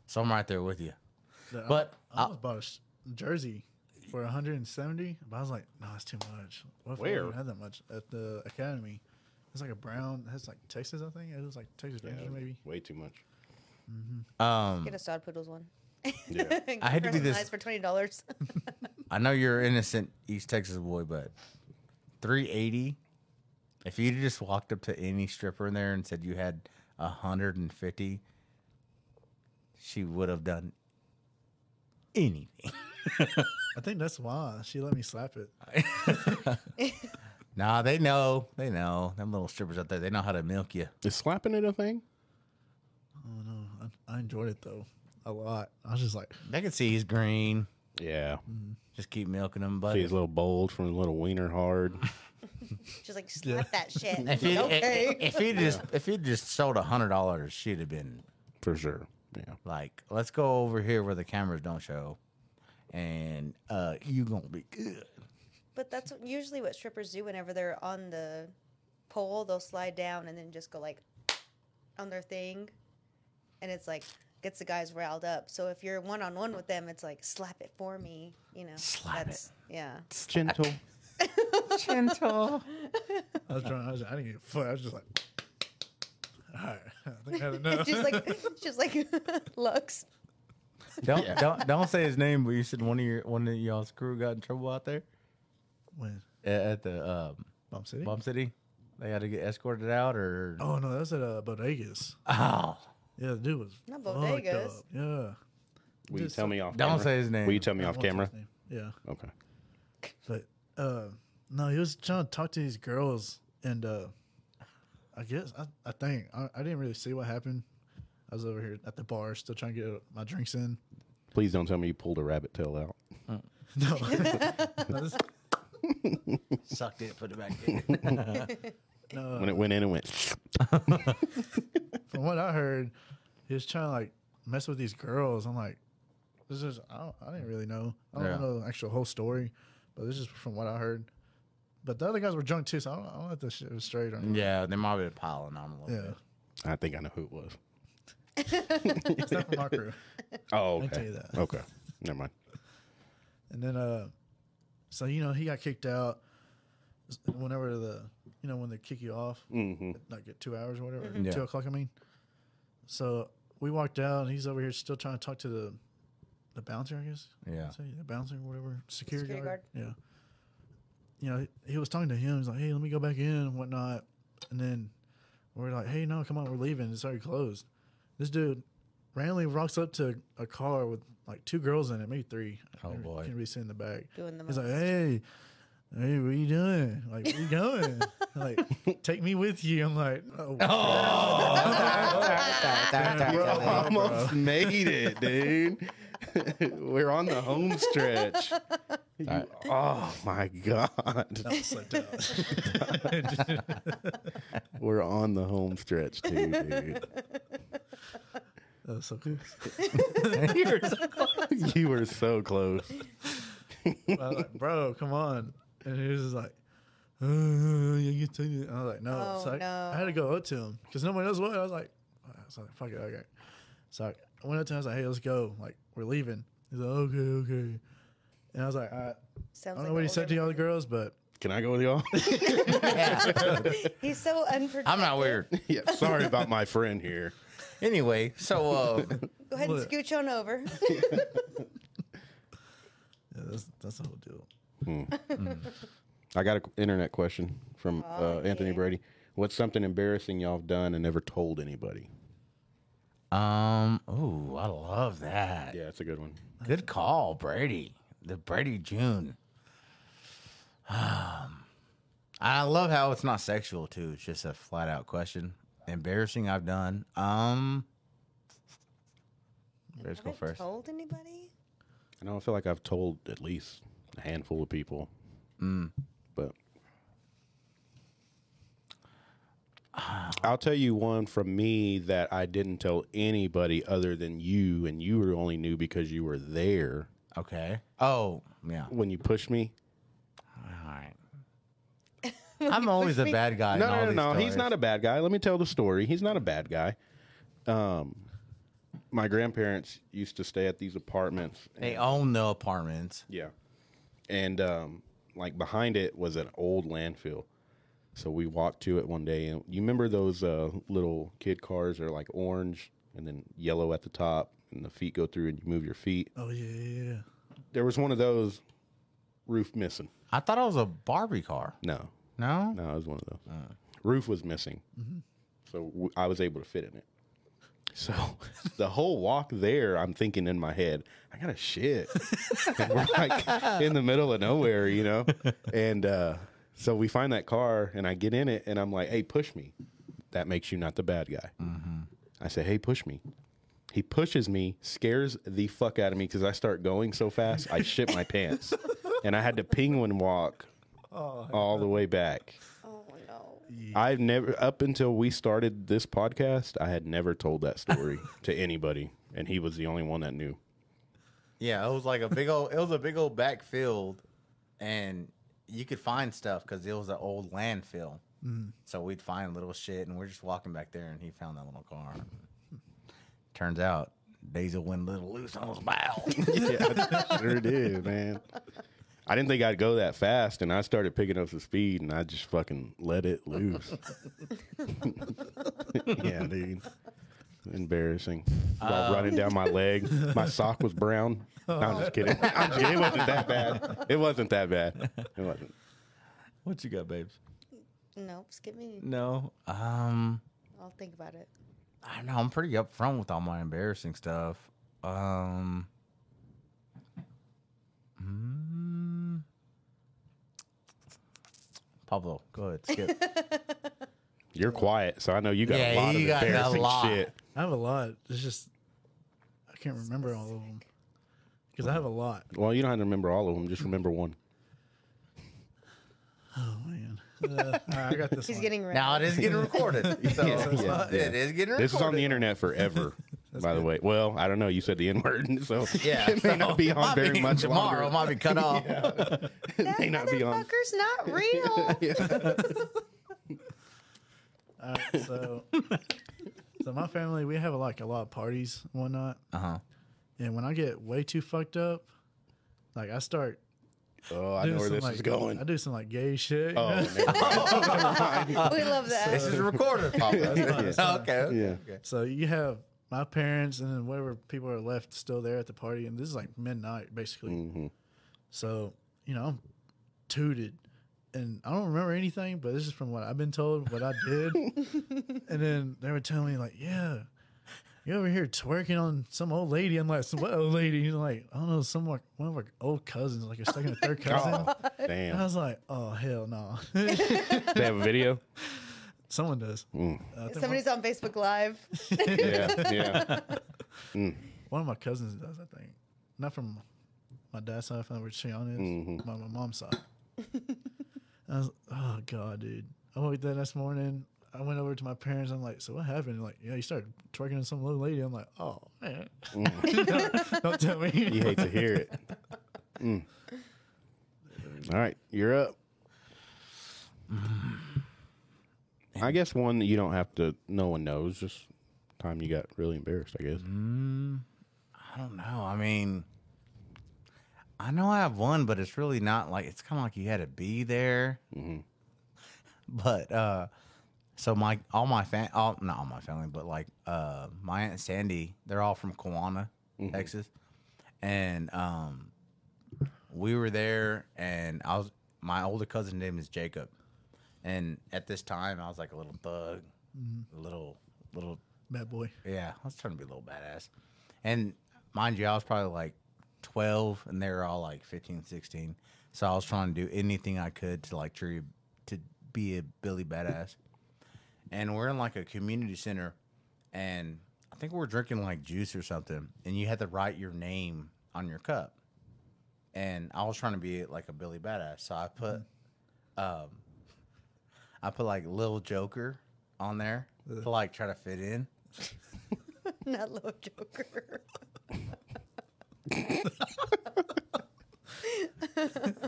Speaker 3: so I'm right there with you.
Speaker 4: The- I-
Speaker 3: But
Speaker 4: I, almost bought a sh- jersey for 170, but I was like, no, it's too much. What if I
Speaker 1: Where?
Speaker 4: don't have that much at the Academy? It's like a brown. That's like Texas, I think. It was like Texas Ranger, maybe.
Speaker 1: Way too much.
Speaker 3: Um,
Speaker 2: Get a Todd Poodles one.
Speaker 1: Yeah.
Speaker 2: Get
Speaker 3: I had to be this-
Speaker 2: personalized for twenty dollars.
Speaker 3: I know you're an innocent East Texas boy, but 380. If you just walked up to any stripper in there and said you had 150, she would have done anything.
Speaker 4: I think that's why she let me slap it.
Speaker 3: Nah, they know. They know. Them little strippers out there, they know how to milk you.
Speaker 1: Is slapping it a thing?
Speaker 4: Oh no, I, I enjoyed it though a lot. I was just like,
Speaker 3: They can see he's green.
Speaker 1: Yeah.
Speaker 3: Just keep milking him,
Speaker 1: See his
Speaker 3: buddy.
Speaker 1: little bulge from his little wiener hard.
Speaker 2: She's like, slap that shit.
Speaker 3: If
Speaker 2: Like,
Speaker 3: he
Speaker 2: okay.
Speaker 3: if he'd just if he just sold a hundred dollars, she'd have been
Speaker 1: For sure. Yeah.
Speaker 3: like, let's go over here where the cameras don't show, and uh, you gonna be good.
Speaker 2: But that's what- usually what strippers do whenever they're on the pole. They'll slide down and then just go like on their thing, and it's like, gets the guys riled up. So if you're one on one with them, it's like slap it for me, you know.
Speaker 3: Slap it.
Speaker 2: Yeah.
Speaker 1: Gentle.
Speaker 3: Gentle.
Speaker 4: I was trying. I, was, I didn't get a foot. I was just like, all right. I think I had enough.
Speaker 2: just like just like Lux.
Speaker 3: Don't don't don't say his name. But you said one of your one of y'all's crew got in trouble out there
Speaker 4: when
Speaker 3: A- at the um,
Speaker 4: Bomb City.
Speaker 3: Bomb City. They had to get escorted out, or
Speaker 4: Oh no, that was at uh, Bodegas.
Speaker 3: oh,
Speaker 4: Yeah, the dude was
Speaker 2: Not
Speaker 4: fucked
Speaker 2: Bodegas.
Speaker 4: up. Yeah.
Speaker 1: Will you
Speaker 4: Just-
Speaker 1: tell me off
Speaker 3: Don't
Speaker 1: camera?
Speaker 3: say his name.
Speaker 1: Will you tell me
Speaker 4: I
Speaker 1: off
Speaker 4: won't say
Speaker 1: camera?
Speaker 4: his name. Yeah.
Speaker 1: Okay.
Speaker 4: But uh, no, he was trying to talk to these girls, and uh, I guess I, I think I, I didn't really see what happened. I was over here at the bar, still trying to get my drinks in.
Speaker 1: Please don't tell me you pulled a rabbit tail out.
Speaker 4: No, no, this-
Speaker 3: sucked it, put it back in.
Speaker 4: no,
Speaker 1: When it went in and went.
Speaker 4: from what I heard, he was trying to like mess with these girls. I'm like, this is I, don't, I didn't really know. I don't
Speaker 3: Yeah.
Speaker 4: know the actual whole story, but this is from what I heard. But the other guys were drunk too, so I don't, I don't know if this shit was straight or not.
Speaker 3: yeah, they might be piling on a little
Speaker 4: Yeah,
Speaker 3: bit.
Speaker 1: I think I know who it was.
Speaker 4: it's not from our crew.
Speaker 1: Oh, okay.
Speaker 4: can tell you that.
Speaker 1: Okay. Never mind.
Speaker 4: And then, uh, so you know, he got kicked out. Whenever the, you know, when they kick you off,
Speaker 1: Mm-hmm.
Speaker 4: like at two hours or whatever,
Speaker 3: Yeah.
Speaker 4: two o'clock. I mean, so we walked out, and he's over here still trying to talk to the, the bouncer, I guess.
Speaker 3: Yeah.
Speaker 4: Say the bouncer, whatever, security,
Speaker 2: Security
Speaker 4: guard. Yeah. You know, he, he was talking to him. He's like, "Hey, let me go back in and whatnot," and then we're like, "Hey, no, come on, we're leaving. It's already closed." This dude randomly walks up to a car with like two girls in it, maybe three.
Speaker 3: Oh, boy.
Speaker 4: Can be seen in the back.
Speaker 2: Doing the
Speaker 4: He's
Speaker 2: most.
Speaker 4: like, "Hey, hey, what you doing? Like, where you going? like, take me with you." I'm like, "Oh,
Speaker 1: Oh, Bro, almost made it, dude. We're on the home stretch. You- oh my god,
Speaker 4: I slipped out."
Speaker 1: we're on the home stretch too, dude.
Speaker 4: that was so cool.
Speaker 1: you were so close.
Speaker 4: I was like, bro, come on. And he was just like, uh, you can take it. And I was like, no.
Speaker 2: Oh,
Speaker 4: so I, I had to go up to him because nobody else would. I was like, I was like, fuck it, okay. So I, I went up to him. I was like, hey, let's go. Like, we're leaving. He's like, okay, okay. And I was like, all right. I
Speaker 2: Sounds
Speaker 4: don't
Speaker 2: like
Speaker 4: know what
Speaker 2: an
Speaker 4: he
Speaker 2: old
Speaker 4: said to the
Speaker 2: man.
Speaker 4: other girls, but
Speaker 1: Can I go with y'all?
Speaker 2: He's so unprotected.
Speaker 3: I'm not weird.
Speaker 1: yeah. Sorry about my friend here.
Speaker 3: Anyway, so uh,
Speaker 2: Go ahead and
Speaker 4: Look.
Speaker 2: scooch on over.
Speaker 4: yeah, that's, that's the whole deal.
Speaker 1: I got an internet question from uh, Anthony Brady. What's something embarrassing y'all have done and never told anybody?
Speaker 3: um, ooh, I love that.
Speaker 1: Yeah, that's a good one.
Speaker 3: Good call, Brady. The Brady June. Um, I love how it's not sexual too. It's just a flat out question. Embarrassing I've done. Um, let's go
Speaker 2: Haven't
Speaker 3: first.
Speaker 2: Told anybody?
Speaker 1: I know I feel like I've told at least a handful of people, Mm. but I'll tell you one from me that I didn't tell anybody other than you, and you were only knew because you were there
Speaker 3: Okay. Oh, yeah. All
Speaker 1: when you pushed me.
Speaker 3: right. I'm always a bad guy.
Speaker 1: No,
Speaker 3: in all
Speaker 1: no, no,
Speaker 3: these
Speaker 1: no. He's
Speaker 3: stories.
Speaker 1: not a bad guy. Let me tell the story. He's not a bad guy. Um, my grandparents used to stay at these apartments.
Speaker 3: They own the apartments.
Speaker 1: Yeah. And um, like behind it was an old landfill. So we walked to it one day, and you remember those uh, little kid cars are like orange and then yellow at the top, and the feet go through, and you move your feet.
Speaker 4: Oh, yeah, yeah, yeah.
Speaker 1: There was one of those, roof missing.
Speaker 3: I thought it was a Barbie car.
Speaker 1: No,
Speaker 3: No.
Speaker 1: no, it was one of those. Roof was missing, so w- I was able to fit in it. So the whole walk there, I'm thinking in my head, I got to shit. and we're like in the middle of nowhere, you know. And uh, so we find that car, and I get in it, and I'm like, "Hey, push me." That makes you not the bad guy. I say, "Hey, push me." He pushes me, scares the fuck out of me because I start going so fast, I shit my pants, and I had to penguin walk all the way back.
Speaker 2: Oh no.
Speaker 1: I've never up until we started this podcast, I had never told that story to anybody, and he was the only one that knew.
Speaker 3: Yeah, it was like a big old. It was a big old backfield, and you could find stuff because it was an old landfill. So we'd find little shit, and we're just walking back there, and he found that little car. Turns out Days will win a little loose on his mouth.
Speaker 1: yeah, I sure did, man. I didn't think I'd go that fast, and I started picking up some speed, and I just fucking let it loose. yeah, dude. Uh, Embarrassing. While running down my leg, my sock was brown. No, I'm just kidding. I'm just kidding. It wasn't that bad. It wasn't that bad. It wasn't.
Speaker 3: what you got, babes?
Speaker 2: Nope, skip me.
Speaker 3: No. Um.
Speaker 2: I'll think about it.
Speaker 3: I don't know. I'm pretty upfront with all my embarrassing stuff. Um, mm, Pablo, go ahead. Skip.
Speaker 1: You're quiet, so I know you got a
Speaker 3: Yeah,
Speaker 1: lot
Speaker 3: you
Speaker 1: of
Speaker 3: got a
Speaker 1: embarrassing
Speaker 3: lot.
Speaker 1: shit.
Speaker 4: I have a lot. It's just I can't remember all of them because I have a lot.
Speaker 1: Well, you don't have to remember all of them. Just remember one.
Speaker 4: Oh man, uh, all right, I got this.
Speaker 2: He's
Speaker 4: one.
Speaker 2: getting ready.
Speaker 3: now it is getting recorded. So
Speaker 1: Yeah,
Speaker 3: it's not-
Speaker 1: yeah.
Speaker 3: it is getting recorded.
Speaker 1: This is on the internet forever. by the way, well, I don't know. You said the N word, so
Speaker 3: Yeah,
Speaker 1: it may not be on
Speaker 3: might
Speaker 1: very
Speaker 3: be-
Speaker 1: much
Speaker 3: tomorrow.
Speaker 1: longer.
Speaker 3: Might be cut off.
Speaker 1: It
Speaker 2: that
Speaker 1: may not be on.
Speaker 2: motherfucker's not real.
Speaker 4: All right, so so my family we have like a lot of parties and whatnot,
Speaker 3: Uh huh.
Speaker 4: and when I get way too fucked up, like I start.
Speaker 1: Oh, I know
Speaker 4: doing
Speaker 1: where
Speaker 4: some,
Speaker 1: this
Speaker 4: like,
Speaker 1: is going.
Speaker 4: I do some like gay shit.
Speaker 1: Oh, never mind.
Speaker 2: we love that.
Speaker 3: This is recorded, Pablo. okay.
Speaker 1: yeah.
Speaker 4: So you have my parents and then whatever people are left still there at the party, and this is like midnight basically.
Speaker 1: Mm-hmm.
Speaker 4: So you know, I'm tooted, and I don't remember anything, but this is from what I've been told, what I did, and then they were telling me like, yeah. You over here twerking on some old lady? I'm like, "Some what old lady? You're like, I don't know, some like, one of our old cousins, like a second or third cousin.
Speaker 1: Oh,
Speaker 4: And I
Speaker 1: damn.
Speaker 4: was like, oh hell no.
Speaker 1: They have a video.
Speaker 4: Someone does. Uh, I think one,
Speaker 2: Somebody's on Facebook Live.
Speaker 1: Yeah, yeah.
Speaker 4: one of my cousins does, I think. Not from my dad's side, from where Sean is.
Speaker 3: Mm-hmm.
Speaker 4: My, my mom's side. I was, oh god, dude. I woke up the next morning. I went over to my parents. I'm like, so what happened? They're like, yeah, you started twerking on some little lady. I'm like, oh man,
Speaker 3: Mm.
Speaker 4: don't, don't tell me.
Speaker 1: You hate to hear it. Mm. All right, you're up. I guess one that you don't have to. No one knows. Just time you got really embarrassed. I guess.
Speaker 3: I don't know. I mean, I know I have one, but it's really not like it's kind of like you had to be there. But uh, so my all my fam, all, not all my family, but like uh, my aunt Sandy, they're all from Kiwana, Texas, and um, we were there, and I was my older cousin name is Jacob, and at this time I was like a little thug, a little little
Speaker 4: Bad boy.
Speaker 3: yeah, I was trying to be a little badass. And mind you, I was probably like 12 and they were all like 15, 16. So I was trying to do anything I could to like tree, to be a Billy badass. And we're in like a community center and I think we're drinking like juice or something and you had to write your name on your cup. And I was trying to be like a Billy badass. So I put um I put like little Joker on there to like try to fit in.
Speaker 2: not Love Joker.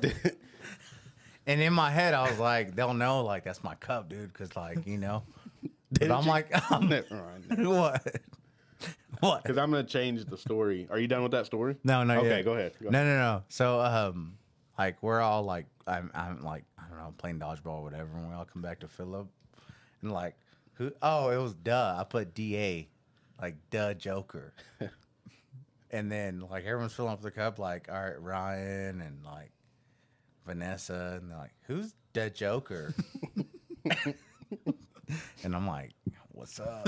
Speaker 3: And in my head, I was like, they'll know, like, that's my cup, dude, because, like, you know. But I'm like,
Speaker 1: Never mind.
Speaker 3: what? What?
Speaker 1: Because I'm gonna change the story. Are you done with that story?
Speaker 3: No, no.
Speaker 1: Okay,
Speaker 3: yeah.
Speaker 1: go ahead. Go
Speaker 3: no, no, no. So, um, like, we're all like, I'm, I'm like, I don't know, playing dodgeball or whatever, and we all come back to Philip, and like, who? Oh, it was duh. I put D A, like duh Joker, and then like everyone's filling up the cup, like, all right, Ryan and like Vanessa, and they're like, who's the Joker? and I'm like, what's up?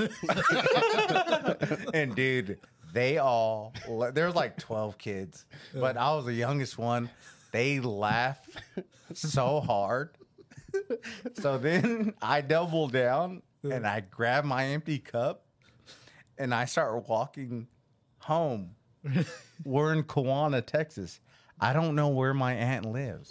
Speaker 3: and dude, they all there's like 12 kids, but I was the youngest one. They laughed so hard. So then I double down and I grab my empty cup and I start walking home. We're in Kiwana, Texas. I don't know where my aunt lives.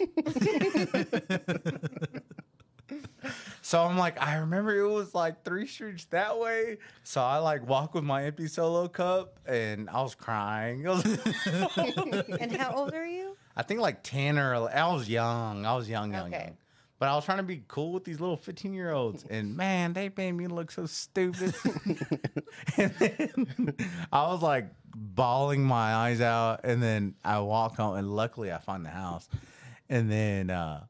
Speaker 3: So I'm like, I remember it was like three streets that way. So I like walk with my empty solo cup and I was crying. I, was-
Speaker 2: and how old are you?
Speaker 3: I think like 10 or 11. I was young. I was young, young,
Speaker 2: Okay.
Speaker 3: young. But I was trying to be cool with these little 15 year olds, and man, they made me look so stupid. and then I was like bawling my eyes out, and then I walk home, and luckily I find the house. And then uh,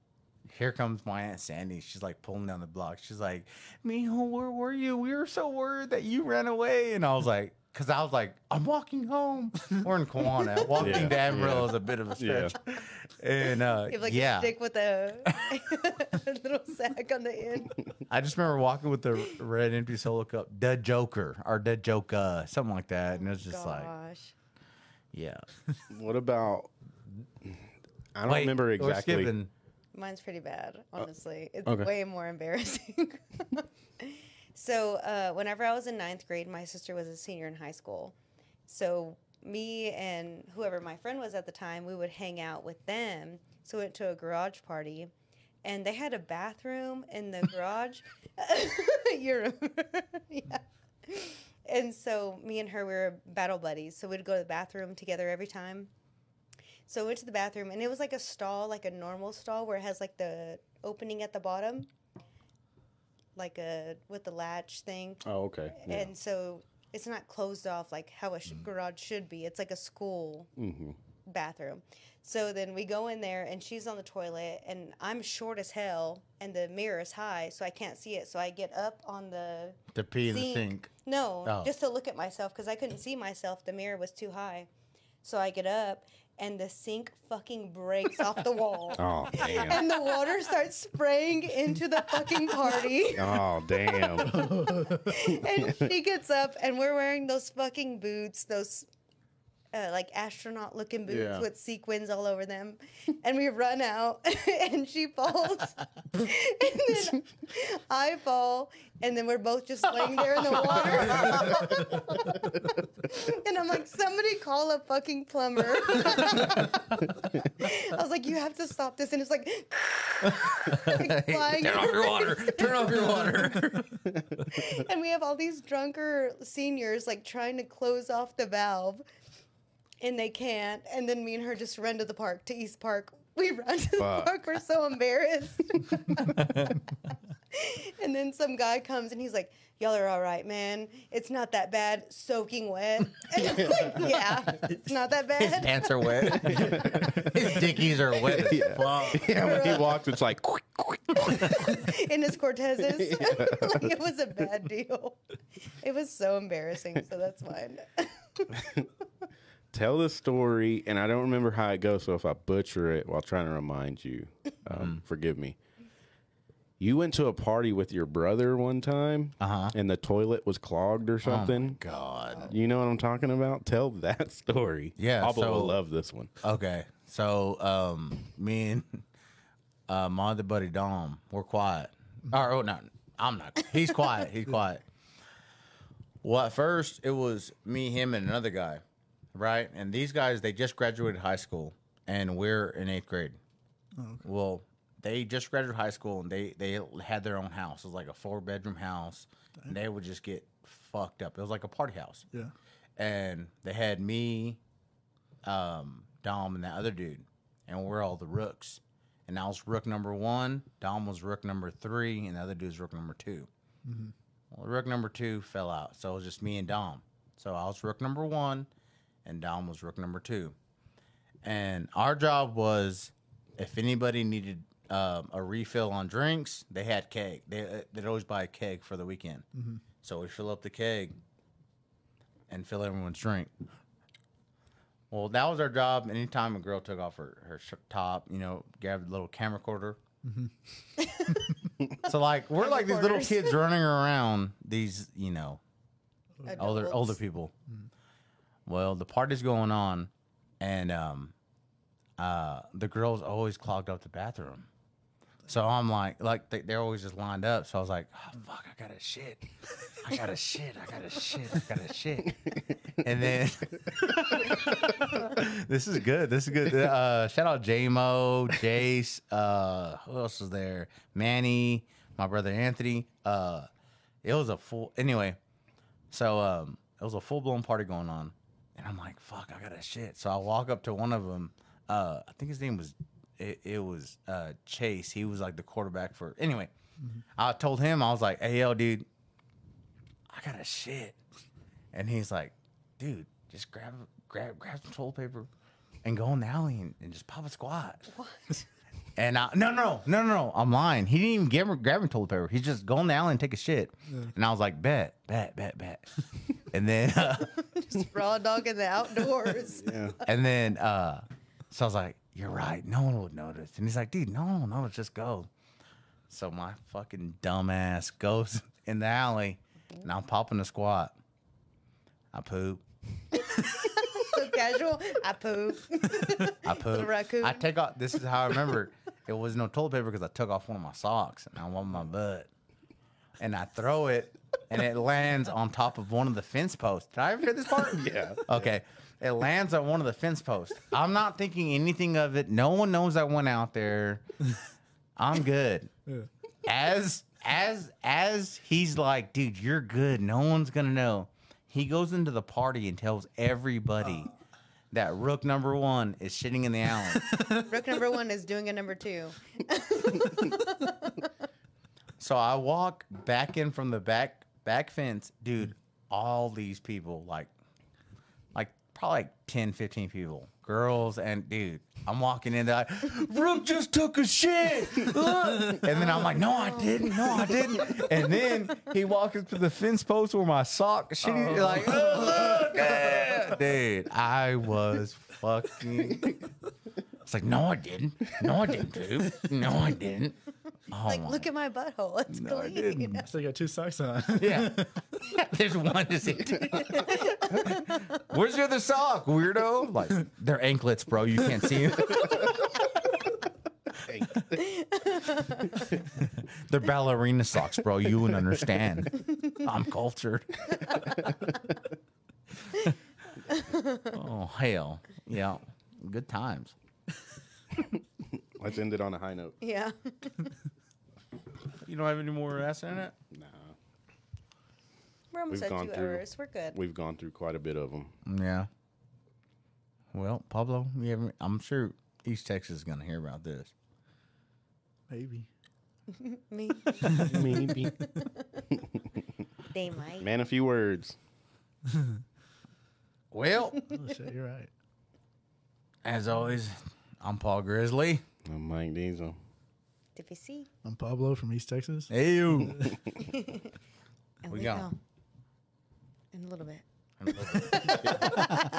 Speaker 3: here comes my aunt Sandy. She's like pulling down the block. She's like, "Mijo, where were you? We were so worried that you ran away." And I was like, "Cause I was like, I'm walking home. We're in Kiwana. Walking
Speaker 1: Yeah,
Speaker 3: to
Speaker 1: yeah.
Speaker 3: Amarillo is a bit of a stretch." And uh,
Speaker 2: You have like
Speaker 3: yeah,
Speaker 2: a stick with a little sack on the end.
Speaker 3: I just remember walking with the red empty solo cup, the Joker or the Joker, something like that, and it was just like,
Speaker 2: Gosh.
Speaker 3: yeah.
Speaker 1: What about? I don't
Speaker 3: Wait,
Speaker 1: remember
Speaker 3: we're
Speaker 1: exactly.
Speaker 3: skipping.
Speaker 2: Mine's pretty bad, honestly. it's
Speaker 1: okay.
Speaker 2: way more embarrassing. so, uh, whenever I was in ninth grade, my sister was a senior in high school. So, me and whoever my friend was at the time, we would hang out with them. So, we went to a garage party, and they had a bathroom in the garage. you remember? yeah. And so, me and her, we were battle buddies. So, we'd go to the bathroom together every time. So I went to the bathroom and it was like a stall, like a normal stall where it has like the opening at the bottom, like a with the latch thing.
Speaker 1: Oh, okay. Yeah.
Speaker 2: And so it's not closed off like how a sh- garage should be. It's like a school bathroom. So then we go in there and she's on the toilet and I'm short as hell and the mirror is high so I can't see it. So I get up on the
Speaker 3: The pee in the
Speaker 2: Zinc.
Speaker 3: sink.
Speaker 2: no,
Speaker 3: Oh.
Speaker 2: just to look at myself because I couldn't see myself. The mirror was too high. So I get up and the sink fucking breaks off the wall.
Speaker 1: oh damn.
Speaker 2: And the water starts spraying into the fucking party.
Speaker 1: Oh damn.
Speaker 2: and she gets up and we're wearing those fucking boots, those uh, like astronaut looking boots
Speaker 3: Yeah.
Speaker 2: with sequins all over them. And we run out and she falls. and then I fall and then we're both just laying there in the water. and I'm like, somebody call a fucking plumber. I was like, you have to stop this. And it's like, like flying
Speaker 3: Turn off your
Speaker 2: over.
Speaker 3: water. Turn off your water.
Speaker 2: and we have all these drunker seniors like trying to close off the valve and they can't and then me and her just run to the park to east park we run to the
Speaker 1: Fuck.
Speaker 2: park we're so embarrassed and then some guy comes and he's like y'all are all right man it's not that bad soaking wet and I'm like, yeah it's not that
Speaker 3: His
Speaker 2: bad
Speaker 3: pants are wet. His dickies are wet. as fuck.
Speaker 1: yeah, when he walked, it's like quick, quick.
Speaker 2: in his cortezes like, it was a bad deal it was so embarrassing so that's mine
Speaker 1: Tell the story, and I don't remember how it goes. So if I butcher it while trying to remind you,
Speaker 3: Mm-hmm.
Speaker 1: um, forgive me. You went to a party with your brother one time,
Speaker 3: Uh-huh. Oh
Speaker 1: and the toilet was clogged or something.
Speaker 3: God.
Speaker 1: You know what I'm talking about? Tell that story.
Speaker 3: Yeah,
Speaker 1: Pablo
Speaker 3: so-
Speaker 1: will love this one.
Speaker 3: Okay. So um, me and uh, my other buddy Dom, we're quiet. Or oh no, I'm not. He's quiet. He's quiet. Well, at first it was me, him, and another guy, right? And these guys, they just graduated high school, and we're in eighth grade. Well, they just graduated high school, and they they had their own house. It was like a four bedroom house, and they would just get fucked up. It was like a party house
Speaker 4: Yeah.
Speaker 3: and they had me, um, Dom, and that other dude, and we're all the rooks. And I was rook number one, Dom was rook number three, and the other dude was rook number 2 Well, rook number two fell out, so it was just me and Dom. So I was rook number one, and Dom was rook number two. And our job was, if anybody needed um, a refill on drinks, they had keg. They uh, they'd always buy a keg for the weekend. So we fill up the keg, and fill everyone's drink. Well, that was our job. Anytime a girl took off her, her sh- top, you know, grabbed a little camera quarter. so like we're like these little
Speaker 2: Camcorders.
Speaker 3: kids running around these, you know, older
Speaker 2: Adults.
Speaker 3: older people. Well, the party's going on, and um, uh, the girls always clogged up the bathroom. So I'm like, like they, they're always just lined up. So I was like, oh, fuck, I gotta shit, I gotta shit, I gotta shit, I gotta shit. And then this is good. This is good. Uh, shout out JMO, Jace. Uh, who else was there? Manny, my brother Anthony. Uh, it was a full. Anyway, so um, it was a full blown party going on, and I'm like, "Fuck, I got to shit." So I walk up to one of them. Uh, I think his name was it, it was uh, Chase. He was like the quarterback for. Anyway, I told him I was like, "Hey, yo, dude, I got a shit," and he's like, "Dude, just grab grab grab some toilet paper." And go in the alley and, and just pop a squat. And I, no, no, no, no, no, I'm lying. He didn't even give her, grab him toilet paper. He just go in the alley and take a shit. And I was like, bet, bet, bet, bet. and then, uh,
Speaker 2: Just raw dog in the outdoors.
Speaker 1: Yeah.
Speaker 3: and then, uh, so I was like, you're right. No one would notice. And he's like, dude, no one will notice. Just go. So my fucking dumbass goes in the alley and I'm popping a squat. I poop.
Speaker 2: so casual. I poop.
Speaker 3: I poop.
Speaker 2: raccoon.
Speaker 3: I take off. This is how I remember. it was no toilet paper because I took off one of my socks and I on my butt, and I throw it, and it lands on top of one of the fence posts. Did I ever hear this part?
Speaker 1: Yeah.
Speaker 3: Okay. It lands on one of the fence posts. I'm not thinking anything of it. No one knows I went out there. I'm good. As as as he's like, dude, you're good. No one's gonna know. He goes into the party and tells everybody that Rook number one is shitting in the alley.
Speaker 2: Rook number one is doing a number two.
Speaker 3: So I walk back in from the back back fence, dude. All these people, like, like probably like 10, 15 people, girls and dude. I'm walking in there, like, Rook just took a shit, look." and then I'm like, no, I didn't, no, I didn't. And then he walks up to the fence post where my sock, shit, like, "Oh, look, yeah." dude, I was fucking. It's like, no, I didn't, no, I didn't, dude, no, I didn't. Oh
Speaker 2: Like,
Speaker 3: my
Speaker 2: look at my butthole. It's
Speaker 3: No, I
Speaker 2: clean.
Speaker 3: didn't.
Speaker 4: Still got two socks on.
Speaker 3: Yeah. There's one to see. Where's your other sock, weirdo? Like, they're anklets, bro. You can't see them. they're ballerina socks, bro. You wouldn't understand. I'm cultured. oh, hell. Yeah. Good times.
Speaker 1: Let's end it on a high note.
Speaker 2: Yeah.
Speaker 3: You don't have any more ass in it?
Speaker 1: Nah.
Speaker 2: We're almost
Speaker 1: We've
Speaker 2: at
Speaker 1: gone
Speaker 2: two
Speaker 1: through-
Speaker 2: hours. We're good.
Speaker 1: We've gone through quite a bit of them.
Speaker 3: Yeah. Well, Pablo, you have, I'm sure East Texas is going to hear about this.
Speaker 4: Maybe.
Speaker 2: Me,
Speaker 1: Maybe.
Speaker 2: they might.
Speaker 1: Man, a few words.
Speaker 3: Well,
Speaker 4: Oh, shit, you're right.
Speaker 3: as always, I'm Paul Grizzly.
Speaker 1: I'm Oh, Mike Diesel.
Speaker 2: Did we see?
Speaker 4: I'm Pablo from East Texas.
Speaker 3: Hey, you.
Speaker 2: And we,
Speaker 3: We got
Speaker 2: go.
Speaker 3: 'em.
Speaker 2: In a little bit.